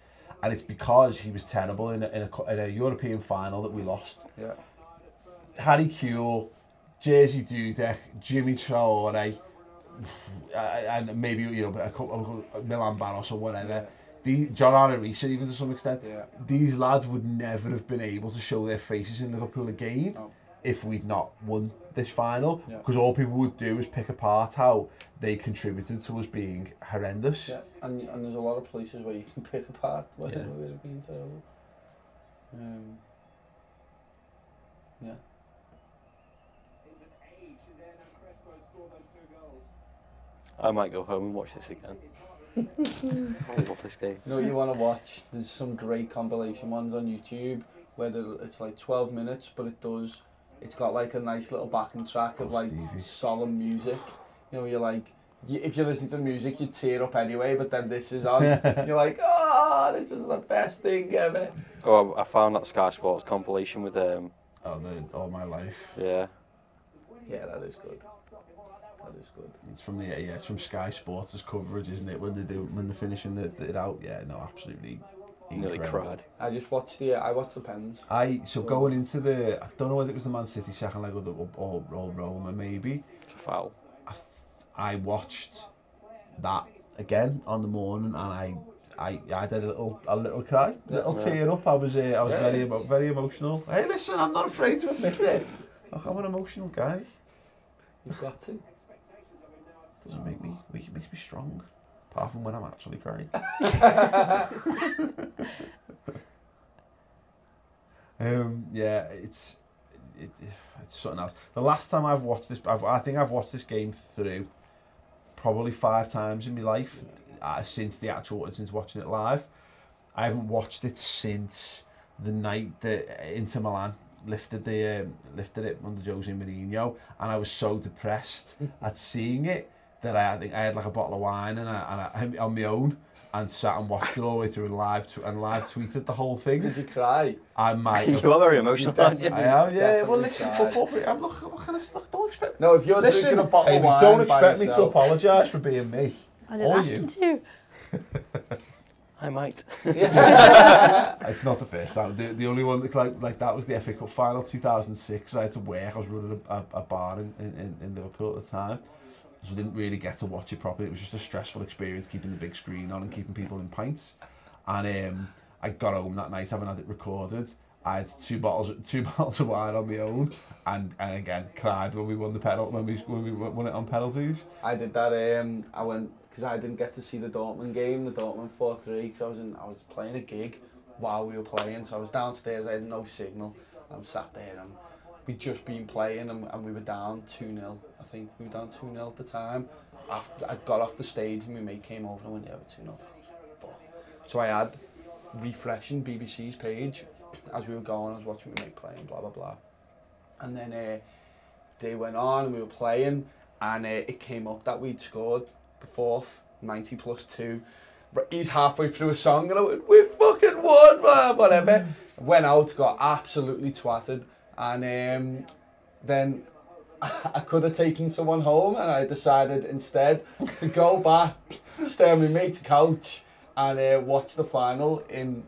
[SPEAKER 1] and it's because he was terrible in a, in a, cu- in a European final that we lost.
[SPEAKER 4] yeah.
[SPEAKER 1] Harry Kewell, Jersey Dudek, Jimmy Traore, uh, and maybe you know a couple, a couple- Milan Baros or whatever. The John Arisa, even to some extent,
[SPEAKER 4] Yeah.
[SPEAKER 1] these lads would never have been able to show their faces in Liverpool again
[SPEAKER 4] No.
[SPEAKER 1] if we'd not won this final.
[SPEAKER 4] Yeah.
[SPEAKER 1] Because all people would do is pick apart how they contributed to us being horrendous.
[SPEAKER 4] Yeah, and, and there's a lot of places where you can (laughs) pick apart where
[SPEAKER 1] Yeah.
[SPEAKER 4] where it's been terrible. Um, yeah.
[SPEAKER 2] I might go home and watch this again. I love this game.
[SPEAKER 4] You know what you want to watch? There's some great compilation ones on YouTube where the- it's like 12 minutes, but it does. It's got like a nice little backing track of
[SPEAKER 1] Oh,
[SPEAKER 4] like
[SPEAKER 1] Stevie.
[SPEAKER 4] solemn music. You know, you're like, you, if you listen to music, you tear up anyway, but then this is
[SPEAKER 1] (laughs)
[SPEAKER 4] on. you're like, oh, this is the best thing ever.
[SPEAKER 2] Oh, I, I found that Sky Sports compilation with um,
[SPEAKER 1] Oh, the, all my life.
[SPEAKER 2] yeah,
[SPEAKER 4] Yeah, that is good. That is good.
[SPEAKER 1] It's from the yeah, it's from Sky Sports' coverage, isn't it? When they do when they're finishing the, it out, yeah, no, absolutely.
[SPEAKER 2] nearly
[SPEAKER 1] incredible.
[SPEAKER 2] cried.
[SPEAKER 4] I just watched the, I watched the Pens.
[SPEAKER 1] I so going into the I don't know whether it was the Man City second leg or the or, or, or Roma maybe.
[SPEAKER 2] It's a foul.
[SPEAKER 1] I watched that again on the morning and I I, I had a little a little cry, little tear up. I was uh, I was
[SPEAKER 4] Yeah,
[SPEAKER 1] very emo-
[SPEAKER 4] it's-
[SPEAKER 1] very emotional. Hey, listen, I'm not afraid to admit it. Look, I'm an emotional guy.
[SPEAKER 4] You've got to.
[SPEAKER 1] Doesn't make me weak. It makes me strong. Apart from when I'm actually crying. um, yeah, it's it, it's something else. The last time I've watched this, I've, I think I've watched this game through probably five times in my life uh, since the actual since watching it live. I haven't watched it since the night that Inter Milan lifted the um, lifted it under Jose Mourinho, and I was so
[SPEAKER 4] (laughs)
[SPEAKER 1] depressed at seeing it that I, I think I had like a bottle of wine and I, and I on my own and sat and watched it all the way through and live tw- and live tweeted the whole thing.
[SPEAKER 4] Did you cry?
[SPEAKER 1] I
[SPEAKER 4] (laughs)
[SPEAKER 1] might have
[SPEAKER 2] You are very (laughs) emotional, aren't you?
[SPEAKER 1] I am, yeah. Well,
[SPEAKER 4] Definitely
[SPEAKER 1] listen,
[SPEAKER 4] tried.
[SPEAKER 1] football. I'm not. What can I look, Don't expect.
[SPEAKER 4] No, if you're
[SPEAKER 1] listen,
[SPEAKER 4] drinking a bottle of
[SPEAKER 1] Amy,
[SPEAKER 4] wine
[SPEAKER 1] don't
[SPEAKER 4] by
[SPEAKER 1] expect me to
[SPEAKER 4] yourself-
[SPEAKER 1] apologise for being me.
[SPEAKER 11] I didn't
[SPEAKER 1] or
[SPEAKER 11] ask you
[SPEAKER 1] you.
[SPEAKER 11] to.
[SPEAKER 2] I might.
[SPEAKER 4] (laughs)
[SPEAKER 1] (laughs) it's not the first time. The, the only one that, like, like that was the FA Cup final 2006. I had to work. I was running a, a, a bar in, in, in Liverpool at the time. So I didn't really get to watch it properly. It was just a stressful experience keeping the big screen on and keeping people in pints. And um, I got home that night, having had it recorded. I had two bottles, two (laughs) bottles of wine on my own, and, and again cried when we won the penalty when we when we won it on penalties.
[SPEAKER 4] I did that. Um, I went because I didn't get to see the Dortmund game, the Dortmund four three. Because I was in, I was playing a gig while we were playing, so I was downstairs. I had no signal. I'm sat there. and we'd just been playing, and, and we were down two 0 I think we were down two 0 at the time. After I got off the stage, and my mate came over and I went, "Yeah, we're two 0 So I had refreshing BBC's page as we were going, I was watching my mate playing, blah blah blah. And then uh, they went on and we were playing, and uh, it came up that we'd scored the fourth, 90 plus two. R- He's halfway through a song, and I went, "We fucking won, man!" Whatever. Went out, got absolutely twatted, and um, then. (laughs) I could have taken someone home, and I decided instead to go back, stay on my mate's couch, and uh, watch the final in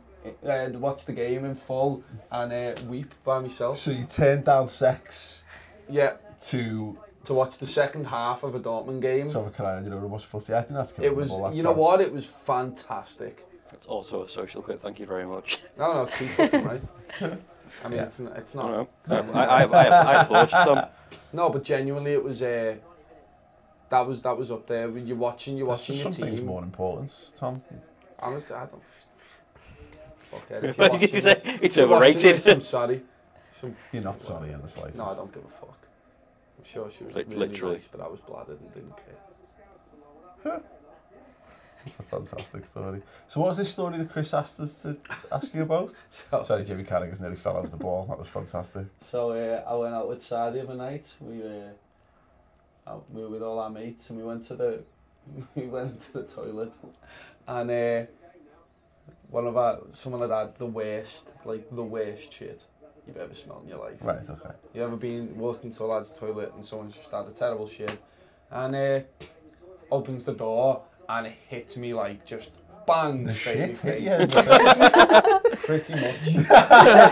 [SPEAKER 4] uh, watch the game in full and uh, weep by myself.
[SPEAKER 1] So you turned down sex
[SPEAKER 4] yeah,
[SPEAKER 1] to
[SPEAKER 4] to watch the second half of a Dortmund game.
[SPEAKER 1] to have a cry and you know to watch footy. I think that's
[SPEAKER 4] It was,
[SPEAKER 1] commendable, that's
[SPEAKER 4] you know
[SPEAKER 1] all.
[SPEAKER 4] what? It was fantastic.
[SPEAKER 2] That's also a social clip. Thank you very much.
[SPEAKER 4] No, no, too
[SPEAKER 1] (laughs)
[SPEAKER 4] fucking right. I mean, it's, n- it's not.
[SPEAKER 2] No, no. I- I- I- I applaud you, Tom.
[SPEAKER 4] No, but genuinely, it was. Uh, that was that was up there. When You're watching, you're
[SPEAKER 1] There's
[SPEAKER 4] watching
[SPEAKER 1] just
[SPEAKER 4] your
[SPEAKER 1] some things
[SPEAKER 4] team.
[SPEAKER 1] more important, Tom.
[SPEAKER 4] Honestly, I don't. (laughs) Fuck it.
[SPEAKER 2] (laughs)
[SPEAKER 4] If
[SPEAKER 2] What
[SPEAKER 4] you're
[SPEAKER 2] did
[SPEAKER 4] watching
[SPEAKER 2] you say?
[SPEAKER 4] this-
[SPEAKER 2] It's
[SPEAKER 4] if you're watching
[SPEAKER 2] overrated.
[SPEAKER 4] this, I'm sorry.
[SPEAKER 1] (laughs)
[SPEAKER 4] Some-
[SPEAKER 1] You're not sorry in the slightest.
[SPEAKER 4] No, I don't give a fuck. I'm sure she was
[SPEAKER 2] Lit-
[SPEAKER 4] really
[SPEAKER 2] literally.
[SPEAKER 4] nice, but I was bladdered and didn't care. (laughs)
[SPEAKER 1] It's a fantastic story. So what was this story that Chris asked us to ask you
[SPEAKER 4] (laughs)
[SPEAKER 1] about?
[SPEAKER 4] Oh.
[SPEAKER 1] Sorry, Jimmy Carragher's nearly fell over the ball. That was fantastic.
[SPEAKER 4] So uh, I went out with Sarah the other night. We were out, we were with all our mates and we went to the (laughs) we went to the toilet and uh, one of our someone had had the worst like the worst shit you've ever smelled in your life.
[SPEAKER 1] Right, okay.
[SPEAKER 4] You ever been walking to a lad's toilet and someone's just had a terrible shit and uh, opens the door and it hits me like just bang
[SPEAKER 1] The
[SPEAKER 4] straight in
[SPEAKER 1] shit hit
[SPEAKER 4] the
[SPEAKER 1] you in
[SPEAKER 4] face.
[SPEAKER 1] the face.
[SPEAKER 4] (laughs) Pretty much.
[SPEAKER 1] (laughs)
[SPEAKER 4] it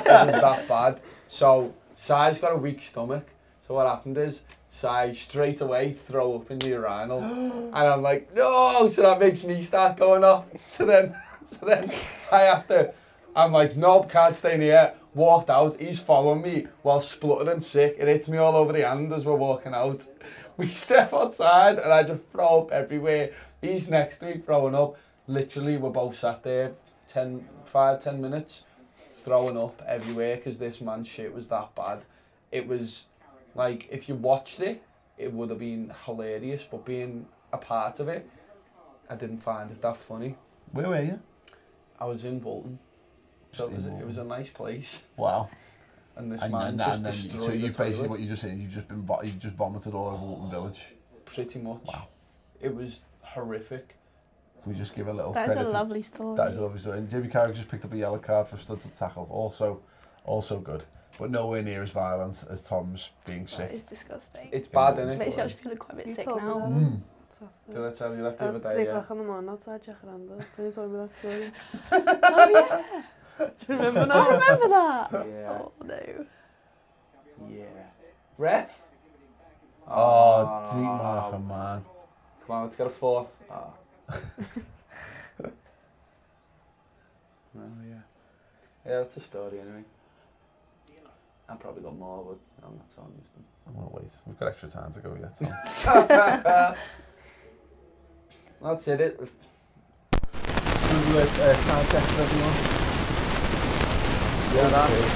[SPEAKER 4] was that bad. So Sai's got a weak stomach. So what happened is Sai straight away throw up in the urinal and I'm like, no, so that makes me start going off. (laughs) So then so then I have to I'm like, nope, can't stay in here. Walked out, he's following me while spluttering sick. It hits me all over the hand as we're walking out. (laughs) We step outside and I just throw up everywhere. He's next to me throwing up. Literally, we're both sat there 10, 5, 10 minutes throwing up everywhere because this man's shit was that bad. It was like, if you watched it, it would have been hilarious, but being a part of it, I didn't find it that funny.
[SPEAKER 1] Where were you?
[SPEAKER 4] I was in Bolton.
[SPEAKER 1] Just
[SPEAKER 4] So it was,
[SPEAKER 1] in
[SPEAKER 4] it was a nice place.
[SPEAKER 1] Wow.
[SPEAKER 4] And this
[SPEAKER 1] And
[SPEAKER 4] man
[SPEAKER 1] then,
[SPEAKER 4] just
[SPEAKER 1] and then,
[SPEAKER 4] destroyed
[SPEAKER 1] so
[SPEAKER 4] the
[SPEAKER 1] you've basically
[SPEAKER 4] toilet.
[SPEAKER 1] what you just said. You've just been vo- you've just vomited all over Walton Village.
[SPEAKER 4] Pretty much. It was horrific.
[SPEAKER 1] Can we just give a
[SPEAKER 11] (laughs)
[SPEAKER 1] little
[SPEAKER 11] That is a
[SPEAKER 1] credit? to-
[SPEAKER 11] lovely story.
[SPEAKER 1] That is a lovely story. And Jimmy Carragher just picked up a yellow card for a stood up tackle. Also, also good, but nowhere near as violent as Tom's being sick.
[SPEAKER 11] It's disgusting.
[SPEAKER 4] It's bad, innit?
[SPEAKER 11] Makes you actually feel quite a bit
[SPEAKER 3] You
[SPEAKER 11] sick
[SPEAKER 3] told me
[SPEAKER 11] now.
[SPEAKER 3] that.
[SPEAKER 1] Mm.
[SPEAKER 4] Did I tell you that the
[SPEAKER 3] At
[SPEAKER 4] other
[SPEAKER 3] three
[SPEAKER 4] day? Yeah.
[SPEAKER 3] o'clock in the morning outside Jacaranda. So you told me that story.
[SPEAKER 11] Oh, yeah.
[SPEAKER 3] (laughs) Do you remember
[SPEAKER 11] I
[SPEAKER 3] now?
[SPEAKER 11] remember that.
[SPEAKER 3] (laughs)
[SPEAKER 4] Yeah.
[SPEAKER 11] Oh, no.
[SPEAKER 4] Yeah. Ref? Ah,
[SPEAKER 1] Oh, deep marker, man.
[SPEAKER 4] Come on, let's get a fourth. Oh. no, Oh, yeah. Yeah, that's a story anyway. I've probably got more, but I'm not telling you them.
[SPEAKER 1] I'm gonna wait. We've got extra time to go yet. Tom.
[SPEAKER 4] (laughs) That's it. it. Do a uh, time check for everyone. Yeah, that is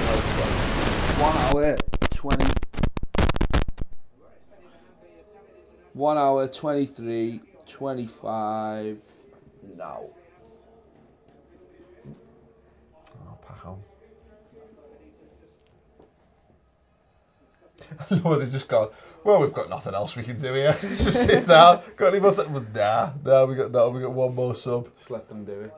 [SPEAKER 4] one hour twenty. One hour twenty-three, twenty-five. No.
[SPEAKER 1] oh, pack on. (laughs) Lord, they've just gone. Well, we've got nothing else we can do here. (laughs) just sit down. Got any more? T-? Well, Nah, nah. We got no. We got one more sub.
[SPEAKER 4] Just let them do it.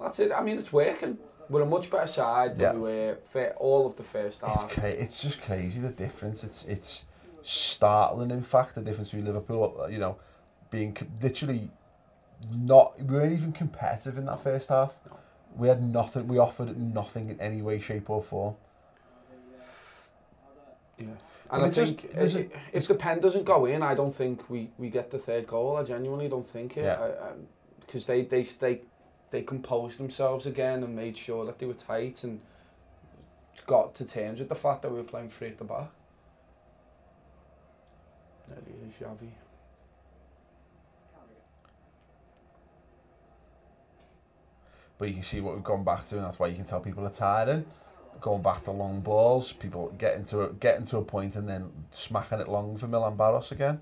[SPEAKER 4] That's it. I mean, it's working. We're a much better side
[SPEAKER 1] Yeah.
[SPEAKER 4] than we were for all of the first
[SPEAKER 1] It's
[SPEAKER 4] half.
[SPEAKER 1] cra- it's just crazy the difference. It's it's uh, startling. In fact, the difference between Liverpool, you know, being c- literally not we weren't even competitive in that first half. We had nothing. We offered nothing in any way, shape, or form.
[SPEAKER 4] Yeah.
[SPEAKER 1] And
[SPEAKER 4] And I
[SPEAKER 1] it just-
[SPEAKER 4] think
[SPEAKER 1] there's a-
[SPEAKER 4] i- if the pen doesn't go in, I don't think we, we get the third goal. I genuinely don't think it.
[SPEAKER 1] Yeah.
[SPEAKER 4] Because they, they, they, they composed themselves again and made sure that they were tight and got to terms with the fact that we were playing free at the back. There he is, Xavi.
[SPEAKER 1] But you can see what we've gone back to, and that's why you can tell people are tired. In. Going back to long balls, people getting to a, getting to a point and then smacking it long for Milan Barros again.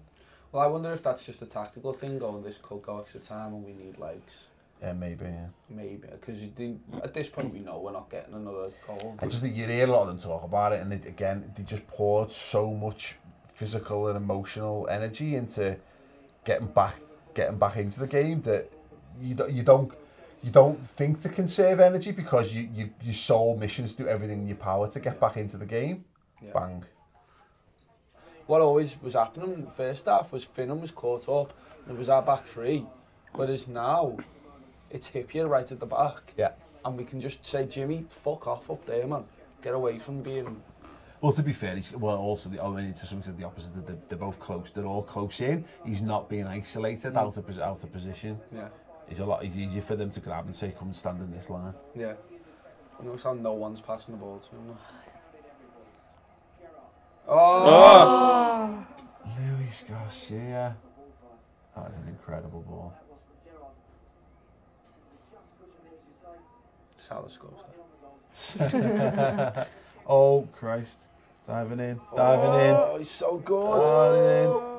[SPEAKER 4] Well, I wonder if that's just a tactical thing going, this could go extra time and we need legs.
[SPEAKER 1] Yeah, maybe. Yeah.
[SPEAKER 4] Maybe, because at this point we know we're not getting another goal.
[SPEAKER 1] I just think you hear a lot of them talk about it, and it, again, they just poured so much physical and emotional energy into getting back, getting back into the game that you don't, you don't, you don't think to conserve energy because you, you your sole mission is to do everything in your power to get back into the game.
[SPEAKER 4] Yeah.
[SPEAKER 1] Bang.
[SPEAKER 4] what always was happening in the first half was Finnan was caught up and it was our back three. Whereas now, it's Hippier right at the back.
[SPEAKER 1] Yeah.
[SPEAKER 4] And we can just say, Jimmy, fuck off up there, man. Get away from being...
[SPEAKER 10] Well, to be fair, he's well. Also, the, I mean, to some extent, the opposite. They're, they're both close. They're all close in. He's not being isolated out of pos- out of position.
[SPEAKER 4] Yeah.
[SPEAKER 10] It's a lot it's easier for them to grab and say, "Come and stand in this line."
[SPEAKER 4] Yeah. I notice how no one's passing the ball to him. now. Oh!
[SPEAKER 10] Luis Garcia. That is an incredible ball.
[SPEAKER 4] Salah scores that.
[SPEAKER 10] oh Christ! Diving in, diving
[SPEAKER 4] Oh,
[SPEAKER 10] in.
[SPEAKER 4] he's so good.
[SPEAKER 10] Diving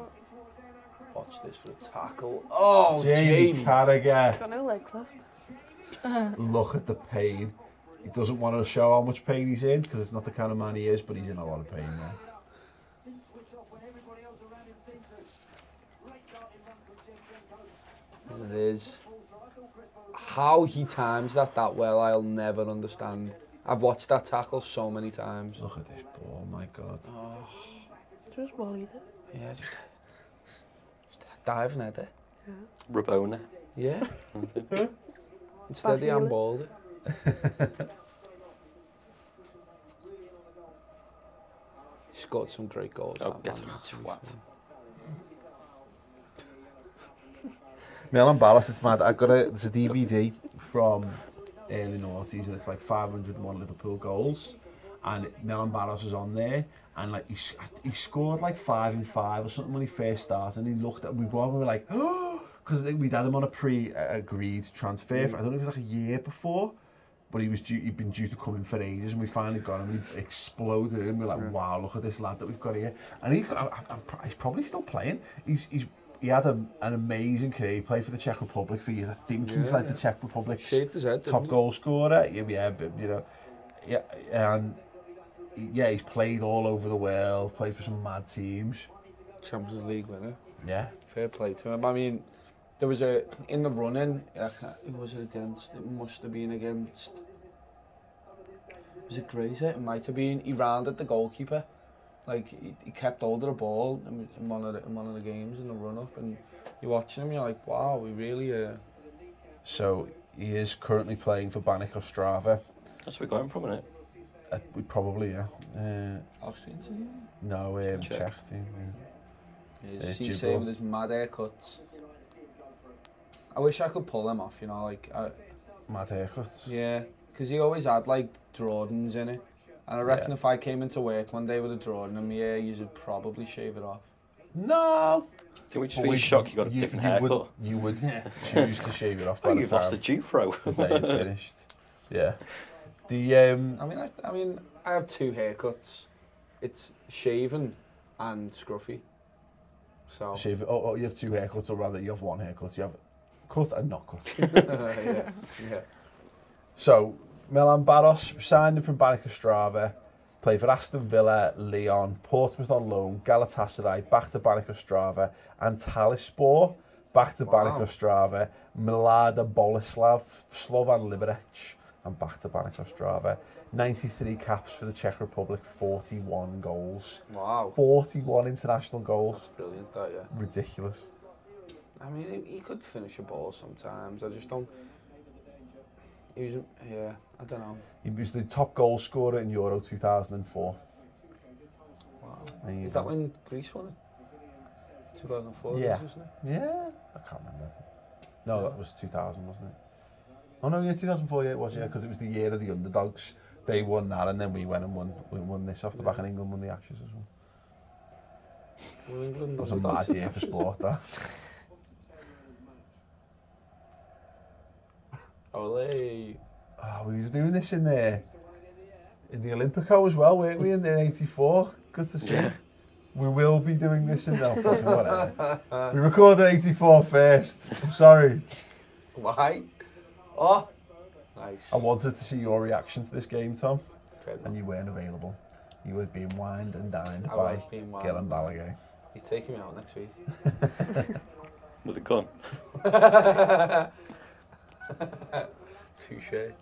[SPEAKER 4] Watch this for a tackle. Oh,
[SPEAKER 1] Jamie
[SPEAKER 4] Jamie.
[SPEAKER 1] Carragher.
[SPEAKER 3] Got no legs left.
[SPEAKER 1] Look at the pain. He doesn't want to show how much pain he's in because it's not the kind of man he is, but he's in a lot of pain there.
[SPEAKER 4] as it is. How he times that that well, I'll never understand. I've watched that tackle so many times.
[SPEAKER 1] Look at this ball, my God.
[SPEAKER 3] Just volleyed it.
[SPEAKER 4] Yeah, just, just diving at it.
[SPEAKER 3] Yeah.
[SPEAKER 2] (laughs) Rabona.
[SPEAKER 4] Yeah.
[SPEAKER 3] Back
[SPEAKER 4] Instead, he
[SPEAKER 3] heel it.
[SPEAKER 4] handballed it. (laughs) He's got some great goals.
[SPEAKER 2] Oh,
[SPEAKER 4] that
[SPEAKER 2] get
[SPEAKER 4] man.
[SPEAKER 2] him, twat.
[SPEAKER 1] Milan Ballas, it's mad. I've got a, there's a DVD from early noughties and it's like 501 Liverpool goals. And Milan Barros is on there, and like he, s- he scored like five and five or something when he first started. And he looked at we were, we were like, (gasps) oh, because we'd had him on a pre-agreed transfer. For, I don't know if it was like a year before, but he was due, he'd been due to come in for ages, and we finally got him. And he exploded in. We We're like, wow, look at this lad that we've got here. And he, I, I, I'm pr- he's probably still playing. He's, he's he had a, an amazing career. He played for the Czech Republic for years. I think he's
[SPEAKER 4] Yeah,
[SPEAKER 1] like
[SPEAKER 4] yeah.
[SPEAKER 1] the Czech Republic's
[SPEAKER 4] Shaved his head,
[SPEAKER 1] top
[SPEAKER 4] didn't he?
[SPEAKER 1] goal scorer. Yeah, yeah, but, you know, yeah, and yeah, he's played all over the world. Played for some mad teams.
[SPEAKER 4] Champions League winner.
[SPEAKER 1] Yeah,
[SPEAKER 4] Fair play to him. I mean, there was a in the running. I can't, who was it against? It must have been against. Was it Grazer? It might have been. He rounded the goalkeeper. Like he, he kept hold of the ball in, in one of the, in one of the games in the run up, and you're watching him. You're like, wow, we really. Uh,
[SPEAKER 1] So he is currently playing for Banik Ostrava.
[SPEAKER 2] That's where we got him from, innit?
[SPEAKER 1] Uh, we probably yeah. Uh,
[SPEAKER 4] Austrian team.
[SPEAKER 1] no, um,
[SPEAKER 2] Czech.
[SPEAKER 1] Czech. team. yeah. Yeah,
[SPEAKER 4] He's he's
[SPEAKER 1] Djibril.
[SPEAKER 4] saying with his mad haircuts. I wish I could pull them off. You know, like I,
[SPEAKER 1] Mad haircuts.
[SPEAKER 4] Yeah, because he always had like Jordans in it. And I reckon
[SPEAKER 1] Yeah.
[SPEAKER 4] if I came into work one day with a Jordan in my hair, you should probably shave it off.
[SPEAKER 1] No.
[SPEAKER 2] So we just
[SPEAKER 1] But
[SPEAKER 2] been
[SPEAKER 1] we-
[SPEAKER 2] shocked you got a different
[SPEAKER 1] you
[SPEAKER 2] haircut.
[SPEAKER 1] Would, you would
[SPEAKER 2] (laughs)
[SPEAKER 1] choose to shave it off by
[SPEAKER 2] oh,
[SPEAKER 1] the
[SPEAKER 2] you've lost the
[SPEAKER 1] time
[SPEAKER 2] Jufro.
[SPEAKER 1] the day
[SPEAKER 2] (laughs)
[SPEAKER 1] it finished. Yeah. The um,
[SPEAKER 4] I mean, I, I mean, I have two haircuts. It's shaven and scruffy. So
[SPEAKER 1] shave. Oh, oh, you have two haircuts, or rather, you have one haircut. You have cut and not cut.
[SPEAKER 4] (laughs)
[SPEAKER 1] (laughs)
[SPEAKER 4] yeah, yeah.
[SPEAKER 1] So, Milan Barros signed him from Banik Ostrava, played for Aston Villa, Leon, Portsmouth on loan, Galatasaray, back to Banik Ostrava, and Talispor, back to Banik
[SPEAKER 4] Wow.
[SPEAKER 1] Ostrava, Milada Boleslav, Slovan Liberec, and back to Banik Ostrava. 93 caps for the Czech Republic, 41 goals.
[SPEAKER 4] Wow,
[SPEAKER 1] 41 international goals.
[SPEAKER 4] brilliant that yeah.
[SPEAKER 1] Ridiculous.
[SPEAKER 4] I mean, he, he could finish a ball sometimes. I just don't. He was, yeah, I don't know.
[SPEAKER 1] He was the top goal scorer in Euro 2004.
[SPEAKER 4] Wow.
[SPEAKER 1] There you
[SPEAKER 4] Is
[SPEAKER 1] go.
[SPEAKER 4] that when Greece won it? 2004,
[SPEAKER 1] Mm. Yeah.
[SPEAKER 4] isn't it?
[SPEAKER 1] Yeah, I can't remember. No, that was 2000, wasn't it? Oh no, yeah, 2004. Yeah, it was. Yeah,
[SPEAKER 4] Mm.
[SPEAKER 1] because it was the year of the underdogs. They won that, and then we went and won. We won this off the back, and England won the Ashes as
[SPEAKER 4] Mm.
[SPEAKER 1] well.
[SPEAKER 4] Well, England
[SPEAKER 1] That was a
[SPEAKER 4] won
[SPEAKER 1] mad
[SPEAKER 4] that.
[SPEAKER 1] year for sport. That.
[SPEAKER 4] (laughs) Ole.
[SPEAKER 1] Oh, we were doing this in the in the Olympico as well, weren't we? In the '84. Good to see.
[SPEAKER 4] Yeah.
[SPEAKER 1] We will be doing this in now. Fucking whatever. We recorded '84 first. I'm sorry.
[SPEAKER 4] Why? Oh, nice.
[SPEAKER 1] I wanted to see your reaction to this game, Tom,
[SPEAKER 4] Fair enough.
[SPEAKER 1] and you weren't available. You were being wined and dined
[SPEAKER 4] I
[SPEAKER 1] by
[SPEAKER 4] was being wined
[SPEAKER 1] Gillan
[SPEAKER 4] and
[SPEAKER 1] Balaguer.
[SPEAKER 4] He's taking me out next week. (laughs)
[SPEAKER 2] With a gun.
[SPEAKER 4] Touche.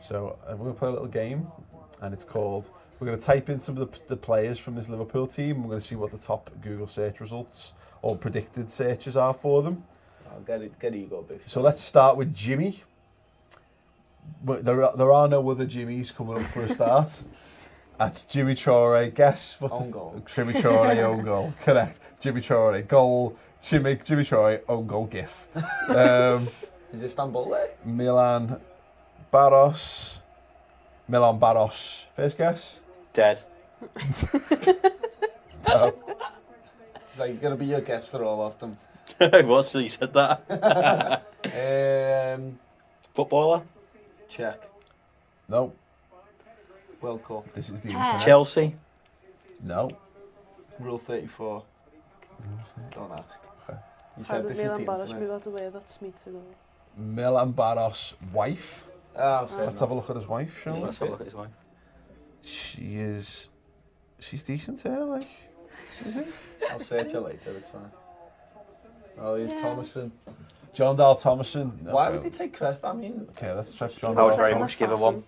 [SPEAKER 1] So uh, we're going to play a little game, and it's called. We're going to type in some of the, the players from this Liverpool team. and We're going to see what the top Google search results or predicted searches are for them.
[SPEAKER 4] I'll get it. Get ego, bitch.
[SPEAKER 1] So let's start with Jimmy. But there are, there are no other Jimmys coming up for a (laughs) start. That's Jimmy Traore. Guess what?
[SPEAKER 4] Own
[SPEAKER 1] the-
[SPEAKER 4] goal.
[SPEAKER 1] Jimmy Traore own (laughs) goal. Correct. Jimmy Traore goal. Jimmy Jimmy Traore own goal gif. (laughs) Um,
[SPEAKER 4] Is Istanbul there?
[SPEAKER 1] Milan Barros. Milan Barros. First guess.
[SPEAKER 2] Dead. (laughs)
[SPEAKER 1] No.
[SPEAKER 4] It's like gonna be your guest for all
[SPEAKER 1] (laughs)
[SPEAKER 4] of them.
[SPEAKER 2] it was till you said that.
[SPEAKER 4] Um,
[SPEAKER 2] Footballer?
[SPEAKER 4] check.
[SPEAKER 1] no.
[SPEAKER 4] World Cup.
[SPEAKER 1] This is the
[SPEAKER 11] Pair.
[SPEAKER 1] internet.
[SPEAKER 2] Chelsea?
[SPEAKER 1] No.
[SPEAKER 4] Rule 34. Don't ask.
[SPEAKER 1] Okay.
[SPEAKER 4] You
[SPEAKER 3] How
[SPEAKER 4] said
[SPEAKER 3] did
[SPEAKER 4] this is
[SPEAKER 3] Milan
[SPEAKER 4] the
[SPEAKER 3] Barros move
[SPEAKER 4] internet.
[SPEAKER 3] out the way? That's me to go.
[SPEAKER 1] Milan Barros' wife.
[SPEAKER 4] Oh, fair
[SPEAKER 1] Let's
[SPEAKER 4] enough.
[SPEAKER 1] have a look at his wife, shall we?
[SPEAKER 2] Let's have a look at his wife.
[SPEAKER 1] She is. She's decent to her, like. you think?
[SPEAKER 4] I'll search it later. It's fine. Oh, he's
[SPEAKER 3] Yeah.
[SPEAKER 4] Thomason.
[SPEAKER 1] John Dahl Thomason.
[SPEAKER 4] Why
[SPEAKER 1] okay.
[SPEAKER 4] would they take Crespo? I mean,
[SPEAKER 1] Okay, let's try John
[SPEAKER 2] I
[SPEAKER 1] Dahl
[SPEAKER 2] would very
[SPEAKER 3] An
[SPEAKER 1] Thomason.
[SPEAKER 2] much give her
[SPEAKER 3] assassin.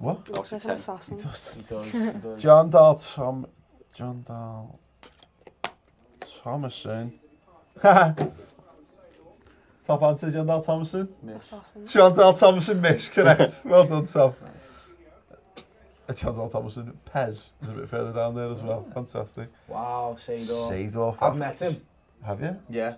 [SPEAKER 2] one.
[SPEAKER 1] What?
[SPEAKER 3] He looks like an
[SPEAKER 2] Thomason.
[SPEAKER 3] assassin.
[SPEAKER 4] he
[SPEAKER 1] (laughs)
[SPEAKER 4] does. He does.
[SPEAKER 1] John Dahl Tom. John Dahl. Thomason. (laughs) Top answer, John Dahl Thomason.
[SPEAKER 4] Miss.
[SPEAKER 3] Assassin. (laughs)
[SPEAKER 1] John Dahl Thomason miss,
[SPEAKER 4] (laughs)
[SPEAKER 1] correct. well done, Tom. Uh, John Dahl Thomason. Pez is a bit further down there as well. Fantastic.
[SPEAKER 4] Wow, Sador.
[SPEAKER 1] Seedorf.
[SPEAKER 4] I've met him.
[SPEAKER 1] Have you?
[SPEAKER 4] Yeah.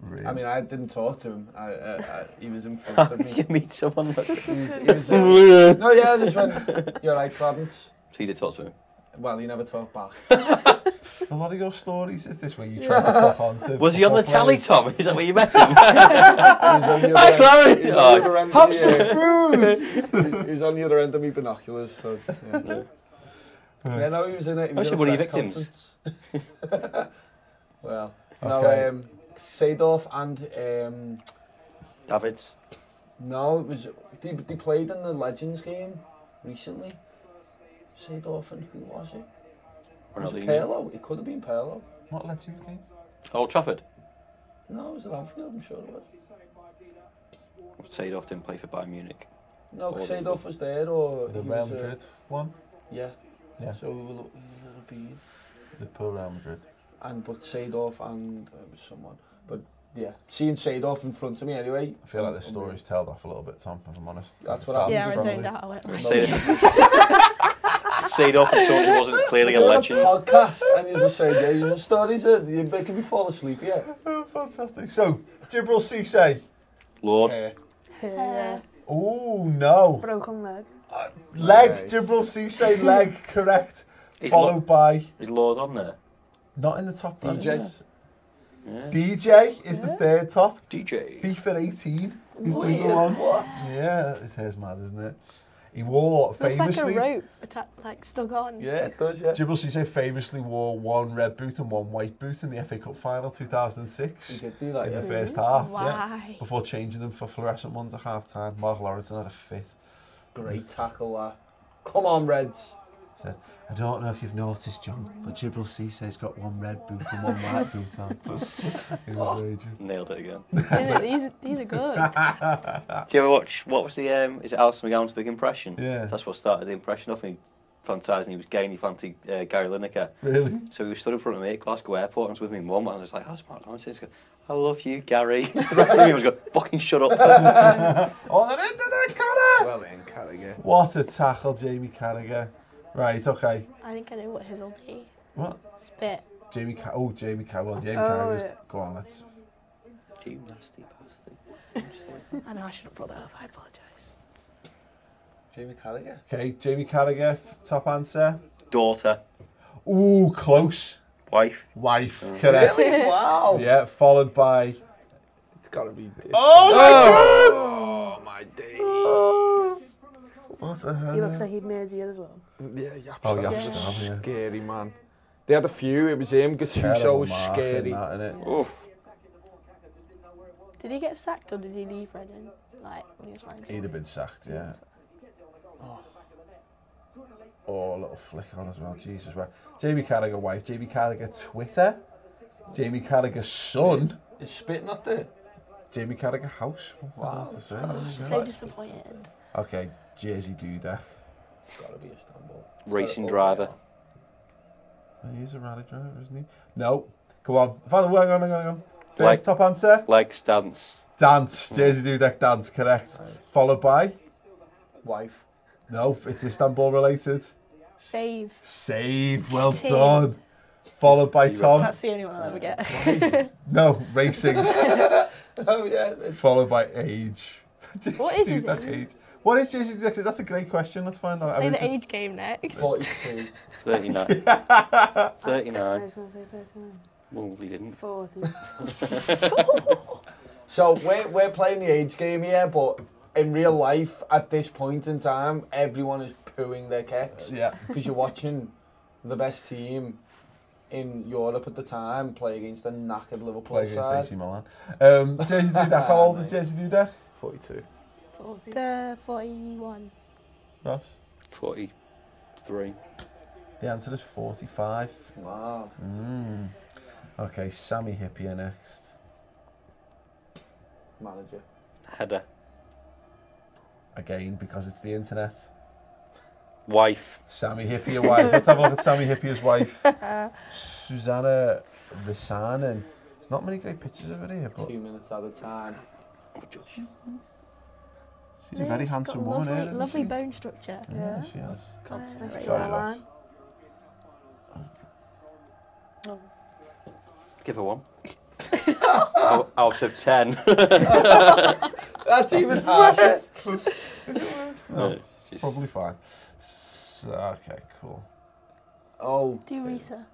[SPEAKER 1] Really?
[SPEAKER 4] I mean, I didn't talk to him. I, uh, I, he was in front of
[SPEAKER 2] you
[SPEAKER 4] me.
[SPEAKER 2] meet someone (laughs) that...
[SPEAKER 4] He was, he
[SPEAKER 1] (laughs)
[SPEAKER 4] was, uh, no, yeah, I just went, you're right, Clarence.
[SPEAKER 2] So you did talk to him.
[SPEAKER 4] Well, he never talked back.
[SPEAKER 1] a lot of your stories is this
[SPEAKER 4] (laughs)
[SPEAKER 1] way you try to cook onto.
[SPEAKER 2] Was he on the
[SPEAKER 1] football
[SPEAKER 2] tally,
[SPEAKER 1] players.
[SPEAKER 2] Tom? Is that where you met him? (laughs)
[SPEAKER 4] He was on the
[SPEAKER 2] Hi,
[SPEAKER 4] other end- he was on
[SPEAKER 2] Clarence.
[SPEAKER 4] the other end
[SPEAKER 1] Have
[SPEAKER 4] of
[SPEAKER 1] some
[SPEAKER 4] the,
[SPEAKER 1] food!
[SPEAKER 4] uh, (laughs) he was on the other end of me binoculars. So, yeah. yeah, no, he was in it. He
[SPEAKER 2] Actually,
[SPEAKER 4] was in a
[SPEAKER 2] one of your
[SPEAKER 4] press
[SPEAKER 2] victims.
[SPEAKER 4] conference. (laughs) well,
[SPEAKER 1] Okay.
[SPEAKER 4] no, um, Seedorf and um,
[SPEAKER 2] Davids.
[SPEAKER 4] No, it was they, they played in the Legends game recently. Say Dolphin, who was it? Was
[SPEAKER 2] Ronaldinho.
[SPEAKER 4] it Perlo? It could have been Perlo.
[SPEAKER 1] What Legends game?
[SPEAKER 2] Old Trafford.
[SPEAKER 4] No, it was at Anfield, I'm sure it was.
[SPEAKER 2] Seedorf didn't play for Bayern Munich.
[SPEAKER 4] No,
[SPEAKER 2] Or the-
[SPEAKER 4] Seedorf was there, or
[SPEAKER 1] The
[SPEAKER 4] he
[SPEAKER 1] Real
[SPEAKER 4] was, uh,
[SPEAKER 1] Madrid one.
[SPEAKER 4] yeah.
[SPEAKER 1] Yeah.
[SPEAKER 4] So we were looking at been
[SPEAKER 1] Liverpool Real Madrid.
[SPEAKER 4] and but Seedorf and uh, it was someone, but yeah, seeing Seedorf in front of me anyway.
[SPEAKER 1] I feel like this story's tailed off a little bit, Tom, if I'm honest.
[SPEAKER 4] That's
[SPEAKER 1] To
[SPEAKER 4] what
[SPEAKER 1] start
[SPEAKER 4] I was
[SPEAKER 11] Yeah, I
[SPEAKER 1] with,
[SPEAKER 4] probably-
[SPEAKER 11] zoned out. I went,
[SPEAKER 4] No.
[SPEAKER 2] Seedorf (laughs) and someone who wasn't clearly a
[SPEAKER 4] You're on
[SPEAKER 2] legend.
[SPEAKER 4] podcast, and you just say, yeah, your stories are you making me fall asleep. Yeah.
[SPEAKER 1] Oh, fantastic. So, Jibril Cisse.
[SPEAKER 2] Lord.
[SPEAKER 4] Uh,
[SPEAKER 11] Yeah.
[SPEAKER 1] Oh, no. Uh,
[SPEAKER 3] Broken leg.
[SPEAKER 1] Leg,
[SPEAKER 4] Nice.
[SPEAKER 1] Jibril Cisse, leg,
[SPEAKER 4] (laughs)
[SPEAKER 1] correct.
[SPEAKER 2] He's
[SPEAKER 1] Followed by,
[SPEAKER 2] Is Lord on there?
[SPEAKER 1] not in the top
[SPEAKER 4] DJ.
[SPEAKER 1] branches. DJ is the third top.
[SPEAKER 2] DJ.
[SPEAKER 1] FIFA 18 is the
[SPEAKER 4] Wait,
[SPEAKER 1] number one.
[SPEAKER 4] what?
[SPEAKER 1] Yeah, his hair's mad, isn't it? He wore
[SPEAKER 11] Looks like a
[SPEAKER 1] famously.
[SPEAKER 11] rope, atta- like stuck on.
[SPEAKER 4] Yeah, it does. Yeah.
[SPEAKER 1] Jibril Cisse famously wore one red boot and one white boot in the FA Cup final
[SPEAKER 4] You
[SPEAKER 1] 2006
[SPEAKER 4] could do like
[SPEAKER 1] in the
[SPEAKER 4] that.
[SPEAKER 1] first half. Yeah.
[SPEAKER 11] Why?
[SPEAKER 1] Before changing them for fluorescent ones at half time. Mark Lawrence had a fit.
[SPEAKER 4] Great tackle that. Come on, Reds.
[SPEAKER 1] Said, I don't know if you've noticed, John, but Gibral Cissé's got one red boot and one white boot on. He was raging.
[SPEAKER 2] Nailed it again.
[SPEAKER 11] Isn't it? These, these are good.
[SPEAKER 2] Do you ever watch what was the um? Is it Alison McGowan's big impression?
[SPEAKER 1] (laughs) Yeah.
[SPEAKER 2] That's what started the impression off. and He fantasized and he was gay and he fancied uh, Gary Lineker.
[SPEAKER 1] Really?
[SPEAKER 2] So he was stood in front of me at Glasgow Airport and I was with my mum and I was like, "That's Mark Lawrence." He's going, "I love you, Gary." (laughs) He stood in front of me and was going, "Fucking shut
[SPEAKER 1] (laughs)
[SPEAKER 2] up."
[SPEAKER 1] oh, the internet, Connor!
[SPEAKER 14] Well in, Carragher.
[SPEAKER 1] What a tackle, Jamie Carragher. Right, okay.
[SPEAKER 11] I think I know what his will be.
[SPEAKER 1] What?
[SPEAKER 11] Spit.
[SPEAKER 1] Jamie Car- Oh, Jamie Car- Well, Jamie
[SPEAKER 11] Oh,
[SPEAKER 1] Carragher's.
[SPEAKER 11] yeah.
[SPEAKER 1] Go on, let's.
[SPEAKER 2] you nasty bastard.
[SPEAKER 11] I know I should have brought that up. I apologise.
[SPEAKER 14] Jamie Carragher.
[SPEAKER 1] Okay, Jamie Carragher, f- top answer.
[SPEAKER 2] Daughter.
[SPEAKER 1] Ooh, close.
[SPEAKER 2] Wife.
[SPEAKER 1] Wife, correct.
[SPEAKER 14] Really? Wow.
[SPEAKER 1] Yeah, followed by.
[SPEAKER 14] It's gotta be. It's
[SPEAKER 1] Oh my
[SPEAKER 14] Oh my days.
[SPEAKER 1] What the hell?
[SPEAKER 3] He looks like he'd murder you as well.
[SPEAKER 14] Yeah, Yapstam.
[SPEAKER 1] Oh,
[SPEAKER 14] was
[SPEAKER 1] Yapstam, yeah.
[SPEAKER 14] Scary man. They had a few. It was him. Gattuso
[SPEAKER 1] Terrible
[SPEAKER 14] was
[SPEAKER 1] mark in
[SPEAKER 14] scary.
[SPEAKER 1] that, innit?
[SPEAKER 14] Oof.
[SPEAKER 11] Did he get sacked or did he leave Reading? Like when he was manager.
[SPEAKER 1] He'd have been sacked, yeah. Oh, a little flick on as well. Jesus, well. Jamie Carragher wife, Jamie Carragher Twitter, Jamie Carragher son,
[SPEAKER 4] Is spit not there?
[SPEAKER 1] Jamie Carragher house. Wow.
[SPEAKER 11] Oh, So disappointed.
[SPEAKER 1] Okay, Jersey eh? Duda.
[SPEAKER 4] Gotta be Istanbul.
[SPEAKER 2] Racing driver.
[SPEAKER 1] He's a rally driver, isn't he? No. Come on. Father, work on, hang on, hang on. First
[SPEAKER 2] Like-
[SPEAKER 1] top answer.
[SPEAKER 2] Leg stance.
[SPEAKER 1] Dance. Jersey Dudek dance, correct. Followed by?
[SPEAKER 4] (laughs)
[SPEAKER 14] Wife.
[SPEAKER 1] No, it's Istanbul related.
[SPEAKER 11] Save.
[SPEAKER 1] Save. Well
[SPEAKER 11] Team.
[SPEAKER 1] done. Followed by Tom.
[SPEAKER 11] That's the only one I'll ever get.
[SPEAKER 1] No, racing.
[SPEAKER 11] (laughs)
[SPEAKER 14] Oh yeah.
[SPEAKER 1] followed by age. (laughs)
[SPEAKER 11] What is his
[SPEAKER 1] Dudek
[SPEAKER 11] age?
[SPEAKER 1] What is Jason Dudek? That's a great question. Let's
[SPEAKER 11] (laughs)
[SPEAKER 1] find out. I
[SPEAKER 11] Play
[SPEAKER 1] mean,
[SPEAKER 11] the
[SPEAKER 1] it's-
[SPEAKER 11] age game next.
[SPEAKER 4] 42.
[SPEAKER 1] (laughs)
[SPEAKER 2] 39. 39.
[SPEAKER 3] I was going to say 39.
[SPEAKER 2] Well, he didn't.
[SPEAKER 1] (laughs)
[SPEAKER 3] 40.
[SPEAKER 4] So we're, we're playing the age game here, but in real life, at this point in time, everyone is pooing their kicks.
[SPEAKER 1] Yeah.
[SPEAKER 4] Because you're watching the best team in Europe at the time play against the knackered Liverpool
[SPEAKER 1] Play against AC
[SPEAKER 4] side.
[SPEAKER 1] Milan. Um, Jason Dudek, how old is Jason Dudek?
[SPEAKER 14] 42.
[SPEAKER 11] 40. (laughs) The 41.
[SPEAKER 1] Ross?
[SPEAKER 2] 43.
[SPEAKER 1] The answer is 45.
[SPEAKER 4] Wow.
[SPEAKER 1] Mm. Okay, Sammy Hippier next.
[SPEAKER 4] Manager.
[SPEAKER 2] Header.
[SPEAKER 1] Again, because it's the internet.
[SPEAKER 2] Wife.
[SPEAKER 1] Sammy Hippier wife. Let's have a look at Sammy
[SPEAKER 11] (laughs)
[SPEAKER 1] Hippier's wife. Susanna Rissanen. There's not many great pictures of her here, but
[SPEAKER 4] Two minutes at a time.
[SPEAKER 1] she's a very
[SPEAKER 11] She's got
[SPEAKER 1] handsome
[SPEAKER 11] lovely,
[SPEAKER 1] woman here, isn't
[SPEAKER 11] Lovely
[SPEAKER 1] she?
[SPEAKER 11] bone structure.
[SPEAKER 1] yeah, she has.
[SPEAKER 11] Can't
[SPEAKER 3] Sorry,
[SPEAKER 11] see
[SPEAKER 1] Sorry,
[SPEAKER 3] Milan.
[SPEAKER 1] Ross.
[SPEAKER 2] Give her
[SPEAKER 1] (laughs)
[SPEAKER 2] one. out, out of (laughs) 10.
[SPEAKER 4] That's even harder.
[SPEAKER 2] No, she's-
[SPEAKER 1] Probably fine. S okay, cool.
[SPEAKER 4] Oh,
[SPEAKER 11] Do Risa.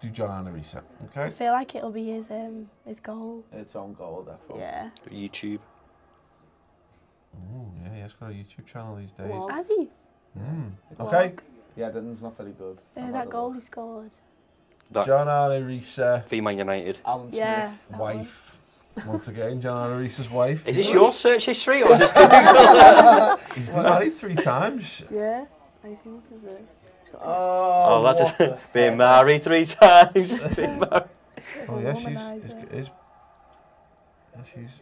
[SPEAKER 1] Do John Anna reset,
[SPEAKER 11] I
[SPEAKER 1] okay?
[SPEAKER 11] feel like it'll be his um his goal.
[SPEAKER 4] it's on goal, therefore.
[SPEAKER 11] Yeah.
[SPEAKER 2] YouTube.
[SPEAKER 1] Ooh, yeah, he's got a YouTube channel these days.
[SPEAKER 3] Well,
[SPEAKER 11] Has he?
[SPEAKER 1] Mm. Okay,
[SPEAKER 4] Yeah, Denton's not very good. I've
[SPEAKER 11] Uh,
[SPEAKER 4] had
[SPEAKER 11] that
[SPEAKER 4] a
[SPEAKER 11] goal
[SPEAKER 4] look.
[SPEAKER 11] he scored.
[SPEAKER 2] That
[SPEAKER 1] John Anna Risa,
[SPEAKER 2] Female United.
[SPEAKER 4] Alan
[SPEAKER 11] Yeah.
[SPEAKER 4] Smith.
[SPEAKER 11] that one.
[SPEAKER 1] wife. Once again, John Anna Risa's wife.
[SPEAKER 2] Is this your search history or is (laughs) this
[SPEAKER 1] He's been
[SPEAKER 11] (laughs)
[SPEAKER 1] married three times.
[SPEAKER 3] Yeah. I think it's a
[SPEAKER 2] Oh,
[SPEAKER 4] Oh,
[SPEAKER 2] that's
[SPEAKER 4] what
[SPEAKER 2] just
[SPEAKER 4] a-
[SPEAKER 2] (laughs) being married three times. (laughs) Being married.
[SPEAKER 1] Oh yeah, she's
[SPEAKER 11] womanizer.
[SPEAKER 1] is, is, yeah, she's.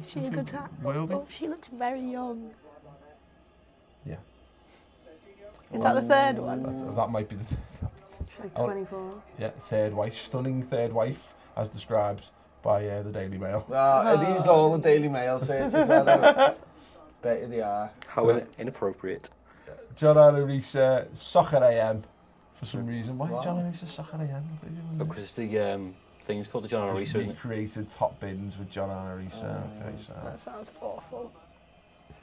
[SPEAKER 11] Is she a good time?
[SPEAKER 1] Wielding.
[SPEAKER 11] Oh, she looks very young.
[SPEAKER 1] Yeah.
[SPEAKER 11] Is that the third one?
[SPEAKER 1] That, that might be the th- (laughs)
[SPEAKER 3] like
[SPEAKER 1] Oh.
[SPEAKER 3] 24.
[SPEAKER 1] yeah third wife, stunning third wife, as described by uh, the Daily Mail.
[SPEAKER 4] Ah, are these all the Daily Mail searches?
[SPEAKER 11] (laughs)
[SPEAKER 4] I don't bet they are.
[SPEAKER 2] How in- inappropriate.
[SPEAKER 1] John Anna Risa, soccer AM. For some reason, why John Anna Risa soccer AM?
[SPEAKER 2] Because it's the um, thing it's called the John Arisa, isn't
[SPEAKER 1] We
[SPEAKER 2] it? Oh,
[SPEAKER 1] created top bins with John Anna Risa. Okay, so
[SPEAKER 11] That sounds
[SPEAKER 3] (laughs)
[SPEAKER 11] awful.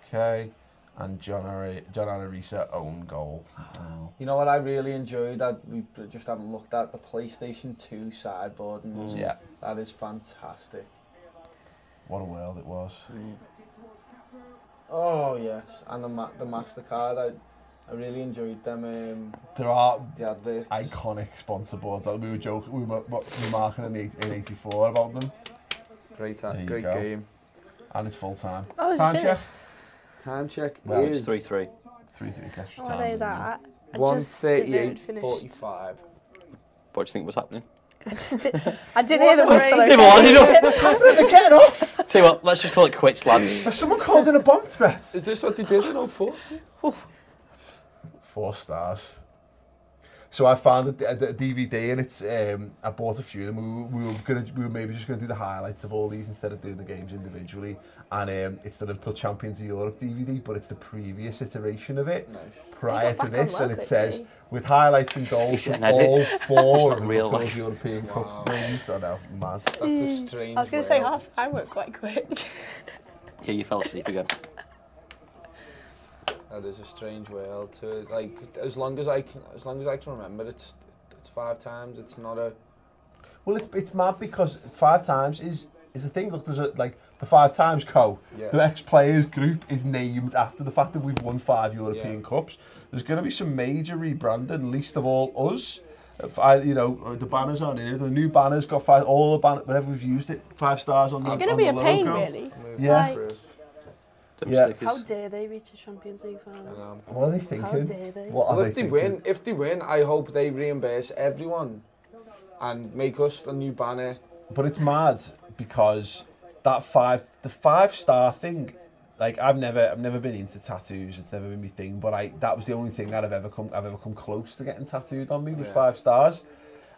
[SPEAKER 1] okay, and John Anna John Anna Risa own goal. Oh.
[SPEAKER 4] You know what I really enjoyed? That we b- just haven't looked at the PlayStation 2 sideboard. And
[SPEAKER 2] Mm.
[SPEAKER 1] Yeah,
[SPEAKER 4] That is fantastic.
[SPEAKER 1] what a world it was.
[SPEAKER 4] Oh, yes. And the, ma- the MasterCard. I, I really enjoyed them. Um,
[SPEAKER 1] There are
[SPEAKER 4] the adverts.
[SPEAKER 1] iconic sponsor boards. We were joking, we were mo- remarking in, eight- in 84 about them,
[SPEAKER 14] Great,
[SPEAKER 1] There you
[SPEAKER 14] time. great
[SPEAKER 1] go.
[SPEAKER 14] game.
[SPEAKER 1] and it's full time.
[SPEAKER 11] Oh, is it
[SPEAKER 1] time
[SPEAKER 11] finished?
[SPEAKER 1] check.
[SPEAKER 4] Time check
[SPEAKER 1] Well,
[SPEAKER 2] It's
[SPEAKER 4] is
[SPEAKER 2] 3 3.
[SPEAKER 10] Three, three extra
[SPEAKER 11] Oh, I know that. I just didn't
[SPEAKER 4] 138,
[SPEAKER 11] finish.
[SPEAKER 4] 45.
[SPEAKER 2] What do you think was happening?
[SPEAKER 11] I just did. I didn't hear the words that I
[SPEAKER 2] They've all ended up.
[SPEAKER 11] said.
[SPEAKER 2] What's
[SPEAKER 1] happening?
[SPEAKER 2] (laughs)
[SPEAKER 1] They're getting off.
[SPEAKER 2] Tell you what, let's just call it quits, lads.
[SPEAKER 1] Has someone called in a bomb threat?
[SPEAKER 4] Is this what they did in 04?
[SPEAKER 1] Four stars. So I found a, d- a d- a DVD and it's um, I bought a few of them. We, were- we were gonna we were maybe just gonna do the highlights of all these instead of doing the games individually. And um, it's the Liverpool Champions of Europe DVD, but it's the previous iteration of it prior
[SPEAKER 10] They got
[SPEAKER 1] to
[SPEAKER 10] back on
[SPEAKER 1] this, and
[SPEAKER 10] that
[SPEAKER 1] it says
[SPEAKER 10] quickly.
[SPEAKER 1] with highlights and goals
[SPEAKER 10] should
[SPEAKER 1] from
[SPEAKER 10] have had it.
[SPEAKER 1] all
[SPEAKER 10] It's
[SPEAKER 1] four
[SPEAKER 10] not
[SPEAKER 1] of
[SPEAKER 10] real
[SPEAKER 1] Liverpool's
[SPEAKER 10] life.
[SPEAKER 1] European Cup
[SPEAKER 10] Wow.
[SPEAKER 1] wins. I know, mad.
[SPEAKER 11] Mm. I was going to say half. I went quite quick.
[SPEAKER 2] (laughs) Here you fell asleep again.
[SPEAKER 4] That is a strange world to like. As long as I can, as long as I can remember, it's it's five times. It's not a.
[SPEAKER 1] Well, it's it's mad because five times is is the thing. Look, there's a, like the five times co.
[SPEAKER 4] Yeah.
[SPEAKER 1] The ex players group is named after the fact that we've won five European cups. There's going to be some major rebranding. Least of all us. If I, you know, uh, the banners on here. The new banners got five. All the banners. Whenever we've used it, five stars on
[SPEAKER 3] It's
[SPEAKER 1] the.
[SPEAKER 3] gonna
[SPEAKER 1] on
[SPEAKER 3] be
[SPEAKER 1] the
[SPEAKER 3] a pain,
[SPEAKER 1] logo.
[SPEAKER 3] really.
[SPEAKER 1] Yeah.
[SPEAKER 3] Like-
[SPEAKER 1] Yeah.
[SPEAKER 3] How dare they reach a Champions League final?
[SPEAKER 1] What are they
[SPEAKER 3] How
[SPEAKER 1] thinking?
[SPEAKER 3] dare they?
[SPEAKER 1] What are
[SPEAKER 4] um, well,
[SPEAKER 1] they
[SPEAKER 4] if they
[SPEAKER 1] thinking?
[SPEAKER 4] win, if they win, I hope they reimburse everyone, and make us the new banner.
[SPEAKER 1] But it's mad because that five, the five star thing. Like I've never, I've never been into tattoos. It's never been my thing. But I, that was the only thing that I've ever come, I've ever come close to getting tattooed on me was
[SPEAKER 4] Yeah.
[SPEAKER 1] five stars.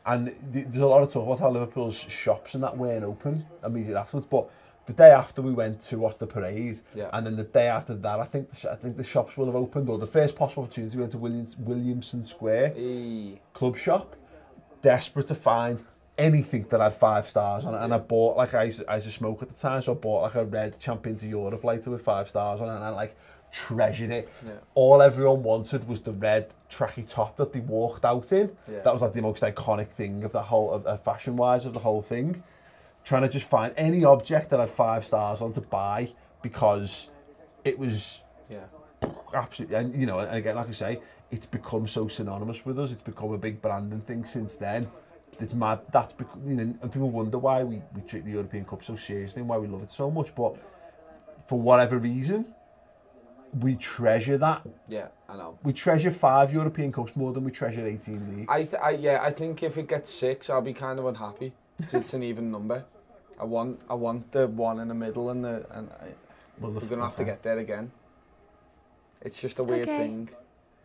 [SPEAKER 1] And th- there's a lot of talk about how Liverpool's shops and that weren't open immediately afterwards. But the day after we went to watch the parade,
[SPEAKER 4] Yeah.
[SPEAKER 1] and then the day after that, I think the, sh- I think the shops will have opened or the first possible opportunity we went to Williams, Williamson Square
[SPEAKER 4] E.
[SPEAKER 1] club shop, desperate to find anything that had five stars on it. And I bought like I used, I used to smoke at the time, so I bought like a red Champions of Europe lighter with five stars on it, and I like treasured it.
[SPEAKER 4] Yeah.
[SPEAKER 1] All everyone wanted was the red tracky top that they walked out in.
[SPEAKER 4] Yeah.
[SPEAKER 1] That was like the most iconic thing of the whole, of, uh, fashion wise, of the whole thing. Trying to just find any object that had five stars on to buy because it was
[SPEAKER 4] Yeah.
[SPEAKER 1] absolutely and you know and again like I say it's become so synonymous with us it's become a big branding thing since then it's mad that's become, you know, and people wonder why we, we treat the European Cup so seriously and why we love it so much but for whatever reason we treasure that
[SPEAKER 4] Yeah, I know.
[SPEAKER 1] we treasure five European Cups more than we treasure 18 leagues
[SPEAKER 4] I, th- I yeah, I think if it gets six, I'll be kind of unhappy.
[SPEAKER 1] (laughs)
[SPEAKER 4] 'cause It's an even number. I want I want the one in the middle and the and I,
[SPEAKER 1] Well, the
[SPEAKER 4] we're gonna
[SPEAKER 1] f-
[SPEAKER 4] have to
[SPEAKER 1] okay.
[SPEAKER 4] get there again. It's just a weird
[SPEAKER 1] Okay.
[SPEAKER 4] thing.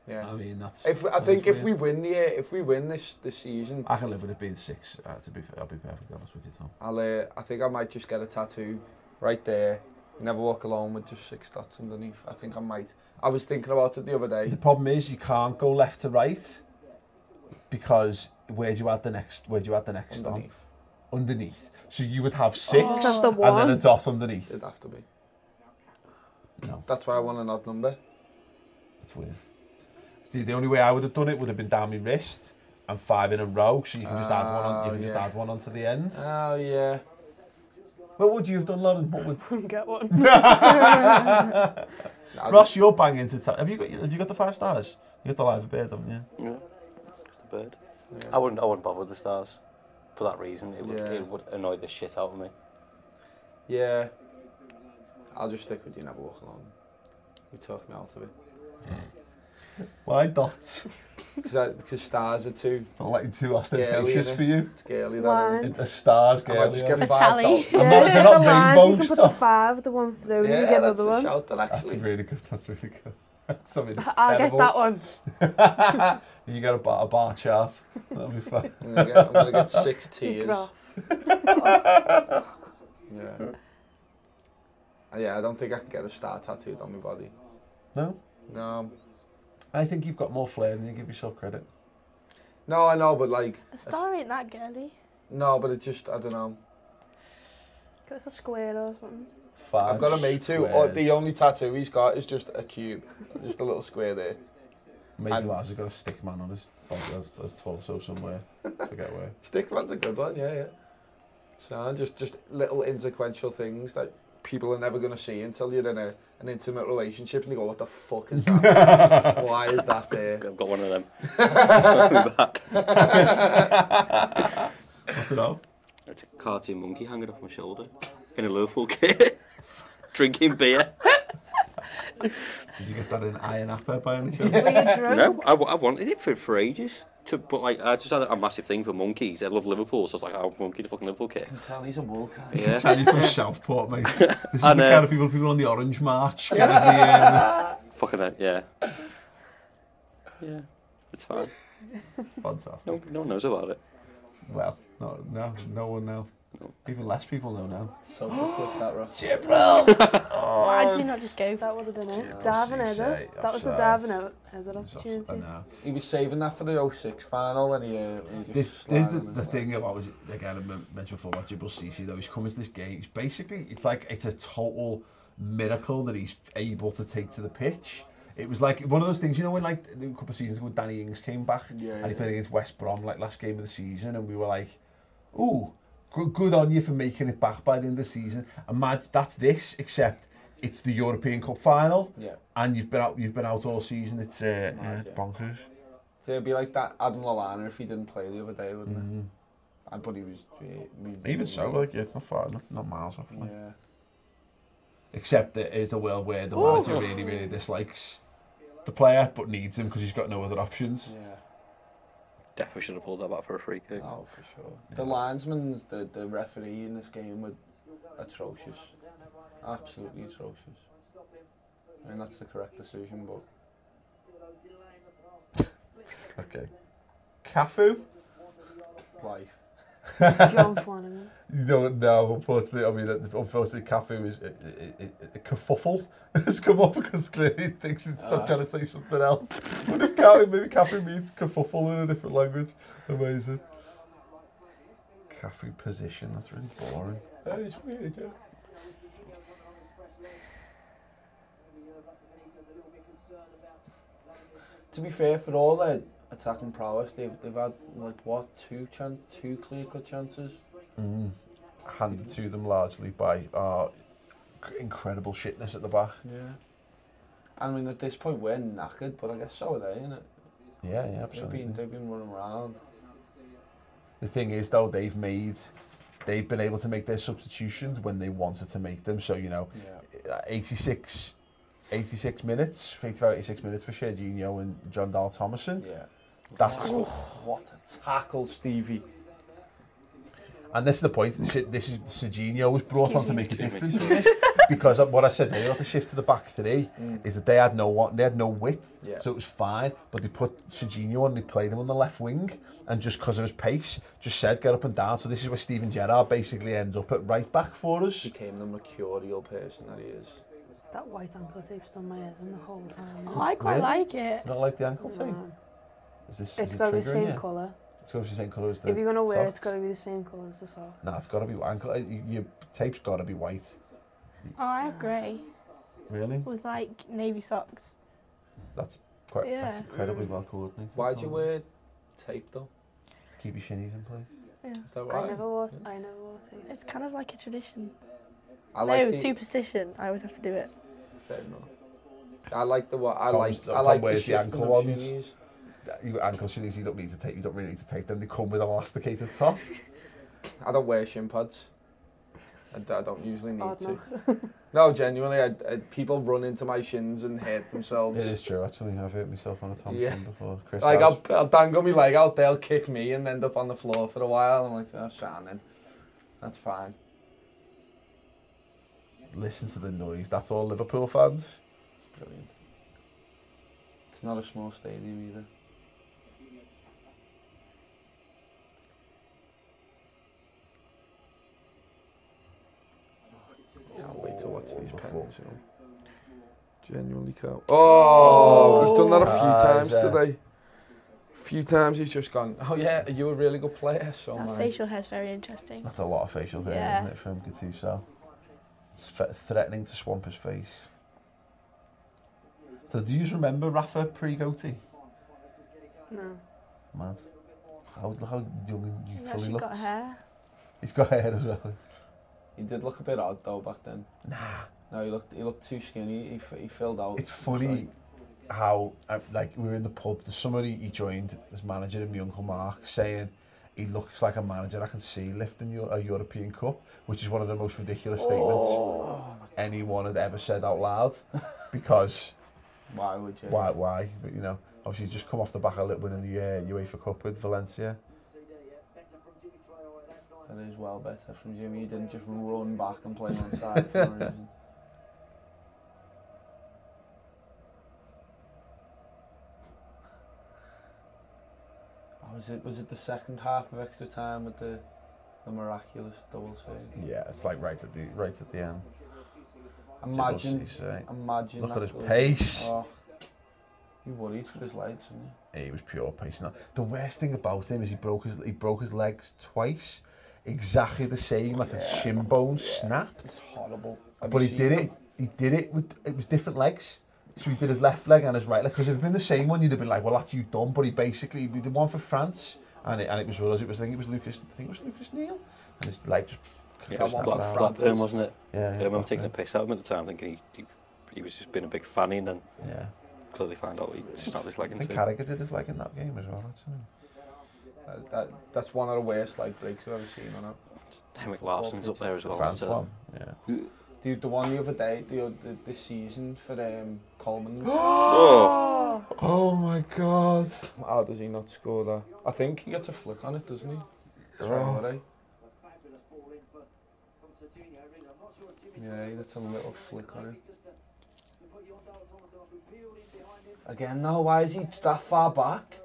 [SPEAKER 4] Yeah.
[SPEAKER 1] I mean, that's-
[SPEAKER 4] If I
[SPEAKER 1] Um, that
[SPEAKER 4] think
[SPEAKER 1] is
[SPEAKER 4] if we win the uh, if we win this this season,
[SPEAKER 1] I can live with it being six uh, to be fair, I'll be perfectly honest with you Tom
[SPEAKER 4] I'll uh, I think I might just get a tattoo right there. You never walk alone with just six dots underneath. I think I might. I was thinking about it the other
[SPEAKER 1] (laughs)
[SPEAKER 4] day.
[SPEAKER 1] The problem is you can't go left to right because where do you add the next? Where do you add the next
[SPEAKER 4] Underneath.
[SPEAKER 1] on? Underneath. So you would have six
[SPEAKER 4] Oh. Just have the
[SPEAKER 1] and then a
[SPEAKER 4] one.
[SPEAKER 1] dot underneath.
[SPEAKER 4] It'd have to be. No. That's why I want an odd number.
[SPEAKER 1] That's weird. See, the only way I would have done it would have been down my wrist and five in a row, so you can just add one. On, you
[SPEAKER 4] Oh,
[SPEAKER 1] can just
[SPEAKER 4] yeah.
[SPEAKER 1] add one onto the end.
[SPEAKER 4] Oh yeah.
[SPEAKER 1] What would you have done, Lauren? What
[SPEAKER 4] (laughs)
[SPEAKER 1] would? (laughs)
[SPEAKER 3] Couldn't get (laughs) one.
[SPEAKER 1] Ross, you're banging to ta- have you got have you got the five stars? You got the live bird, haven't you?
[SPEAKER 2] Yeah. Just a bird. I
[SPEAKER 1] Oh.
[SPEAKER 2] wouldn't. I wouldn't bother with the stars, for that reason. It would.
[SPEAKER 4] Yeah.
[SPEAKER 2] It would annoy the shit out of me.
[SPEAKER 4] Yeah. I'll just stick with you never walk alone. You talked me out of it.
[SPEAKER 1] Why dots? (laughs)
[SPEAKER 4] Because stars are too.
[SPEAKER 1] I like too
[SPEAKER 4] girly,
[SPEAKER 1] ostentatious
[SPEAKER 4] innit?
[SPEAKER 1] for
[SPEAKER 4] (laughs)
[SPEAKER 1] you.
[SPEAKER 4] It's girly, that
[SPEAKER 3] Lines.
[SPEAKER 4] is.
[SPEAKER 1] It's a stars,
[SPEAKER 4] I might
[SPEAKER 1] girly,
[SPEAKER 4] just
[SPEAKER 1] innit?
[SPEAKER 4] get
[SPEAKER 1] A
[SPEAKER 4] five
[SPEAKER 1] tally.
[SPEAKER 4] dots.
[SPEAKER 1] I'm not- they're not
[SPEAKER 3] the lines, you
[SPEAKER 1] rainbow
[SPEAKER 3] can put the
[SPEAKER 1] stuff.
[SPEAKER 3] five, the one through, and you get
[SPEAKER 4] that's
[SPEAKER 3] another
[SPEAKER 4] a
[SPEAKER 3] one. (laughs)
[SPEAKER 4] shout that
[SPEAKER 1] That's
[SPEAKER 4] actually.
[SPEAKER 1] really good. That's really good.
[SPEAKER 10] (laughs)
[SPEAKER 1] That's something that's
[SPEAKER 3] I'll
[SPEAKER 1] terrible.
[SPEAKER 3] get that one.
[SPEAKER 1] you got a bar, a bar chart. That'll be fun.
[SPEAKER 4] I'm gonna get, I'm gonna get
[SPEAKER 3] (laughs)
[SPEAKER 4] six tears.
[SPEAKER 3] Graph.
[SPEAKER 4] Yeah. Uh, Yeah, I don't think I can get a star tattooed on my body.
[SPEAKER 1] No?
[SPEAKER 4] No.
[SPEAKER 1] I think you've got more flair than you give yourself credit.
[SPEAKER 4] No, I know, but like,
[SPEAKER 11] A star ain't that girly.
[SPEAKER 4] no, but it just, I don't know.
[SPEAKER 3] Get like a square or something.
[SPEAKER 1] Five
[SPEAKER 4] I've got a mate who, or the
[SPEAKER 1] squares.
[SPEAKER 4] only tattoo he's got is just a cube, just a little square there.
[SPEAKER 1] Mate
[SPEAKER 4] And-
[SPEAKER 1] of ours has got a stick man on his, on his, his torso somewhere. Forget
[SPEAKER 10] (laughs)
[SPEAKER 1] where.
[SPEAKER 4] Stickman's a good one, yeah, yeah. So just just little inconsequential things that people are never going to see until you're in a, an intimate relationship and you go, what the fuck is
[SPEAKER 2] (laughs)
[SPEAKER 4] that? Why is that there?
[SPEAKER 2] I've got one of them.
[SPEAKER 1] What's it all?
[SPEAKER 2] It's a cartoon monkey (laughs) hanging off my shoulder in a Liverpool kit, drinking beer.
[SPEAKER 10] Did you get that in iron apple by any (laughs) chance?
[SPEAKER 2] no, I, wa- I wanted it for, for ages. To but like I just had a massive thing for monkeys. I love Liverpool, so I was like, I'll monkey the fucking Liverpool kit.
[SPEAKER 15] can tell he's a wool cat.
[SPEAKER 10] I
[SPEAKER 1] (laughs)
[SPEAKER 10] can tell you from
[SPEAKER 2] Yeah.
[SPEAKER 10] Southport,
[SPEAKER 4] (laughs)
[SPEAKER 10] mate. This is
[SPEAKER 2] And,
[SPEAKER 10] the
[SPEAKER 2] uh,
[SPEAKER 10] kind of people people on the Orange March. Kind of the, um,
[SPEAKER 2] Fucking that, yeah. Yeah, it's fine.
[SPEAKER 10] Fantastic.
[SPEAKER 2] No, no one knows about it.
[SPEAKER 10] well, no, no, no one now. Even less people know now.
[SPEAKER 15] Social clip that, Ross.
[SPEAKER 10] Jibril!
[SPEAKER 11] Why did you not just go?
[SPEAKER 3] That would have been it.
[SPEAKER 1] she
[SPEAKER 3] Darvin
[SPEAKER 1] say?
[SPEAKER 3] Eder. That was the
[SPEAKER 1] Offsides.
[SPEAKER 3] Darvin Eder opportunity.
[SPEAKER 4] He was saving that for the 06 final and he, uh, he
[SPEAKER 1] This,
[SPEAKER 4] just
[SPEAKER 1] this is
[SPEAKER 4] slid
[SPEAKER 1] the,
[SPEAKER 4] him in.
[SPEAKER 1] the thing about was again I men- mentioned before about Jibble Cece though he's coming to this game it's basically it's like it's a total miracle that he's able to take to the pitch it was like one of those things you know when like a couple of seasons ago Danny Ings came back
[SPEAKER 4] Yeah,
[SPEAKER 1] and he
[SPEAKER 4] yeah.
[SPEAKER 1] played against West Brom like last game of the season and we were like ooh good, good on you for making it back by the end of the season imagine that's this except it's the European Cup final
[SPEAKER 4] Yeah.
[SPEAKER 1] and you've been out you've been out all season it's uh, uh, it's bonkers
[SPEAKER 4] So it'd be like that Adam Lallana if he didn't play the other day, wouldn't
[SPEAKER 1] Mhm.
[SPEAKER 4] it? I but Mm-hmm. he was. uh, we-
[SPEAKER 1] Even so, like, yeah, it's not far, not, not miles off. Like.
[SPEAKER 4] Yeah.
[SPEAKER 1] Except that it's a world where the
[SPEAKER 4] Ooh.
[SPEAKER 1] manager really, really dislikes the player, but needs him because he's got no other options.
[SPEAKER 4] Yeah.
[SPEAKER 2] Definitely should have pulled that back for a free kick.
[SPEAKER 4] Oh, for sure. The linesman's the the referee in this game were atrocious, absolutely atrocious. I mean that's the correct decision, but
[SPEAKER 1] Okay. Cafu?
[SPEAKER 4] life.
[SPEAKER 3] John Flanagan.
[SPEAKER 1] No, no, unfortunately, I mean, uh, unfortunately, Cafu is uh, a, a, a kerfuffle (laughs) has come up because clearly he thinks it's, I'm
[SPEAKER 4] Ah.
[SPEAKER 1] trying to say something else. but if Cafu, maybe Cafu means kerfuffle in a different language. Amazing. Cafu position, that's really boring. That is weird, yeah.
[SPEAKER 4] To be fair, for all their attacking prowess, they've they've had like what two chan two clear cut chances.
[SPEAKER 1] mm, handed to them largely by our c- incredible shitness at the back.
[SPEAKER 4] Yeah. I mean, at this point, we're knackered, but I guess so are they, innit?
[SPEAKER 1] Yeah, yeah,
[SPEAKER 4] They've
[SPEAKER 1] absolutely.
[SPEAKER 4] been, they've been running around.
[SPEAKER 1] The thing is, though, they've made, they've been able to make their substitutions when they wanted to make them. So you know, uh, 86, 86 minutes, 85, 86 minutes for Serginho and John Dahl Thomason.
[SPEAKER 4] Yeah.
[SPEAKER 1] That's
[SPEAKER 4] Wow, what a tackle, Stevie.
[SPEAKER 1] And this is the point. This is, this is Serginho was brought on to make a
[SPEAKER 2] Excuse me.
[SPEAKER 1] difference in this because of what I said earlier about the shift to the back three
[SPEAKER 4] Mm.
[SPEAKER 1] is that they had no one, they had no width,
[SPEAKER 4] Yeah.
[SPEAKER 1] so it was fine. But they put Serginho on, they played him on the left wing, and just because of his pace, just said get up and down. So this is where Steven Gerrard basically ends up at right back for us.
[SPEAKER 4] Became the mercurial person that he is.
[SPEAKER 3] That white ankle tape on my head and the whole time.
[SPEAKER 11] Oh, I quite
[SPEAKER 1] Really?
[SPEAKER 11] like it.
[SPEAKER 1] Do you not like the ankle tape?
[SPEAKER 3] No.
[SPEAKER 1] Is this,
[SPEAKER 3] It's
[SPEAKER 1] is it
[SPEAKER 3] got to be the
[SPEAKER 1] triggering
[SPEAKER 3] same
[SPEAKER 1] you?
[SPEAKER 3] colour.
[SPEAKER 1] It's got to be the same colour as the.
[SPEAKER 3] If you're gonna wear it,
[SPEAKER 1] sock?
[SPEAKER 3] it's got to be the same colour as the sock.
[SPEAKER 1] Nah, it's got to be ankle. uh, y- Your tape's got to be white.
[SPEAKER 11] Oh, I have grey
[SPEAKER 1] Really?
[SPEAKER 11] with like navy socks.
[SPEAKER 1] That's quite. That's
[SPEAKER 11] Yeah.
[SPEAKER 1] incredibly well coordinated.
[SPEAKER 4] Why'd you
[SPEAKER 1] Colin.
[SPEAKER 4] wear tape though?
[SPEAKER 1] To keep your shinies in place.
[SPEAKER 4] Is that
[SPEAKER 3] I
[SPEAKER 4] right?
[SPEAKER 3] never wore. I never wore tape.
[SPEAKER 11] It's kind of like a tradition.
[SPEAKER 4] I like
[SPEAKER 11] no,
[SPEAKER 4] the,
[SPEAKER 11] superstition. I always have to do it.
[SPEAKER 4] fair enough. I like the what I
[SPEAKER 1] Tom's-
[SPEAKER 4] like. I
[SPEAKER 1] Tom
[SPEAKER 4] like
[SPEAKER 1] wears the
[SPEAKER 4] shifting
[SPEAKER 1] ankle
[SPEAKER 4] of
[SPEAKER 1] ones.
[SPEAKER 4] shinies.
[SPEAKER 1] That- You ankle shinies, you don't need to tape. You don't really need to tape them. They come with an elasticated top.
[SPEAKER 4] I don't wear shin pads. I, d- I don't usually need
[SPEAKER 3] Odd
[SPEAKER 4] to.
[SPEAKER 3] enough.
[SPEAKER 4] No, genuinely, I, I, people run into my shins and hurt themselves.
[SPEAKER 1] it is true, actually. I've hurt myself on a Tom
[SPEAKER 4] Yeah.
[SPEAKER 1] shin before. Chris,
[SPEAKER 4] Like
[SPEAKER 1] has.
[SPEAKER 4] I'll, I'll dangle my leg out, they'll kick me and end up on the floor for a while. I'm like, oh, Shannon, that's fine.
[SPEAKER 1] listen to the noise. That's all Liverpool fans.
[SPEAKER 4] It's brilliant. It's not a small stadium either. Can't wait to watch these
[SPEAKER 1] wonderful.
[SPEAKER 4] pens. You know. Genuinely can't. Oh, he's done that a few
[SPEAKER 1] Ah,
[SPEAKER 4] times
[SPEAKER 1] is it?
[SPEAKER 4] today. Few times he's just gone. Oh yeah, you were a really good player.
[SPEAKER 1] Oh
[SPEAKER 4] So
[SPEAKER 11] That
[SPEAKER 4] am I."
[SPEAKER 11] facial hair's very interesting.
[SPEAKER 1] That's a lot of facial hair,
[SPEAKER 11] Yeah.
[SPEAKER 1] isn't it, from Gattuso? It's thre- threatening to swamp his face. So do you remember Rafa pre-goatee?
[SPEAKER 3] (laughs) No.
[SPEAKER 1] Mad. How, look how young and
[SPEAKER 11] He's
[SPEAKER 1] youthful he
[SPEAKER 11] actually
[SPEAKER 1] looks.
[SPEAKER 11] got hair.
[SPEAKER 1] He's got hair as well.
[SPEAKER 4] He did look a bit odd though back then.
[SPEAKER 1] Nah.
[SPEAKER 4] No, he looked he looked too skinny. He, f- he filled out.
[SPEAKER 1] It's funny how, uh, like, we were in the pub, the summer he, he joined as manager and my Uncle Mark saying, he looks like a manager I can see lifting Eu- a European
[SPEAKER 4] Oh.
[SPEAKER 1] Cup, which is one of the most ridiculous statements anyone had ever said out loud. because
[SPEAKER 4] Why would you?
[SPEAKER 1] why why but you know obviously he's just come off the back of li- winning the uh, UEFA Cup with Valencia.
[SPEAKER 4] That is well better from Jimmy. He didn't just run back and play him on side for
[SPEAKER 1] (laughs)
[SPEAKER 4] no reason. Oh, was it was it the second half of extra time with the the miraculous double save?
[SPEAKER 1] Yeah, it's like right at the right at the end.
[SPEAKER 4] Imagine,
[SPEAKER 1] Double save.
[SPEAKER 4] imagine.
[SPEAKER 1] Look at
[SPEAKER 4] that
[SPEAKER 1] his
[SPEAKER 4] goal.
[SPEAKER 1] pace.
[SPEAKER 4] Oh, you worried for his legs, didn't you?
[SPEAKER 1] He was pure pace. Now, the worst thing about him is he broke his he broke his legs twice, exactly the same, like a shin bone snapped.
[SPEAKER 4] It's horrible. Have
[SPEAKER 1] But
[SPEAKER 4] you
[SPEAKER 1] he
[SPEAKER 4] seen
[SPEAKER 1] did it. He did it with it was different legs. So he did his left leg and his right leg. Because if it'd been the same one, you'd have been like, "Well, that's you done." But he basically we did one for France, and it and it was us. It was I think it was Lucas. I think it was Lucas Neal, and his leg just.
[SPEAKER 2] Yeah, it
[SPEAKER 1] just
[SPEAKER 2] was
[SPEAKER 1] snapped
[SPEAKER 2] Black
[SPEAKER 1] out.
[SPEAKER 2] Blackburn, wasn't it?
[SPEAKER 1] Yeah, yeah,
[SPEAKER 2] I remember taking
[SPEAKER 1] Blackburn.
[SPEAKER 2] the piss out of him at the time, thinking he, he, he was just being a big fanny, and then
[SPEAKER 1] Yeah.
[SPEAKER 2] clearly found out he snapped his leg
[SPEAKER 1] I
[SPEAKER 2] in
[SPEAKER 1] think
[SPEAKER 2] two.
[SPEAKER 1] Carragher did his leg in that game as well. uh, Actually.
[SPEAKER 4] That, Uh, that, that's one of the worst leg breaks I've ever seen on it.
[SPEAKER 2] Henrik Larsson's up there as well.
[SPEAKER 1] France
[SPEAKER 2] so-
[SPEAKER 1] one, yeah.
[SPEAKER 4] The, the one the other day, the, oth- the, the season for um, Coleman's. (gasps)
[SPEAKER 2] Oh.
[SPEAKER 1] oh my god.
[SPEAKER 4] How Ah, does he not score that? I think he gets a flick on it, doesn't he? Traore. Yeah, he gets a little flick on it. Again, no, why is he that far back?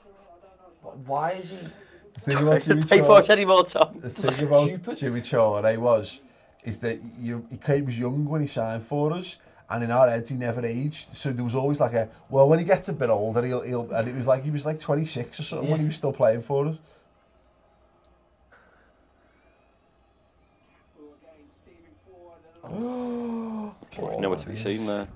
[SPEAKER 4] (laughs) Wh- Why is he.
[SPEAKER 1] The thing
[SPEAKER 2] (laughs)
[SPEAKER 1] about Jimmy
[SPEAKER 2] Pay
[SPEAKER 1] Traore-
[SPEAKER 2] for it any more, Tom.
[SPEAKER 1] The thing about
[SPEAKER 4] Stupid.
[SPEAKER 1] Jimmy Traore was, is that you, he came he was young when he signed for us, and in our heads he never aged. So there was always like a well, when he gets a bit older, he'll he'll and it was like he was like 26 or something when he was still playing for us.
[SPEAKER 2] Lucky nowhere to be seen there.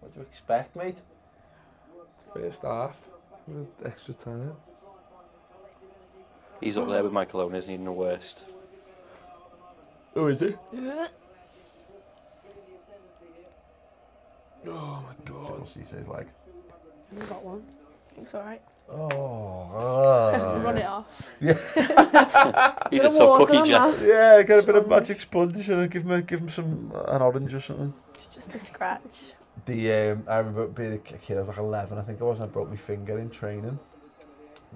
[SPEAKER 4] What do you expect, mate? First half, with extra time.
[SPEAKER 2] He's up there with Michael Owen, isn't he? In the worst.
[SPEAKER 4] Who is he?
[SPEAKER 11] (laughs)
[SPEAKER 4] Oh my god.
[SPEAKER 1] Chelsea says like,
[SPEAKER 3] I got one. (laughs) It's all right.
[SPEAKER 1] oh.
[SPEAKER 3] Run it
[SPEAKER 1] ah."
[SPEAKER 3] off.
[SPEAKER 1] (laughs) Yeah.
[SPEAKER 3] He's a Bit of tough water cookie, on Jeff. that.
[SPEAKER 1] Yeah, get a bit of magic sponge and give him a, give him some uh, an orange or something.
[SPEAKER 3] It's just a scratch.
[SPEAKER 1] The um, I remember being a k- kid. I was like eleven, I think I was. And I broke my finger in training,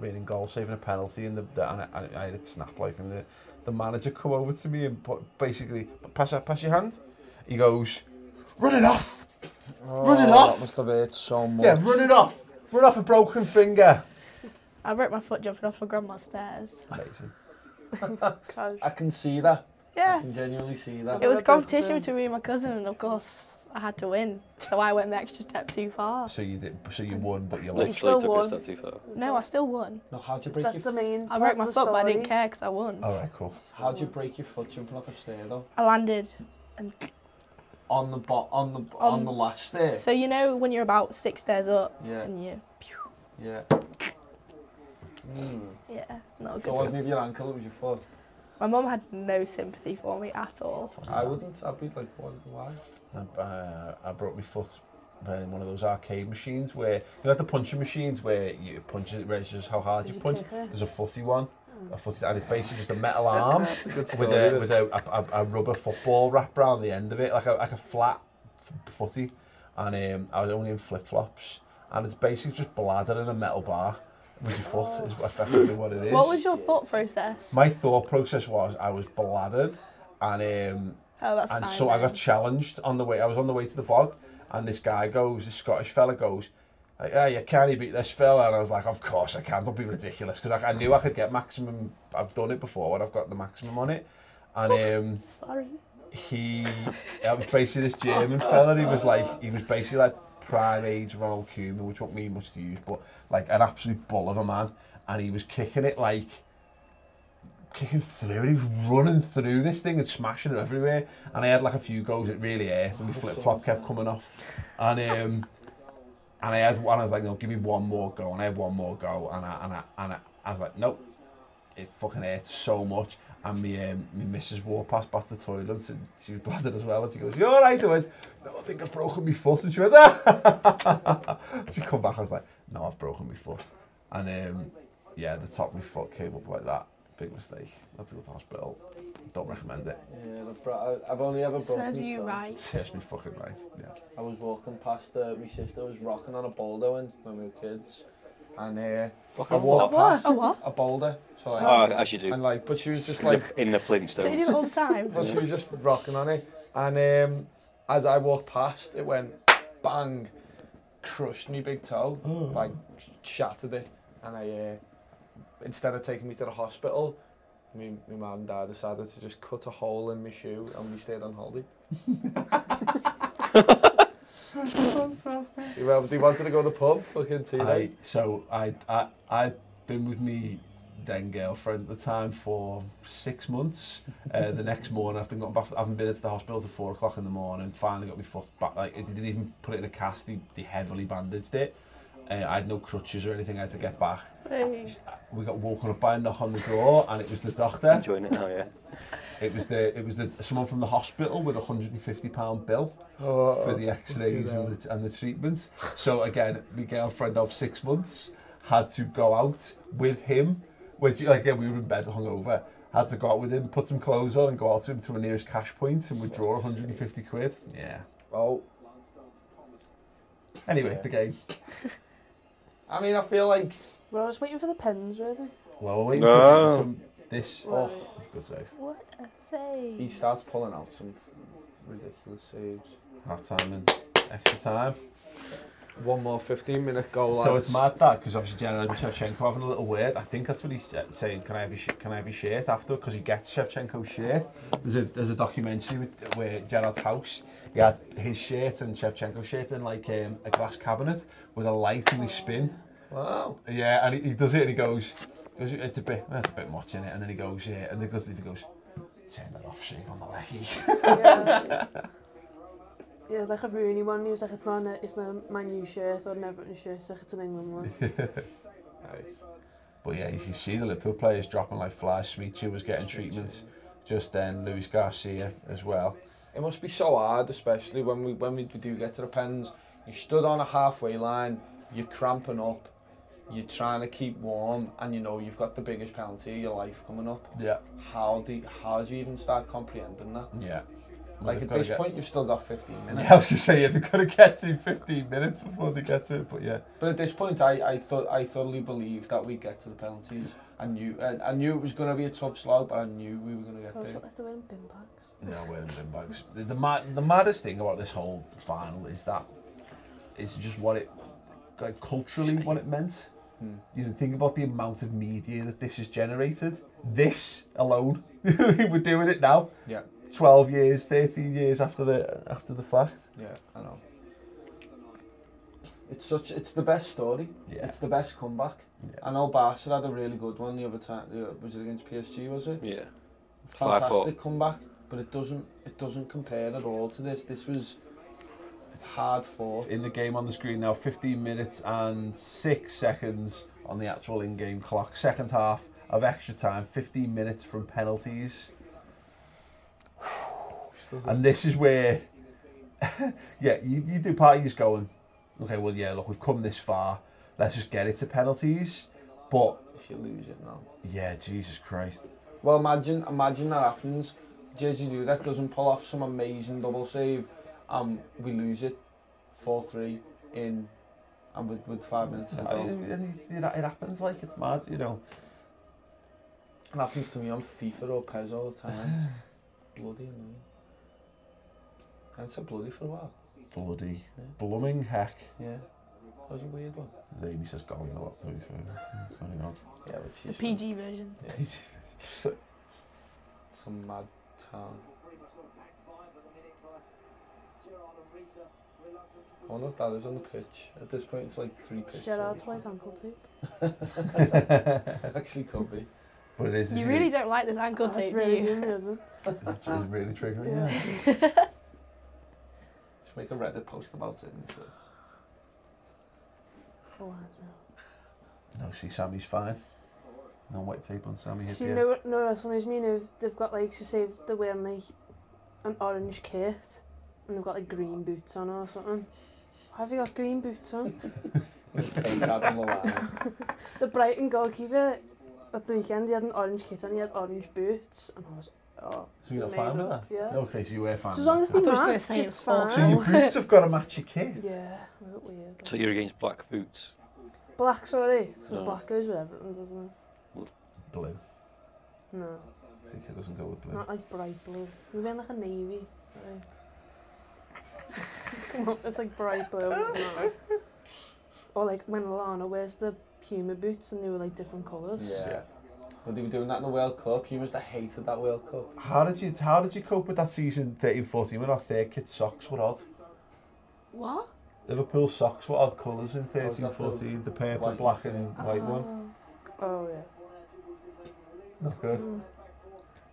[SPEAKER 1] being in goal, saving a penalty, and the, the and I, and I had it snap like, and the, the manager come over to me and put, basically pass that- pass your hand. He goes, run it off, run it
[SPEAKER 4] Oh,
[SPEAKER 1] off.
[SPEAKER 4] That must have hurt so much.
[SPEAKER 1] yeah, run it off, run off a broken finger.
[SPEAKER 3] I broke my foot jumping off my grandma's stairs.
[SPEAKER 1] Amazing.
[SPEAKER 3] 'Cause-
[SPEAKER 4] I can see that. I
[SPEAKER 3] yeah.
[SPEAKER 4] can genuinely see that.
[SPEAKER 3] It was a competition between me and my cousin, and of course, I had to win. So I went the extra step too far.
[SPEAKER 1] So you did, so you won, but you
[SPEAKER 3] But you
[SPEAKER 1] lost.
[SPEAKER 3] still won.
[SPEAKER 2] too far.
[SPEAKER 3] No, I still won.
[SPEAKER 4] No, how'd you break
[SPEAKER 16] That's the
[SPEAKER 4] your
[SPEAKER 16] main.
[SPEAKER 3] I
[SPEAKER 16] that's
[SPEAKER 3] broke my
[SPEAKER 16] the
[SPEAKER 3] foot, but I didn't
[SPEAKER 16] story.
[SPEAKER 3] care because I won.
[SPEAKER 1] All right, cool.
[SPEAKER 4] How'd you break your foot jumping off a stair though?
[SPEAKER 3] I landed. and
[SPEAKER 4] On the bo- on the on,
[SPEAKER 3] On-
[SPEAKER 4] the last stair.
[SPEAKER 3] So you know when you're about six stairs up,
[SPEAKER 4] Yeah.
[SPEAKER 11] Mm.
[SPEAKER 3] and you,
[SPEAKER 4] yeah. Mm.
[SPEAKER 3] yeah, not a
[SPEAKER 4] So it
[SPEAKER 3] good.
[SPEAKER 4] wasn't even your ankle, it was your foot.
[SPEAKER 3] My mum had no sympathy for me at all.
[SPEAKER 4] I wouldn't. I'd be like, what? Why?
[SPEAKER 1] I, uh, I broke my foot in one of those arcade machines where you know like the punching machines where you punch it registers how hard you,
[SPEAKER 16] you
[SPEAKER 1] punch.
[SPEAKER 16] kick it?
[SPEAKER 1] There's a footy one, a footy, and it's basically just a metal arm
[SPEAKER 4] a good
[SPEAKER 1] with
[SPEAKER 4] story,
[SPEAKER 1] a
[SPEAKER 4] that.
[SPEAKER 1] with a, a, a- a rubber football wrapped around the end of it, like a like a flat f- footy. And um, I was only in flip flops, and it's basically just bladder in a metal bar with your foot is effectively what it is.
[SPEAKER 3] What was your thought process?
[SPEAKER 1] My thought process was I was bladdered, and um,
[SPEAKER 3] Oh, that's
[SPEAKER 1] and
[SPEAKER 3] fine
[SPEAKER 1] so I
[SPEAKER 3] then.
[SPEAKER 1] got challenged on the way. I was on the way to the bog, and this guy goes, this Scottish fella goes, like, "Oh, you can you beat this fella?" And I was like, "Of course I can. Don't be ridiculous," because I, I knew I could get maximum. I've done it before, and I've got the maximum on it. And um,
[SPEAKER 3] Sorry.
[SPEAKER 1] he, I was basically this German fella. He was like, he was basically like prime age Ronald Koeman, which won't mean much to you, but like an absolute bull of a man. And he was kicking it like kicking through it. He was running through this thing and smashing it everywhere. And I had like a few goes. It really hurt, and my flip flop kept coming off. And um, and I had one. I was like, no, give me one more go. And I had one more go, and I and I and I, I was like, nope. it fucking hurts so much. And me, um, me Mrs. walked past back to the toilet and said- she was bladdered as well. And she goes, You alright? I went, No, I think I've broken my foot. And she went, (laughs) Ah! she come back, I was like, No, I've broken my foot. And um, yeah, the top of my foot came up like that. Big mistake. Had to go to hospital. Don't recommend it.
[SPEAKER 4] Yeah, I've bro- I- I've only ever broken.
[SPEAKER 17] Serves you
[SPEAKER 4] so-
[SPEAKER 17] right.
[SPEAKER 1] Serves me fucking right. Yeah.
[SPEAKER 4] I was walking past uh, my sister was rocking on a boulder when, when we were kids, and uh,
[SPEAKER 2] Rocking
[SPEAKER 4] I
[SPEAKER 2] on
[SPEAKER 4] (laughs)
[SPEAKER 3] Oh.
[SPEAKER 4] walked
[SPEAKER 2] what?
[SPEAKER 4] past
[SPEAKER 2] A what?
[SPEAKER 4] a boulder. So like,
[SPEAKER 2] Oh, as you do.
[SPEAKER 4] And like, but she was just
[SPEAKER 2] In the-
[SPEAKER 4] like
[SPEAKER 2] in the Flintstones.
[SPEAKER 18] Do you do it all the time?
[SPEAKER 4] but she was just rocking on it, and um, as I walked past, it went bang, crushed me big toe,
[SPEAKER 1] Oh.
[SPEAKER 4] like shattered it, and I uh, instead of taking me to the hospital. Me, my mum and dad decided to just cut a hole in my shoe and we stayed on
[SPEAKER 1] (laughs)
[SPEAKER 4] holiday.
[SPEAKER 1] Fantastic.
[SPEAKER 4] They wa- they wanted to go to the pub, fucking tea
[SPEAKER 1] I,
[SPEAKER 4] night.
[SPEAKER 1] so I, I, I'd been with me then girlfriend at the time for six months. Uh, the next morning, after got back, having been into the hospital till four o'clock in the morning, finally got my foot back. Like they didn't even put it in a cast; they, they heavily bandaged it. Uh, I had no crutches or anything. I had to get back.
[SPEAKER 18] Hey.
[SPEAKER 1] We got woken up by a knock on the door, and it was the doctor.
[SPEAKER 2] Enjoying it now, yeah.
[SPEAKER 1] It was the it was the someone from the hospital with a hundred and fifty pound bill
[SPEAKER 4] Oh,
[SPEAKER 1] for the X-rays and the, and the treatment. So again, my girlfriend of six months had to go out with him, which like yeah, we were in bed hungover. Had to go out with him, put some clothes on, and go out to him to the nearest cash point and withdraw 150 quid. Yeah.
[SPEAKER 4] Oh.
[SPEAKER 1] Anyway, the game.
[SPEAKER 4] I mean, I feel like
[SPEAKER 3] We're all just waiting for the pins, really.
[SPEAKER 1] Well, we're waiting
[SPEAKER 4] No.
[SPEAKER 1] for some, this.
[SPEAKER 3] Well-
[SPEAKER 1] Oh, that's a good save.
[SPEAKER 3] What a save.
[SPEAKER 4] he starts pulling out some ridiculous saves.
[SPEAKER 1] Half time and extra time.
[SPEAKER 4] One more 15 minute goal.
[SPEAKER 1] So
[SPEAKER 4] lads.
[SPEAKER 1] it's mad that because obviously General Shevchenko having a little word. I think that's what he's uh, saying. Can I have your sh- can I have your shirt after? Because he gets Shevchenko's shirt. There's a there's a documentary with, where Gerard's house. He had his shirt and Shevchenko's shirt in like um, a glass cabinet with a light and they spin.
[SPEAKER 4] Wow.
[SPEAKER 1] Yeah, and he, he does it and he goes, goes it's a bit that's a bit much in it, and then he goes yeah, and then goes he goes turn that off, shave on the leggy.
[SPEAKER 3] Yeah. Yeah, like a Rooney one. He was like, it's not, a, it's not my new shirt or an Everton shirt. It's like, it's an England one.
[SPEAKER 4] nice.
[SPEAKER 1] (laughs) But yeah, you can see the Liverpool players dropping like flies. Smichu was getting treatments just then. Luis Garcia as well.
[SPEAKER 4] It must be so hard, especially when we when we do get to the pens. You stood on a halfway line, you're cramping up, you're trying to keep warm, and you know you've got the biggest penalty of your life coming up.
[SPEAKER 1] Yeah.
[SPEAKER 4] How do you, how do you even start comprehending that?
[SPEAKER 1] Yeah. Well,
[SPEAKER 4] Like
[SPEAKER 1] they've
[SPEAKER 4] at
[SPEAKER 1] gotta
[SPEAKER 4] this
[SPEAKER 1] get-
[SPEAKER 4] point, you've still got 15 minutes.
[SPEAKER 1] Yeah, I was gonna say yeah, they've got to get to 15 minutes before they get to it, but yeah.
[SPEAKER 4] But at this point, I, I thought I thoroughly believed that we'd get to the penalties. I knew I, I knew it was going to be a tough slog, but I knew we were going to get
[SPEAKER 3] So I was
[SPEAKER 4] there.
[SPEAKER 3] like, let's do it in bin bags.
[SPEAKER 1] No, we're in bin bags. The, the, mad, the maddest thing about this whole final is that it's just what it, like culturally, what it meant.
[SPEAKER 4] Hmm.
[SPEAKER 1] You know, think about the amount of media that this has generated. This alone, (laughs) we're doing it now.
[SPEAKER 4] Yeah.
[SPEAKER 1] 12 years, 13 years after the after the fact.
[SPEAKER 4] Yeah, I know. It's such it's the best story.
[SPEAKER 1] Yeah.
[SPEAKER 4] It's the best comeback. I know Barca had a really good one the other time. the- Was it against PSG? Was it?
[SPEAKER 2] Yeah.
[SPEAKER 4] Fantastic
[SPEAKER 2] Five-four.
[SPEAKER 4] comeback, but it doesn't it doesn't compare at all to this. This was it's hard fought.
[SPEAKER 1] In the game on the screen now, 15 minutes and 6 seconds on the actual in game clock. Second half of extra time, 15 minutes from penalties. And this is where, (laughs) yeah, you, you do part of you's going, okay, well, yeah, look, we've come this far. Let's just get it to penalties. But,
[SPEAKER 4] If you lose it now.
[SPEAKER 1] yeah, Jesus Christ.
[SPEAKER 4] Well, imagine imagine that happens. Jerzy Dudek doesn't pull off some amazing double save, and we lose it four three in, and with, with five minutes to
[SPEAKER 1] I-
[SPEAKER 4] go.
[SPEAKER 1] and it, it happens, like, it's mad, you know.
[SPEAKER 4] It happens to me on FIFA or PES all the time. It's bloody annoying. And so bloody for a while.
[SPEAKER 1] Bloody, blooming heck.
[SPEAKER 4] Yeah. That was a weird one.
[SPEAKER 1] As Amy says golly a lot, to be fair. (laughs) It's very odd.
[SPEAKER 4] Yeah, which
[SPEAKER 17] The
[SPEAKER 4] is
[SPEAKER 17] PG version.
[SPEAKER 4] Yeah. Some mad town. I wonder if that is on the pitch. At this point, it's like three pitches.
[SPEAKER 3] Gerard's
[SPEAKER 4] (laughs)
[SPEAKER 3] white ankle tape.
[SPEAKER 4] actually could be.
[SPEAKER 1] But it is.
[SPEAKER 17] You
[SPEAKER 1] isn't
[SPEAKER 17] really
[SPEAKER 1] it?
[SPEAKER 17] don't like this ankle
[SPEAKER 3] That's
[SPEAKER 17] tape, do
[SPEAKER 3] really
[SPEAKER 17] you?
[SPEAKER 3] doing me, isn't
[SPEAKER 1] It's
[SPEAKER 3] Oh.
[SPEAKER 1] tr- it's really triggering. Yeah.
[SPEAKER 3] it?
[SPEAKER 4] Just make a Reddit post about it. And so.
[SPEAKER 3] Oh, I don't know.
[SPEAKER 1] No, see, Sammy's fine.
[SPEAKER 10] No white tape on Sammy
[SPEAKER 3] So
[SPEAKER 10] Hippier.
[SPEAKER 3] you know, no wrestlers mean if they've got like, so say they're wearing like an orange kit and they've got like green boots on or something. Why have you got green boots on? the Brighton goalkeeper at the weekend, he had an orange kit on, he had orange boots, and I was, oh.
[SPEAKER 10] So you're not
[SPEAKER 3] made
[SPEAKER 10] fine with that?
[SPEAKER 3] up, Yeah.
[SPEAKER 10] Okay, so you were fine
[SPEAKER 3] So as long as
[SPEAKER 10] with
[SPEAKER 3] they
[SPEAKER 10] that.
[SPEAKER 3] match, it's fine.
[SPEAKER 10] So
[SPEAKER 3] (laughs)
[SPEAKER 10] your boots have got to match your kit.
[SPEAKER 3] Yeah, a bit weird.
[SPEAKER 2] So you're against black boots.
[SPEAKER 3] Black's alright, because
[SPEAKER 2] No.
[SPEAKER 3] black goes with everything, doesn't
[SPEAKER 10] Blue.
[SPEAKER 3] it? No,
[SPEAKER 10] I think it doesn't go with blue.
[SPEAKER 3] not like bright blue. You're wearing like a navy. Sorry. (laughs) Come on, it's like bright blue. no. Or like when Alana wears the Puma boots and they were like different colours.
[SPEAKER 4] Yeah. Well, they were doing that in the World Cup. You must have hated that World Cup.
[SPEAKER 1] How did you how did you cope with that season 13 14 when our third kit socks were odd?
[SPEAKER 3] What?
[SPEAKER 1] Liverpool socks were odd colours in 13
[SPEAKER 10] Oh, that the
[SPEAKER 1] 14, the purple,
[SPEAKER 10] white
[SPEAKER 1] black and white one.
[SPEAKER 3] Oh yeah.
[SPEAKER 1] Not good.
[SPEAKER 3] Mm.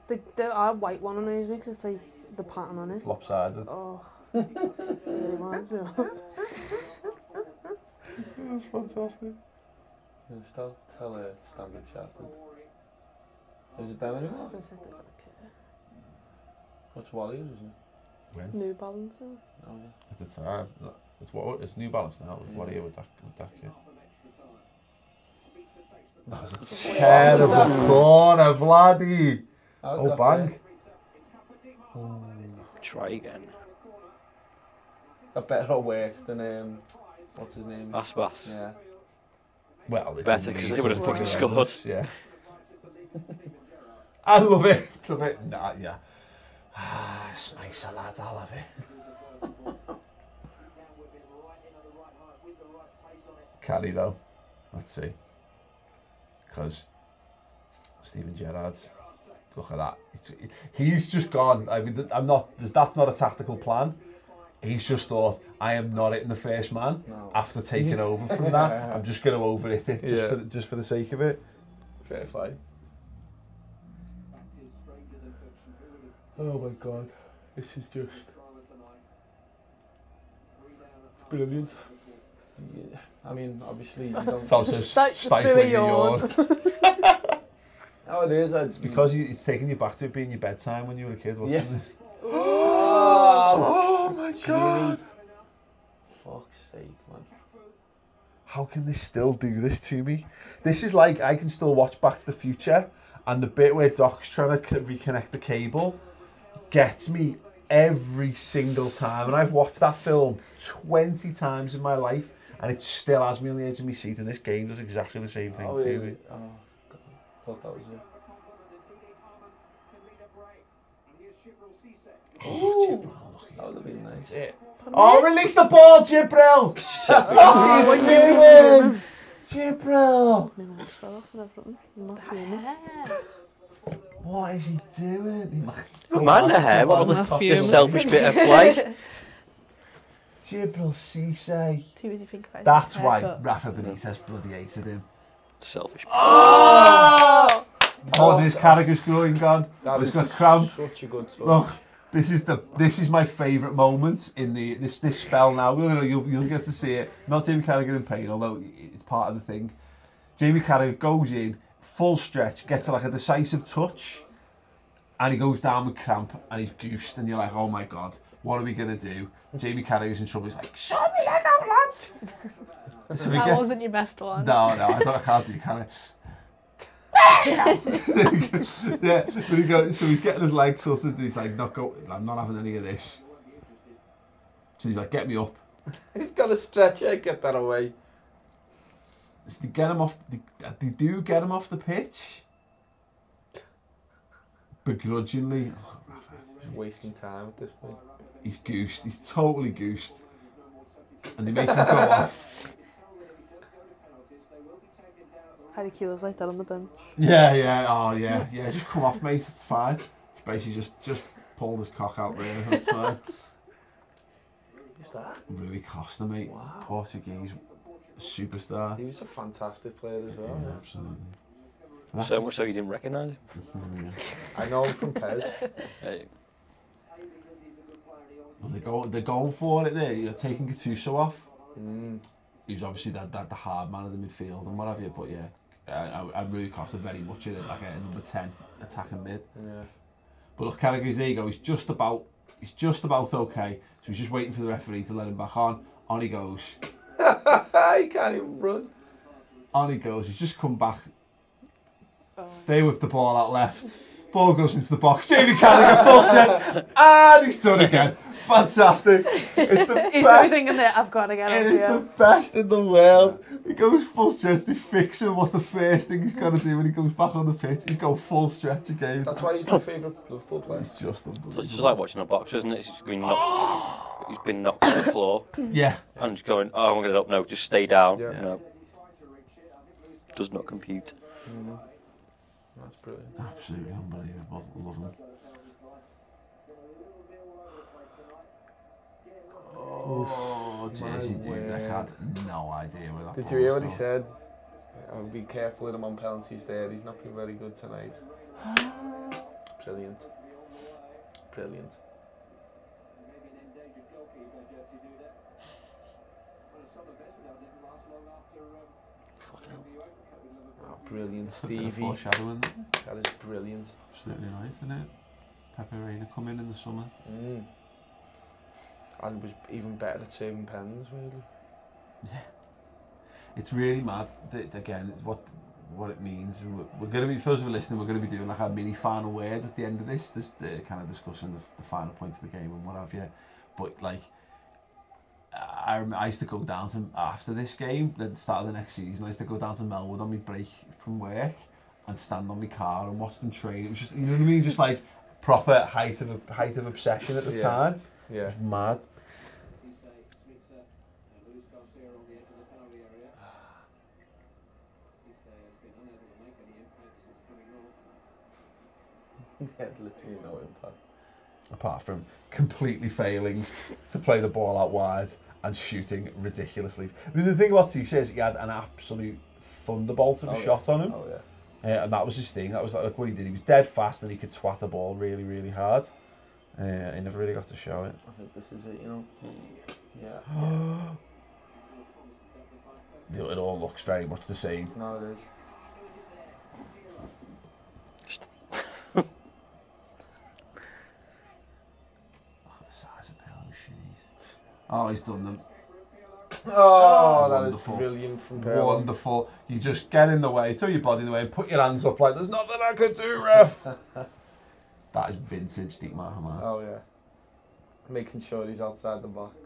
[SPEAKER 3] The, the our white one annoys me because it's like the pattern on it.
[SPEAKER 10] Lopsided.
[SPEAKER 3] Oh, it really winds me up.
[SPEAKER 1] That's fantastic.
[SPEAKER 4] You know, still tell a standard Shattered. Is it down anymore?
[SPEAKER 3] I think they're gonna care.
[SPEAKER 4] What's Warriors, isn't
[SPEAKER 1] When?
[SPEAKER 3] New Balance. though.
[SPEAKER 4] it? Oh, yeah.
[SPEAKER 1] At the time, no, it's what it's New Balance now. It was
[SPEAKER 4] Yeah.
[SPEAKER 1] Warrior with that with that kit. That's a
[SPEAKER 4] Yeah.
[SPEAKER 1] terrible corner, bloody.
[SPEAKER 4] Oh,
[SPEAKER 1] Oh,
[SPEAKER 4] God,
[SPEAKER 1] bang.
[SPEAKER 2] Try again.
[SPEAKER 4] A better or worse than, um, what's his name?
[SPEAKER 2] Aspas.
[SPEAKER 4] Yeah.
[SPEAKER 1] Well, it
[SPEAKER 2] Better
[SPEAKER 1] didn't
[SPEAKER 2] 'cause
[SPEAKER 1] need
[SPEAKER 2] they would
[SPEAKER 1] to
[SPEAKER 2] have
[SPEAKER 1] be
[SPEAKER 2] fucking
[SPEAKER 1] horrendous,
[SPEAKER 2] scored.
[SPEAKER 1] (laughs) Yeah. I love it. (laughs) Love it. Nah, yeah. Ah, spice lad, I love it. Can he though? Let's see. Because Stephen Gerrard's look at that. He's- He's just gone. I mean, th- I'm not. That's not a tactical plan. He's just thought, I am not it in the first man. After taking over from that,
[SPEAKER 4] (laughs)
[SPEAKER 1] I'm just going to over it it just
[SPEAKER 4] Yeah.
[SPEAKER 1] for the, just for the sake of it.
[SPEAKER 4] Fair play.
[SPEAKER 14] Oh my god, this is just brilliant.
[SPEAKER 4] Yeah. I mean,
[SPEAKER 1] (laughs)
[SPEAKER 4] obviously, you don't.
[SPEAKER 1] Tom says
[SPEAKER 3] That just
[SPEAKER 1] stifling
[SPEAKER 3] threw a
[SPEAKER 1] your
[SPEAKER 3] yawn.
[SPEAKER 1] yawn.
[SPEAKER 4] Oh, it is. It's
[SPEAKER 1] It's because you, it's taking you back to it being your bedtime when you were a kid, wasn't
[SPEAKER 4] Yeah.
[SPEAKER 1] it?
[SPEAKER 4] Oh,
[SPEAKER 1] my
[SPEAKER 4] God. Fuck's sake, man.
[SPEAKER 1] How can they still do this to me? This is like I can still watch Back to the Future, and the bit where Doc's trying to c- reconnect the cable gets me every single time. And I've watched that film 20 times in my life, and it still has me on the edge of my seat. And this game does exactly the same thing
[SPEAKER 4] Oh,
[SPEAKER 1] to
[SPEAKER 4] yeah.
[SPEAKER 1] me.
[SPEAKER 4] oh God. I thought that was it. That would have been nice.
[SPEAKER 1] Oh, release the
[SPEAKER 2] (laughs)
[SPEAKER 1] ball, Jibril! what are you doing? Jibril!
[SPEAKER 3] My legs fell off and everything. I'm not fuming.
[SPEAKER 1] What is he doing?
[SPEAKER 2] Man, the hair, what the fuck is selfish bit of play?
[SPEAKER 1] Jibril Cisse.
[SPEAKER 11] Too busy thinking about his
[SPEAKER 1] That's why
[SPEAKER 11] haircut.
[SPEAKER 1] Rafa Benitez bloody hated him.
[SPEAKER 2] (laughs) Selfish.
[SPEAKER 1] Oh! Oh, there's Carragher's groin gone.
[SPEAKER 4] That
[SPEAKER 1] He's got
[SPEAKER 4] was
[SPEAKER 1] cramp.
[SPEAKER 4] Such a good touch.
[SPEAKER 1] Look, this is the this is my favourite moment in the this this spell now. You'll, you'll, you'll get to see it. Not Jamie Carragher in pain, although it's part of the thing. Jamie Carragher goes in, full stretch, gets like a decisive touch, and he goes down with cramp and he's goosed, and you're like, oh my god, what are we gonna do? Jamie Carragher's in trouble. He's like, shut me leg out, lads.
[SPEAKER 11] (laughs)
[SPEAKER 1] So we
[SPEAKER 11] That
[SPEAKER 1] get-
[SPEAKER 11] wasn't your best one.
[SPEAKER 1] (laughs) No, no, I don't. I can't do can I? yeah, but he goes. So he's getting his legs sorted. He's like, not go. I'm not having any of this. So he's like, get me up.
[SPEAKER 4] He's got a stretcher. Get that away.
[SPEAKER 1] So they get him off. They, they do get him off the pitch. Begrudgingly, oh, Rafa,
[SPEAKER 4] Just wasting time at this point.
[SPEAKER 1] he's goosed. He's totally goosed. And they make him go off.
[SPEAKER 3] Harry Keeler's like that on the bench.
[SPEAKER 1] Yeah, yeah. Oh, yeah, yeah. Just come off, mate. It's fine. He's basically just just pulled his cock out there. That's fine.
[SPEAKER 4] Who's that?
[SPEAKER 1] Rui Costa, mate. Portuguese superstar.
[SPEAKER 4] He was uh, a fantastic player as well.
[SPEAKER 1] Yeah, absolutely.
[SPEAKER 2] So much so you didn't recognise him.
[SPEAKER 4] I know him from Pez.
[SPEAKER 2] Hey,
[SPEAKER 1] Well, they go, they're going for it there. You're taking Gattuso off.
[SPEAKER 4] Mm.
[SPEAKER 1] Who's obviously that, that the hard man of the midfield and what have you. But yeah, uh, I, I really cost very much in it, like a number ten attacking mid.
[SPEAKER 4] Yeah.
[SPEAKER 1] But look, Carragher's ego is just about he's just about okay. So he's just waiting for the referee to let him back on. On he goes.
[SPEAKER 4] (laughs) he can't even run.
[SPEAKER 1] On he goes. He's just come back. They whip the ball out left. Ball goes into the box. Jamie Carragher full stretch, and he's done again. Fantastic! It's the
[SPEAKER 3] He's probably
[SPEAKER 1] best.
[SPEAKER 3] thinking that I've got to get
[SPEAKER 1] It
[SPEAKER 3] up
[SPEAKER 1] is
[SPEAKER 3] here.
[SPEAKER 1] the best in the world. He goes full stretch, they fix him. What's the first thing he's got to do when he comes back on the pitch? He's going full stretch again.
[SPEAKER 4] That's why he's my favourite Liverpool player.
[SPEAKER 1] It's just
[SPEAKER 2] So
[SPEAKER 1] unbelievable.
[SPEAKER 2] it's just like watching a boxer, isn't it? He's just been knocked. (gasps) he's been knocked to the floor.
[SPEAKER 1] Yeah.
[SPEAKER 2] And just going, oh, I'm gonna get up. No, just stay down.
[SPEAKER 1] Yeah.
[SPEAKER 2] No. Does not compute.
[SPEAKER 4] Mm. That's brilliant.
[SPEAKER 1] Absolutely unbelievable. Love him. Oh, jeez, you dude, I had no idea where that
[SPEAKER 4] Did
[SPEAKER 1] ball
[SPEAKER 4] you hear
[SPEAKER 1] was
[SPEAKER 4] what he
[SPEAKER 1] going.
[SPEAKER 4] said? I'll be careful with him on penalties there. He's not been very good tonight. Brilliant. Brilliant. Oh,
[SPEAKER 1] a
[SPEAKER 4] brilliant,
[SPEAKER 1] bit of
[SPEAKER 4] Stevie.
[SPEAKER 1] foreshadowing.
[SPEAKER 4] That is brilliant.
[SPEAKER 1] Absolutely right, isn't it? Pepe Reina come in in the summer.
[SPEAKER 4] Mm. And was even better at saving pens, really.
[SPEAKER 1] It's really mad. That, again, it's what what it means. And We're, we're going to be, for those of you listening, we're going to be doing like a mini final word at the end of this, this uh, kind of discussing the, the final point of the game and what have you. But like, I, rem- I used to go down to after this game, the start of the next season. I used to go down to Melwood on my break from work and stand on my car and watch them train. It was just, you know what I mean, just like proper height of height of obsession at the
[SPEAKER 8] Yeah.
[SPEAKER 1] time.
[SPEAKER 4] (laughs)
[SPEAKER 1] It
[SPEAKER 4] Yeah.
[SPEAKER 1] was mad.
[SPEAKER 4] He had literally no impact.
[SPEAKER 8] apart from completely failing to play the ball out wide and shooting ridiculously. I mean, the thing about Tissé is he had an absolute thunderbolt of a
[SPEAKER 4] Oh, yeah.
[SPEAKER 8] shot on him.
[SPEAKER 4] Oh, yeah.
[SPEAKER 8] Uh, and that was his thing. That was like what he did. He was dead fast and he could twat a ball really, really hard. Uh, he never really got to show it.
[SPEAKER 4] I think this is it, you know? Yeah.
[SPEAKER 8] It all looks very much the same.
[SPEAKER 4] No, it is.
[SPEAKER 1] Look at the size of pillow shitties. Oh, he's done them.
[SPEAKER 4] Oh, that is brilliant from Perlo.
[SPEAKER 1] Wonderful. You just get in the way, throw your body in the way, and put your hands up like there's nothing I could do, (laughs) ref. that is vintage Deep Mahamad.
[SPEAKER 4] Oh, yeah. Making sure he's outside the box.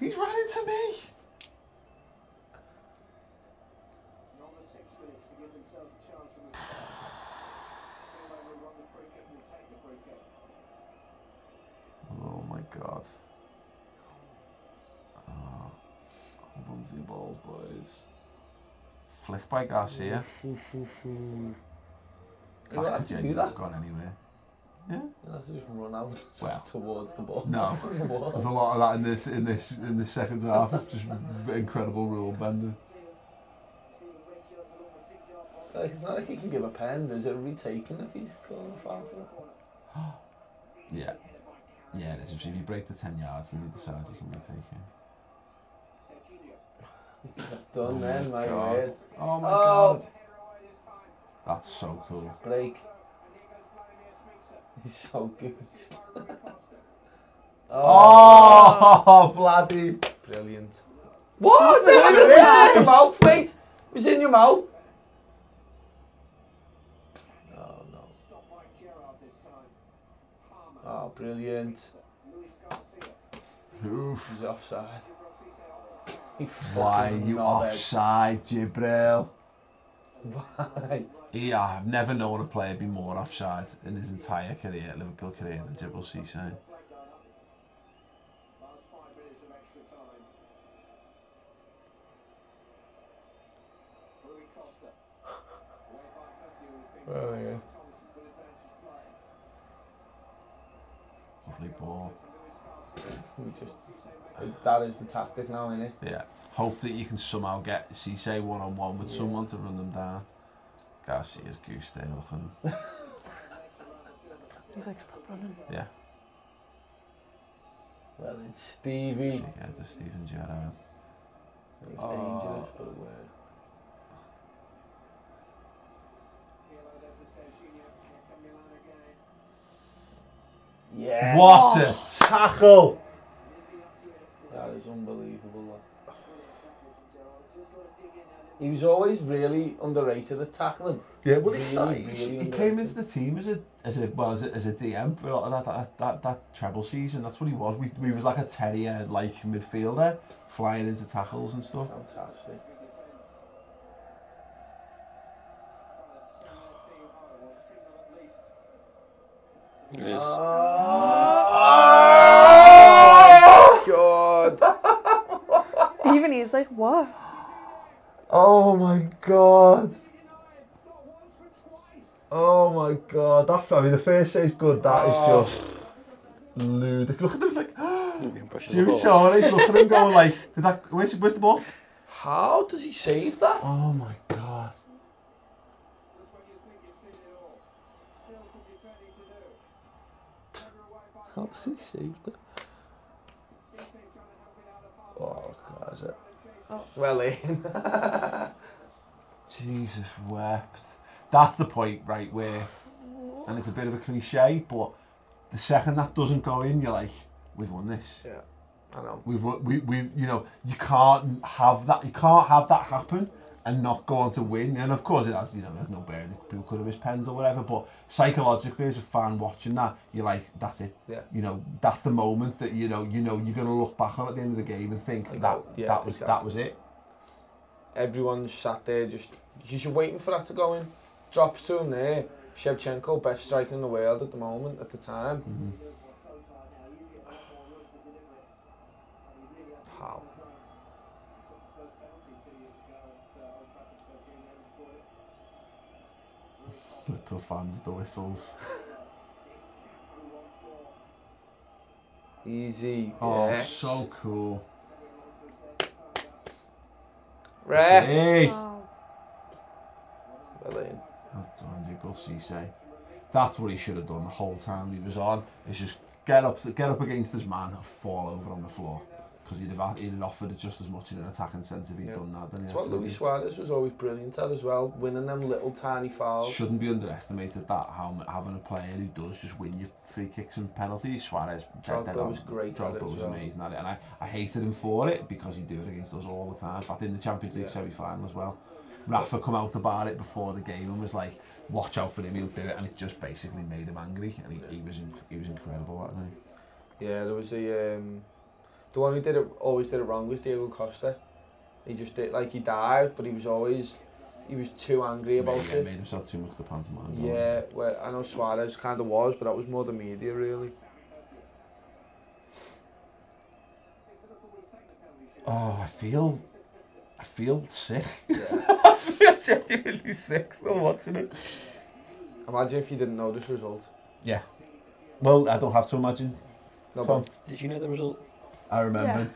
[SPEAKER 1] He's ran into me. Oh my god. Oh, hold on to your balls, boys. Flick by Garcia.
[SPEAKER 4] You don't
[SPEAKER 1] could
[SPEAKER 4] have to do
[SPEAKER 1] genuinely
[SPEAKER 4] that.
[SPEAKER 1] have gone anywhere. Yeah.
[SPEAKER 4] He has to just run out
[SPEAKER 1] Well.
[SPEAKER 4] (laughs) towards the ball. (laughs)
[SPEAKER 1] No,
[SPEAKER 4] What?
[SPEAKER 1] there's a lot of that in this in this in this second half. It's Just (laughs) incredible rule bending.
[SPEAKER 4] Like, Uh, it's not like he can give a pen. There's a retaking if he's going a foul for it.
[SPEAKER 1] Yeah. Yeah, it is. If you break the 10 yards and either side, you can retake it.
[SPEAKER 4] Done then, Oh my
[SPEAKER 1] God.
[SPEAKER 4] word.
[SPEAKER 1] Oh my
[SPEAKER 4] Oh.
[SPEAKER 1] god. That's so cool.
[SPEAKER 4] Break. He's so good. (laughs)
[SPEAKER 1] Oh, (laughs) bloody.
[SPEAKER 4] Brilliant.
[SPEAKER 1] What?
[SPEAKER 4] It was in your mouth, mate. It was in your mouth. Oh, no. Oh, brilliant.
[SPEAKER 1] Oof.
[SPEAKER 4] He's offside. (laughs) He
[SPEAKER 1] Why
[SPEAKER 4] fucking
[SPEAKER 1] you
[SPEAKER 4] knobhead.
[SPEAKER 1] offside, Jibril?
[SPEAKER 4] (laughs) Why?
[SPEAKER 1] Yeah, I've never known a player be more offside in his entire career, Liverpool career, than Jibril Cisse.
[SPEAKER 4] Oh, yeah.
[SPEAKER 1] Lovely ball.
[SPEAKER 4] We just. That is the tactic now, isn't it?
[SPEAKER 1] Yeah. Hope that you can somehow get Cisse one on one with someone to run them down. Garcia's goose there looking.
[SPEAKER 3] He's like, stop running.
[SPEAKER 1] Yeah.
[SPEAKER 4] Well, it's Stevie.
[SPEAKER 1] Yeah, the Stephen Gerrard.
[SPEAKER 19] It was
[SPEAKER 4] Oh.
[SPEAKER 19] dangerous, but it worked. Yes.
[SPEAKER 2] What a tackle!
[SPEAKER 4] That is unbelievable. That. He was always really underrated at tackling.
[SPEAKER 1] Yeah, well, he,
[SPEAKER 4] Really,
[SPEAKER 1] started, he-
[SPEAKER 4] really
[SPEAKER 1] he
[SPEAKER 4] underrated.
[SPEAKER 1] came into the team as a as a well as a, as a DM for a lot of that that, that that treble season. That's what he was. We, we was like a terrier like midfielder flying into tackles and stuff.
[SPEAKER 4] Fantastic.
[SPEAKER 20] It is.
[SPEAKER 2] Ah.
[SPEAKER 3] Even he's like, what?
[SPEAKER 2] Oh my god. Oh my god. That, I mean, the first save's good. That is
[SPEAKER 1] Oh.
[SPEAKER 2] just ludicrous. Look at him like,
[SPEAKER 4] Oh.
[SPEAKER 1] Jimmy Charlie's looking at him going like, did that? Where's, where's the ball?
[SPEAKER 4] How does he save that?
[SPEAKER 1] Oh my god.
[SPEAKER 19] How does he save that?
[SPEAKER 4] Oh, that's it. Well in.
[SPEAKER 1] Jesus wept. That's the point, right, where, and it's a bit of a cliche, but the second that doesn't go in, you're like, we've won this.
[SPEAKER 4] (laughs) Yeah, I know.
[SPEAKER 1] We've, won- we, we, you know, you can't have that, you can't have that happen and not go on to win. And of course, it has, you know, there's no bearing, people could have missed pens or whatever, but psychologically, as a fan watching that, you're like, that's it.
[SPEAKER 4] Yeah.
[SPEAKER 1] You know, that's the moment that, you know, you know, you're going to look back on at the end of the game and think that,
[SPEAKER 4] yeah,
[SPEAKER 1] that was,
[SPEAKER 4] exactly.
[SPEAKER 1] that was it.
[SPEAKER 4] Everyone sat there just because you're waiting for that to go in. Drops to him there. Shevchenko, best striker in the world at the moment, at the time. How?
[SPEAKER 1] Liverpool fans with the whistles.
[SPEAKER 4] Easy.
[SPEAKER 1] Oh,
[SPEAKER 4] yes.
[SPEAKER 1] so cool.
[SPEAKER 4] Ref.
[SPEAKER 1] Hey.
[SPEAKER 4] Well in.
[SPEAKER 1] That's Andrew Gus, he say. That's what he should have done the whole time he was on. Is just get up, get up against his man and fall over on the floor because he'd have had- he'd have offered just as much in an attacking sense if he had
[SPEAKER 4] Yeah.
[SPEAKER 1] done that. Then
[SPEAKER 4] That's what Luis Suarez was always brilliant at as well, winning them little tiny fouls.
[SPEAKER 1] Shouldn't be underestimated that how m- having a player who does just win your free kicks and penalties. Suarez, dead, dead
[SPEAKER 4] Drogba
[SPEAKER 1] on.
[SPEAKER 4] was great at it
[SPEAKER 1] Drogba
[SPEAKER 4] as
[SPEAKER 1] was
[SPEAKER 4] well.
[SPEAKER 1] amazing at it, and I, I hated him for it because he'd do it against us all the time. In fact, in the Champions League
[SPEAKER 4] Yeah.
[SPEAKER 1] semi final as well, Rafa come out about it before the game and was like, "Watch out for him, he'll do it," and it just basically made him angry, and he, he was in, he was incredible that night.
[SPEAKER 4] Yeah, there was the um, the one who did it always did it wrong was Diego Costa. He just did like he dived, but he was always he was too angry about
[SPEAKER 1] Made, yeah,
[SPEAKER 4] it.
[SPEAKER 1] made himself too much the pantomime. going.
[SPEAKER 4] Yeah, well, I know Suarez kind of was, but that was more the media really.
[SPEAKER 1] Oh, I feel, I feel sick. (laughs)
[SPEAKER 4] Yeah.
[SPEAKER 1] I feel genuinely sick still watching it.
[SPEAKER 4] Imagine if you didn't know this result.
[SPEAKER 1] Yeah. Well, I don't have to imagine.
[SPEAKER 4] No,
[SPEAKER 1] Tom,
[SPEAKER 20] Did you know the result?
[SPEAKER 1] I remember.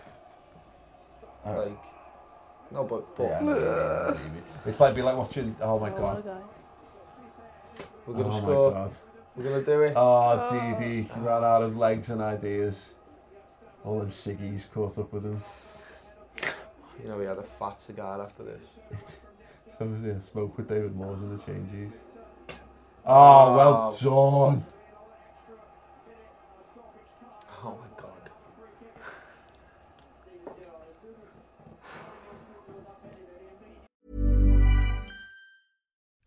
[SPEAKER 4] but
[SPEAKER 1] Uh,
[SPEAKER 4] like, no, but but
[SPEAKER 1] yeah, I know, I know, I know. It's like be like watching. Oh my god.
[SPEAKER 4] we're gonna
[SPEAKER 1] oh my
[SPEAKER 4] score.
[SPEAKER 1] God.
[SPEAKER 4] We're gonna do it.
[SPEAKER 1] Oh, DD he ran out of legs and ideas. All them ciggies caught up with him.
[SPEAKER 4] You know, we had a fat cigar after this.
[SPEAKER 1] Some of them smoke with David Moores and the changes. Oh, well done.
[SPEAKER 4] Oh my god.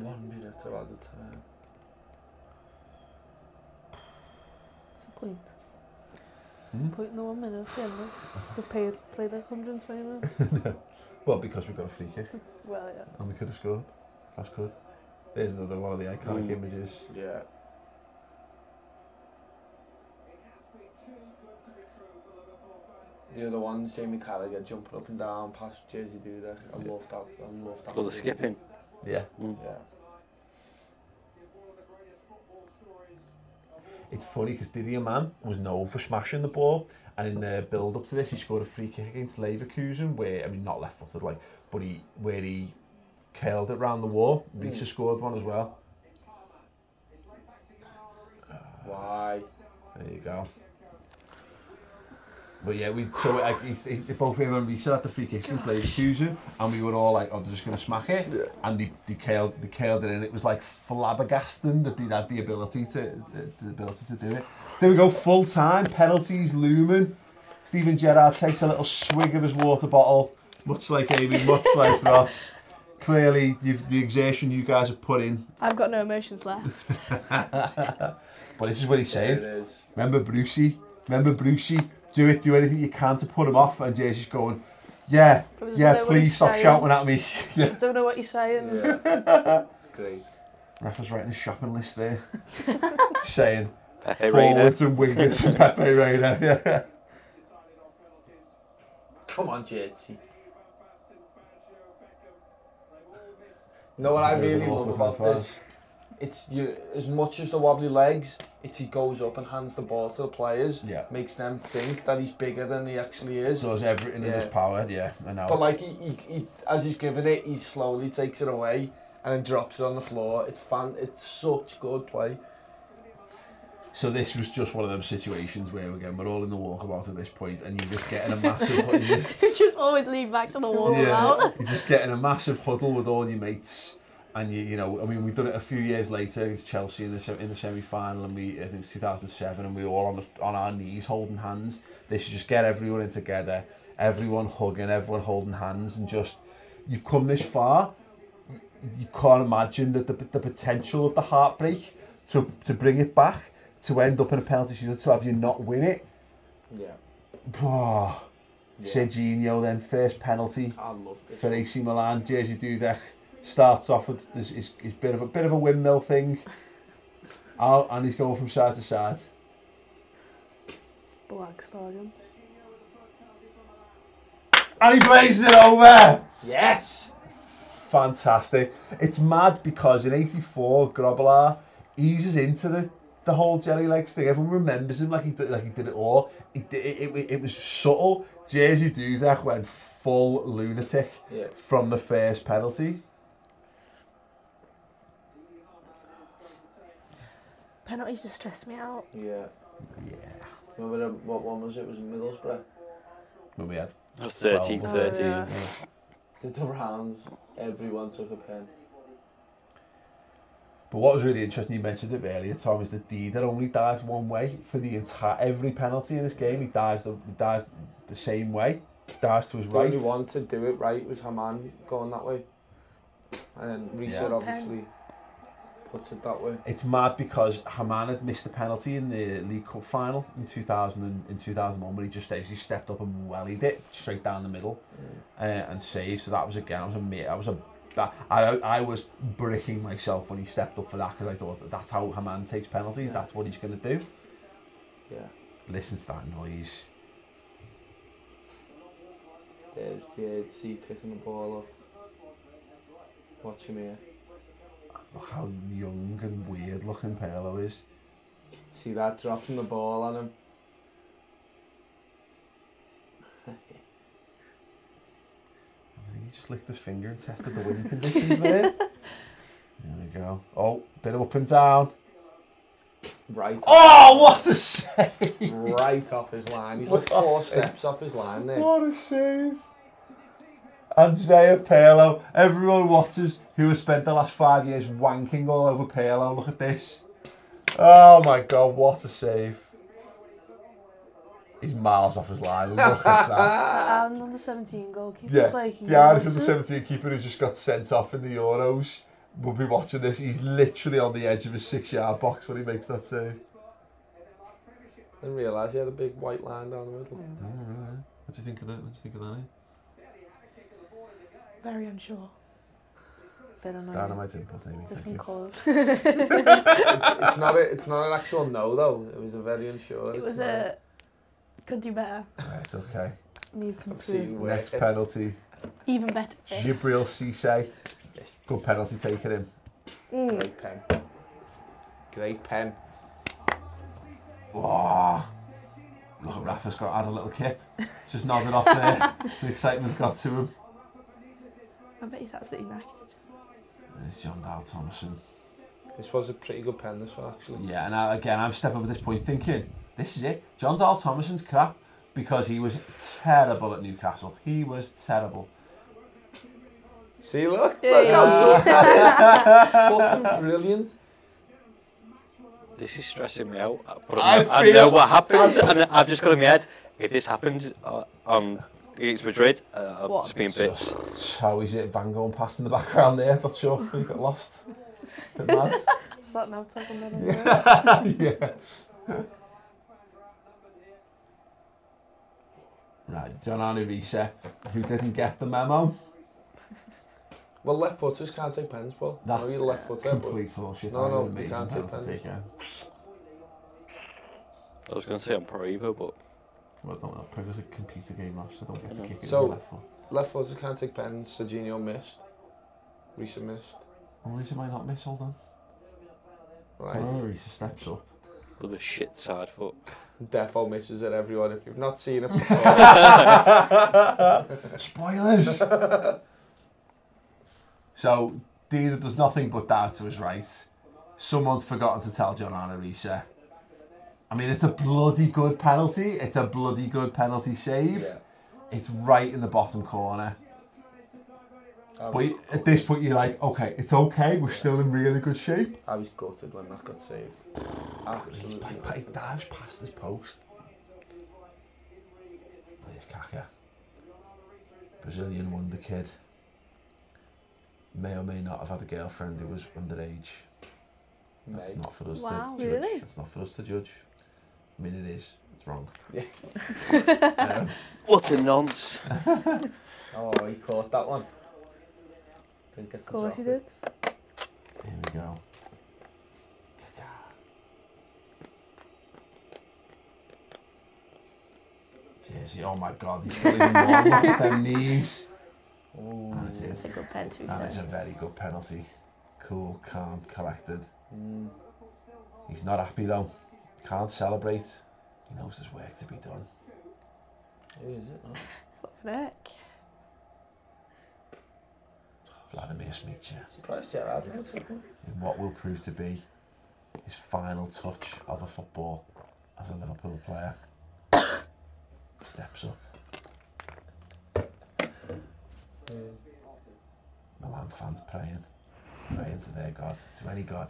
[SPEAKER 4] One minute at a time.
[SPEAKER 3] What's the point? Point in the one minute at the end. of- We've paid, played like 120 minutes.
[SPEAKER 1] (laughs) well, because we got a free kick.
[SPEAKER 3] Well, yeah.
[SPEAKER 1] And we could have scored. That's good. There's another one of the iconic
[SPEAKER 4] Mm.
[SPEAKER 1] images.
[SPEAKER 4] Yeah. The other one's Jamie Gallagher jumping up and down past Jersey Dudek. I love that. I love that.
[SPEAKER 2] Oh, the
[SPEAKER 4] movie.
[SPEAKER 2] skipping.
[SPEAKER 1] Yeah.
[SPEAKER 4] Yeah.
[SPEAKER 1] It's funny because Didier Mann was known for smashing the ball, and in the build up to this, he scored a free kick against Leverkusen, where I mean not left footed, like, but he where he curled it round the wall.
[SPEAKER 4] Mm.
[SPEAKER 1] Reacher scored one as well.
[SPEAKER 4] Why?
[SPEAKER 1] There you go. But yeah, we so like, it's, it, both him and Reese had the free kicks against Leverkusen, and we were all like, "Oh, they're just going to smack it," and they, they curled they curled it in. It was like flabbergasting that they had the ability to uh, the, the ability to do it. So there we go, full time penalties looming. Stephen Gerrard takes a little swig of his water bottle, much like Amy, much like Ross. Clearly, you've, the exertion you guys have put in
[SPEAKER 21] I've got no emotions left.
[SPEAKER 1] but this is what he
[SPEAKER 4] There it
[SPEAKER 1] said.
[SPEAKER 4] is.
[SPEAKER 1] Remember Brucey? Remember Brucey? Do it, do anything you can to put him off. And Jay's just going, yeah,
[SPEAKER 3] It was
[SPEAKER 1] yeah,
[SPEAKER 3] about what
[SPEAKER 1] please
[SPEAKER 3] he's
[SPEAKER 1] stop
[SPEAKER 3] saying.
[SPEAKER 1] shouting at me. (laughs)
[SPEAKER 3] I
[SPEAKER 1] yeah.
[SPEAKER 3] don't know what you're saying.
[SPEAKER 4] It's great.
[SPEAKER 1] Rafa's writing a shopping list there, saying
[SPEAKER 4] Pepe
[SPEAKER 1] forwards
[SPEAKER 4] Reina.
[SPEAKER 1] and wingers and Pepe Reina. (laughs) Yeah.
[SPEAKER 4] Come on, Jersey. No, what I
[SPEAKER 1] Very
[SPEAKER 4] really
[SPEAKER 1] awkward
[SPEAKER 4] love
[SPEAKER 1] high
[SPEAKER 4] about
[SPEAKER 1] five.
[SPEAKER 4] this, it's you, as much as the wobbly legs, it's he goes up and hands the ball to the players,
[SPEAKER 1] Yeah.
[SPEAKER 4] makes them think that he's bigger than he actually is.
[SPEAKER 1] Does everything in his power, yeah, I know.
[SPEAKER 4] But like he, he, he, as he's giving it, he slowly takes it away and then drops it on the floor. It's fan, it's such good play.
[SPEAKER 1] So this was just one of those situations where again we're all in the walkabout at this point, and you're just getting a massive, (laughs) you're just
[SPEAKER 21] just always lean back to the wall
[SPEAKER 1] Yeah, (laughs)
[SPEAKER 21] out.
[SPEAKER 1] you're just getting a massive huddle with all your mates, and you you know I mean we've done it a few years later against Chelsea in the se- in the semi final, and we I think it was 2007, and we were all on the on our knees holding hands. They should just get everyone in together, everyone hugging, everyone holding hands, and just you've come this far. y- You can't imagine that the, the potential of the heartbreak to to bring it back to end up in a penalty shootout to have you not win it. (sighs)
[SPEAKER 4] Yeah.
[SPEAKER 1] Oh, Serginho then first penalty
[SPEAKER 4] I love this.
[SPEAKER 1] for AC Milan. Jerzy Dudek starts off with this his, his bit of a bit of a windmill thing, out and he's going from side to side.
[SPEAKER 3] Black Stadium.
[SPEAKER 1] And he blazes it over.
[SPEAKER 4] Yes.
[SPEAKER 1] Fantastic. It's mad because in '84 Grobbelaar eases into the. The whole jelly legs thing, everyone remembers him like he did, like he did it all. It, it, it, it was subtle. Jerzy Dudek went full lunatic
[SPEAKER 4] Yeah.
[SPEAKER 1] from the first penalty.
[SPEAKER 21] Penalties just stress me out.
[SPEAKER 4] Yeah. Yeah. Remember the, what one was it? Was it Middlesbrough?
[SPEAKER 1] when we had
[SPEAKER 2] It was 13,
[SPEAKER 1] 12.
[SPEAKER 2] 13.
[SPEAKER 4] Yeah. Did the rounds? Everyone took a pen.
[SPEAKER 1] But what was really interesting, you mentioned it earlier, Tom, is that D that only dives one way for the entire every penalty in this game. He dives the he dives the same way, dives to his
[SPEAKER 4] The
[SPEAKER 1] right.
[SPEAKER 4] only one to do it right was Haman going that way, and then Reece
[SPEAKER 1] Yeah.
[SPEAKER 4] obviously puts it that way.
[SPEAKER 1] It's mad because Haman had missed the penalty in the League Cup final in 2000 and, in 2001 when he just basically stepped up and wellied it straight down the middle
[SPEAKER 4] Mm.
[SPEAKER 1] uh, and saved. So that was again, I was a mate, I was a that, I, I was bricking myself when he stepped up for that because I thought that's how Haman takes penalties. That's what he's going to do.
[SPEAKER 4] Yeah.
[SPEAKER 1] Listen to that noise.
[SPEAKER 4] There's JHC picking the ball up. Watch him here.
[SPEAKER 1] Look how young and weird looking Perlo is.
[SPEAKER 4] See that dropping the ball on him.
[SPEAKER 1] I think he just licked his finger and tested the wind conditions there. There we
[SPEAKER 20] we go. Oh, bit of up and down.
[SPEAKER 4] Right.
[SPEAKER 20] Oh, what a save!
[SPEAKER 4] Right off his line. He's like
[SPEAKER 20] What a
[SPEAKER 4] four
[SPEAKER 20] save.
[SPEAKER 4] steps off his line there.
[SPEAKER 20] What a save! Andrea Pirlo. Everyone watches who has spent the last five years wanking all over Pirlo. Look at this. Oh my god, what a save. He's miles off his line. Look at that.
[SPEAKER 3] Ah, And under 17 goalkeepers,
[SPEAKER 20] Yeah,
[SPEAKER 3] like you
[SPEAKER 20] the Irish
[SPEAKER 3] know,
[SPEAKER 20] under 17 keeper who just got sent off in the Euros will be watching this. He's literally on the edge of his six yard box when he makes that save.
[SPEAKER 4] Didn't realise he had a big white line down the middle.
[SPEAKER 20] What do you think of that? What do you think of that?
[SPEAKER 1] eh?
[SPEAKER 3] Very unsure. Bit annoying.
[SPEAKER 20] Dynamite input, Amy, thank you.
[SPEAKER 3] Different colours. (laughs)
[SPEAKER 4] It's, it's not a, It's not an actual no though. It was a very unsure.
[SPEAKER 8] It was a. Could do better.
[SPEAKER 20] Right, okay.
[SPEAKER 3] Needs
[SPEAKER 4] I've seen
[SPEAKER 3] improvement.
[SPEAKER 20] Next penalty.
[SPEAKER 8] Even better.
[SPEAKER 20] Jibril Cisse. Good penalty taking him.
[SPEAKER 8] Mm.
[SPEAKER 4] Great pen. Great pen.
[SPEAKER 1] Wow. Look at Rafa's got had a little kip. Just nodded off there.
[SPEAKER 20] (laughs)
[SPEAKER 1] the excitement's got to him.
[SPEAKER 8] I bet he's absolutely knackered.
[SPEAKER 1] It's John Dowd Thompson.
[SPEAKER 4] This was a pretty good pen. This one actually.
[SPEAKER 1] Yeah, and I, again, I'm stepping up at this point thinking, this is it. John Dahl Thomason's crap because he was terrible at Newcastle. He was terrible.
[SPEAKER 4] See, look.
[SPEAKER 1] Look
[SPEAKER 4] how good that
[SPEAKER 8] (laughs)
[SPEAKER 4] is. Fucking brilliant.
[SPEAKER 2] This is stressing me out. But
[SPEAKER 4] I
[SPEAKER 2] I, I
[SPEAKER 4] feel-
[SPEAKER 2] know what happens, and I've just got in my head. If this happens uh, um, against Madrid, uh, I'm
[SPEAKER 8] What?
[SPEAKER 2] just being bits.
[SPEAKER 1] How is it? Van Gogh passed in the background there. Not sure (laughs) who got lost. Bit
[SPEAKER 4] (laughs)
[SPEAKER 1] mad. (laughs)
[SPEAKER 3] Is that now talking about it?
[SPEAKER 1] yeah. Right, John Arne Risa, who didn't get the memo.
[SPEAKER 4] Well, left footers can't take pens, Paul.
[SPEAKER 1] That's
[SPEAKER 4] no, you're a left footer. but-
[SPEAKER 1] complete bullshit.
[SPEAKER 4] No,
[SPEAKER 1] I'm
[SPEAKER 4] no,
[SPEAKER 1] an
[SPEAKER 4] you
[SPEAKER 1] amazing
[SPEAKER 4] can't take
[SPEAKER 1] penalty
[SPEAKER 4] pens.
[SPEAKER 1] taker.
[SPEAKER 2] I was going to say I'm pro Evo, but
[SPEAKER 1] Well, don't know. Pro was a computer game last, so I don't get to kick it
[SPEAKER 4] So
[SPEAKER 1] with my left foot.
[SPEAKER 4] left footers can't take pens. Serginho missed. Reese missed.
[SPEAKER 1] Well, Risa might not miss, hold on.
[SPEAKER 4] Right.
[SPEAKER 1] Oh, Risa steps up.
[SPEAKER 2] with a shit side foot.
[SPEAKER 4] Defo misses it. Everyone, if you've
[SPEAKER 1] (laughs)
[SPEAKER 4] not seen it before.
[SPEAKER 20] Spoilers.
[SPEAKER 1] So, Dina does nothing but that to his right. Someone's forgotten to tell John Anna Risa. I mean, it's a bloody good penalty. It's a bloody good penalty save.
[SPEAKER 4] Yeah.
[SPEAKER 1] It's right in the bottom corner.
[SPEAKER 4] Um,
[SPEAKER 1] But at this point, you're like, okay, it's okay. We're still in really good shape.
[SPEAKER 4] I was gutted when that got saved. Absolutely.
[SPEAKER 20] He dives past his post.
[SPEAKER 1] There's Kaka. Brazilian wonder kid. May or may not have had a girlfriend who was underage. That's
[SPEAKER 4] Mate.
[SPEAKER 1] not for us
[SPEAKER 8] Wow,
[SPEAKER 1] to judge.
[SPEAKER 8] really?
[SPEAKER 1] That's not for us to judge. I mean, it is. It's wrong.
[SPEAKER 4] Yeah.
[SPEAKER 1] Um,
[SPEAKER 2] What a nonce.
[SPEAKER 4] Oh, he caught that one. Didn't get to
[SPEAKER 8] Of course he
[SPEAKER 4] drop it.
[SPEAKER 8] did.
[SPEAKER 1] Here we go. Jersey, oh my god, he's (laughs) got even more. Look at them knees. And it's
[SPEAKER 8] It's a
[SPEAKER 1] in.
[SPEAKER 8] good pen to be
[SPEAKER 1] That is a
[SPEAKER 8] fair.
[SPEAKER 1] very good penalty. Cool, calm, collected.
[SPEAKER 4] Mm.
[SPEAKER 1] He's not happy though. Can't celebrate. He knows there's work to be done.
[SPEAKER 4] Who is it? Oh,
[SPEAKER 8] Fucking heck.
[SPEAKER 1] Vladimir Smicha,
[SPEAKER 4] surprised Gerard. didn't take one.
[SPEAKER 1] in what will prove to be his final touch of a football as a Liverpool player, (coughs) steps up. Milan fans praying, praying to their God, to any God.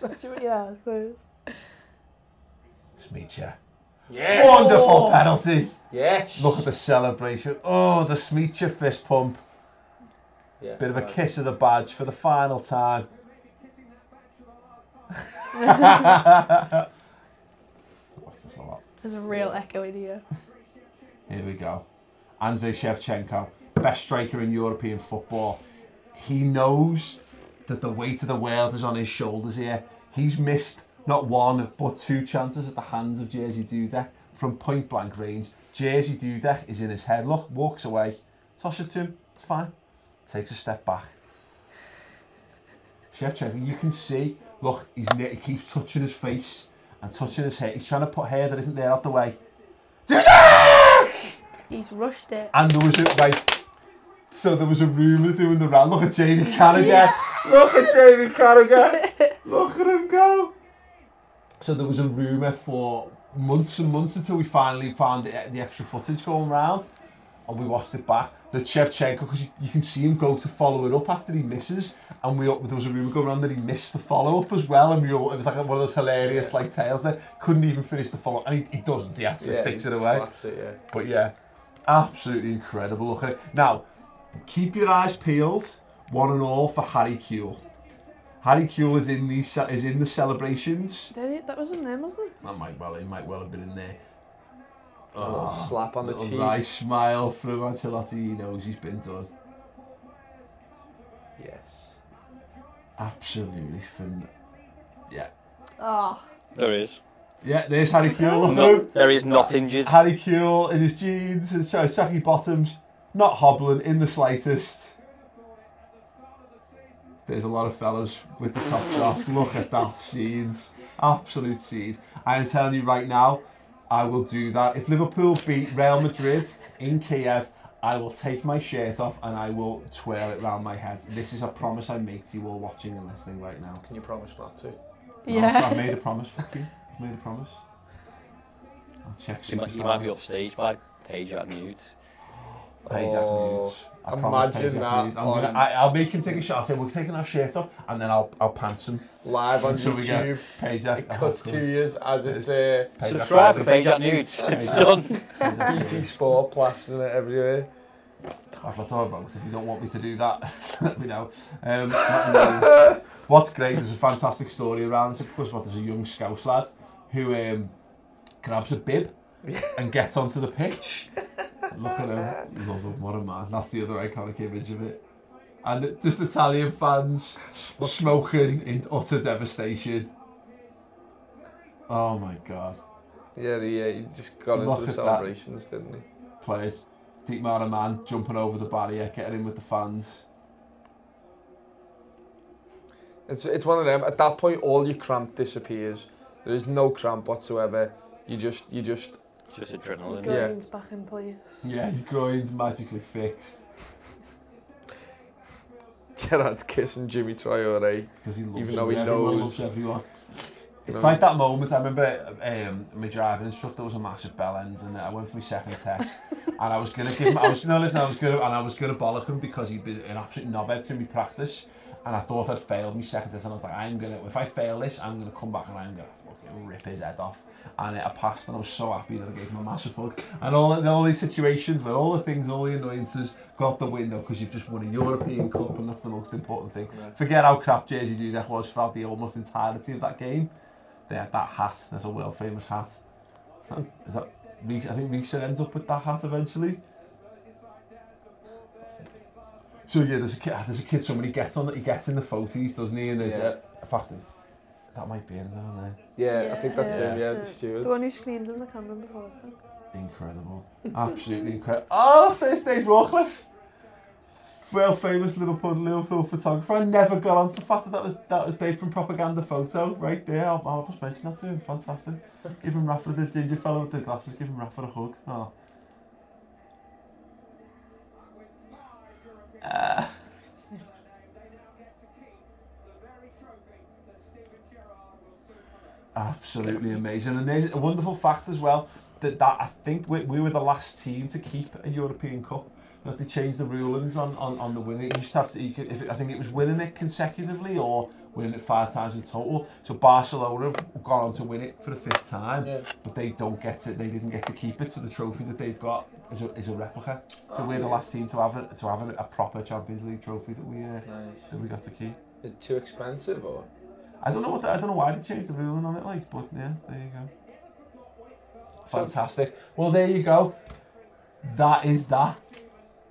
[SPEAKER 3] That's what you asked first.
[SPEAKER 1] Smicha.
[SPEAKER 4] Yes.
[SPEAKER 1] Wonderful
[SPEAKER 4] Oh.
[SPEAKER 1] penalty.
[SPEAKER 4] Yes.
[SPEAKER 1] Look at the celebration. Oh, the Smicha fist pump.
[SPEAKER 4] Yeah,
[SPEAKER 1] Bit of a
[SPEAKER 4] right.
[SPEAKER 1] kiss of the badge for the final time. I watch this a lot.
[SPEAKER 8] There's a real echo in here.
[SPEAKER 1] Here we go. Andrei Shevchenko, best striker in European football. He knows that the weight of the world is on his shoulders here. He's missed not one but two chances at the hands of Jerzy Dudek from point blank range. Jerzy Dudek is in his head. Look, walks away. Toss it to him. It's fine. Takes a step back. Shevchenko, you can see, look, he's, ne- he keeps touching his face and touching his hair. He's trying to put hair that isn't there out the way.
[SPEAKER 8] He's rushed it.
[SPEAKER 1] And there was a, right, So there was a rumour doing the round. Look at Jamie Carragher.
[SPEAKER 10] Yeah.
[SPEAKER 1] Look at Jamie Carragher. Look at him go. So there was a rumour for months and months until we finally found the, the extra footage going round, and we watched it back. That Shevchenko, because you, you can see him go to follow it up after he misses, and we all- there was a rumour going around that he missed the follow up as well, and we all, it was like one of those hilarious like tales that couldn't even finish the follow up, and he, he doesn't. He actually
[SPEAKER 4] Yeah,
[SPEAKER 1] sticks
[SPEAKER 4] he
[SPEAKER 1] it away.
[SPEAKER 4] swats it, yeah.
[SPEAKER 1] But yeah, absolutely incredible. Look at it. Now, keep your eyes peeled, one and all, for Harry Kewell. Harry Kewell is in these ce- is in the celebrations.
[SPEAKER 3] Did it? That wasn't them, was it?
[SPEAKER 1] That might well it might well have been in there.
[SPEAKER 4] little Oh, slap on the
[SPEAKER 1] Oh, little
[SPEAKER 4] cheek.
[SPEAKER 1] Nice smile from Ancelotti. He knows he's been done.
[SPEAKER 4] Yes.
[SPEAKER 1] Absolutely fin. Yeah.
[SPEAKER 8] Ah.
[SPEAKER 11] Oh.
[SPEAKER 2] There is.
[SPEAKER 1] Yeah, there's Harry Kewell.
[SPEAKER 2] No, there is not injured.
[SPEAKER 1] Harry Kewell in his jeans, his sorry, saggy bottoms, not hobbling in the slightest. There's a lot of fellas with the top off. Look at that scenes, absolute scenes. I am telling you right now, I will do that. If Liverpool beat Real Madrid in Kiev, I will take my shirt off and I will twirl it round my head. This is a promise I make to you all watching and listening right now.
[SPEAKER 4] Can you promise that too?
[SPEAKER 1] No,
[SPEAKER 4] Yeah.
[SPEAKER 1] I've made a promise. Fuck you. I've made a promise. I'll check
[SPEAKER 2] You might, you might be
[SPEAKER 1] superstars.
[SPEAKER 2] upstaged by Paige at nudes.
[SPEAKER 1] Page oh, nudes. I promise
[SPEAKER 4] imagine
[SPEAKER 1] Page Avenue
[SPEAKER 4] that
[SPEAKER 1] nudes. I'm
[SPEAKER 4] on-
[SPEAKER 1] gonna, I, I'll make him take a shot. I'll say we're taking our shirt off, and then I'll I'll pants him
[SPEAKER 4] Live on
[SPEAKER 1] Until we get (laughs)
[SPEAKER 4] YouTube.
[SPEAKER 1] Page Avenue.
[SPEAKER 4] It cuts two years as it's uh,
[SPEAKER 1] Page Subscribe Avenue. for Page
[SPEAKER 2] Avenue. (laughs) Nudes. It's
[SPEAKER 1] done.
[SPEAKER 4] BT Sport plastering it everywhere.
[SPEAKER 1] I've got our vote. If you don't want me to do that, (laughs) let me know. Um, Matt Malone. what's great, there's a fantastic story around this. Of course, what, there's a young Scouse lad who um, grabs a bib and gets onto the pitch. Look at him. Love him. What a man. That's the other iconic image of it. And it- just Italian fans smoking in utter devastation. Oh my God.
[SPEAKER 4] Yeah, he, uh, he just got
[SPEAKER 1] Look
[SPEAKER 4] into the
[SPEAKER 1] at that.
[SPEAKER 4] celebrations, didn't he?
[SPEAKER 1] players. Deep man a man jumping over the barrier, getting in with the fans.
[SPEAKER 4] It's, it's one of them. At that point, all your cramp disappears. There is no cramp whatsoever. You just, you just. (laughs)
[SPEAKER 2] Just adrenaline.
[SPEAKER 4] Yeah.
[SPEAKER 3] Groin's back in place.
[SPEAKER 1] Yeah, your groin's magically fixed.
[SPEAKER 4] Gerard's kissing Jimmy Traore.
[SPEAKER 1] Because he loves
[SPEAKER 4] even though
[SPEAKER 1] him,
[SPEAKER 4] he
[SPEAKER 1] everyone
[SPEAKER 4] knows.
[SPEAKER 1] loves everyone. It's
[SPEAKER 4] Remember-
[SPEAKER 1] like that moment. I remember um, my driving instructor was a massive bell end, and I went for my second test, and I was gonna give him. I was no listen. I was gonna and I was gonna bollock him because he'd been an absolute knobhead through my practice, and I thought I'd failed my second test, and I was like, I'm gonna. If I fail this, I'm gonna come back and I'm gonna fucking rip his head off. And uh, I passed, and I was so happy that I gave him a massive hug. And all all these situations where all the things, all the annoyances go out the window because you've just won a European Cup, and that's the most important thing.
[SPEAKER 4] Yeah.
[SPEAKER 1] Forget how crap Jersey Dudek was throughout the almost entirety of that game. They had that hat. That's a world famous hat. That- Is that Reece, I think Reece ends up with that hat eventually. So yeah, there's a kid. There's a kid. Somebody gets on that. He gets in the photos, doesn't he? And there's
[SPEAKER 4] Yeah.
[SPEAKER 1] a, in fact. There's, that might be him down there.
[SPEAKER 4] Yeah, I think that's him. Yeah,
[SPEAKER 3] that's
[SPEAKER 4] the
[SPEAKER 3] it.
[SPEAKER 4] steward.
[SPEAKER 3] The one who screamed in the camera before. I think.
[SPEAKER 1] Incredible. Absolutely incredible. Oh, there's Dave Rawcliffe. Well famous Liverpool Liverpool photographer. I never got onto the fact that that was that was Dave from Propaganda Photo right there. I'll, I'll just mention that to him. Fantastic. Give him Rafa the ginger fellow with the glasses. Give him Rafa a hug. Oh. Ah. Absolutely amazing. And there's a wonderful fact as well that, that I think we, we were the last team to keep a European Cup. That they changed the rulings on, on, on the winning. You used to have to, you could, if it, I think it was winning it consecutively or winning it five times in total. So Barcelona have gone on to win it for the fifth time,
[SPEAKER 4] Yeah.
[SPEAKER 1] but they don't get to, they didn't get to keep it. So the trophy that they've got is a, is a replica. So
[SPEAKER 4] Ah,
[SPEAKER 1] we're the
[SPEAKER 4] yeah.
[SPEAKER 1] last team to have a, to have a, a proper Champions League trophy that we uh, that we got to keep.
[SPEAKER 4] Is it too expensive or?
[SPEAKER 1] I don't know what the, I don't know why they changed the ruling on it, like, but yeah, there you go. Fantastic. Well, there you go. That is that.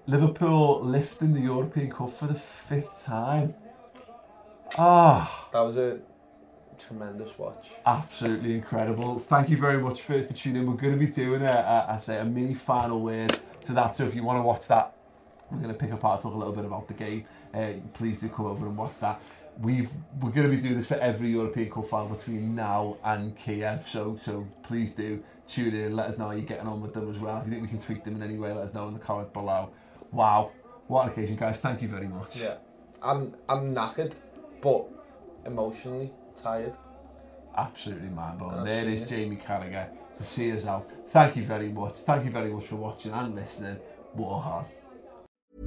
[SPEAKER 1] Liverpool lifting the European Cup for the fifth time. Ah,
[SPEAKER 4] That was a tremendous watch.
[SPEAKER 1] absolutely incredible. Thank you very much for, for tuning in. We're going to be doing a, a, I say, a mini final word to that. So if you want to watch that, we're going to pick apart, talk a little bit about the game. Uh, please do come over and watch that. We've we're going to be doing this for every European Cup final between now and Kiev. So so please do tune in. Let us know how you're getting on with them as well. If you think we can tweak them in any way, let us know in the comments below. Wow,
[SPEAKER 10] What an occasion, guys. Thank you very much.
[SPEAKER 4] Yeah. I'm I'm knackered, but emotionally tired.
[SPEAKER 10] Absolutely mind blowing.
[SPEAKER 4] I've
[SPEAKER 10] There
[SPEAKER 4] seen
[SPEAKER 10] is
[SPEAKER 4] it.
[SPEAKER 10] Jamie Carragher to see us out. Thank you very much. Thank you very much for watching and listening. War on.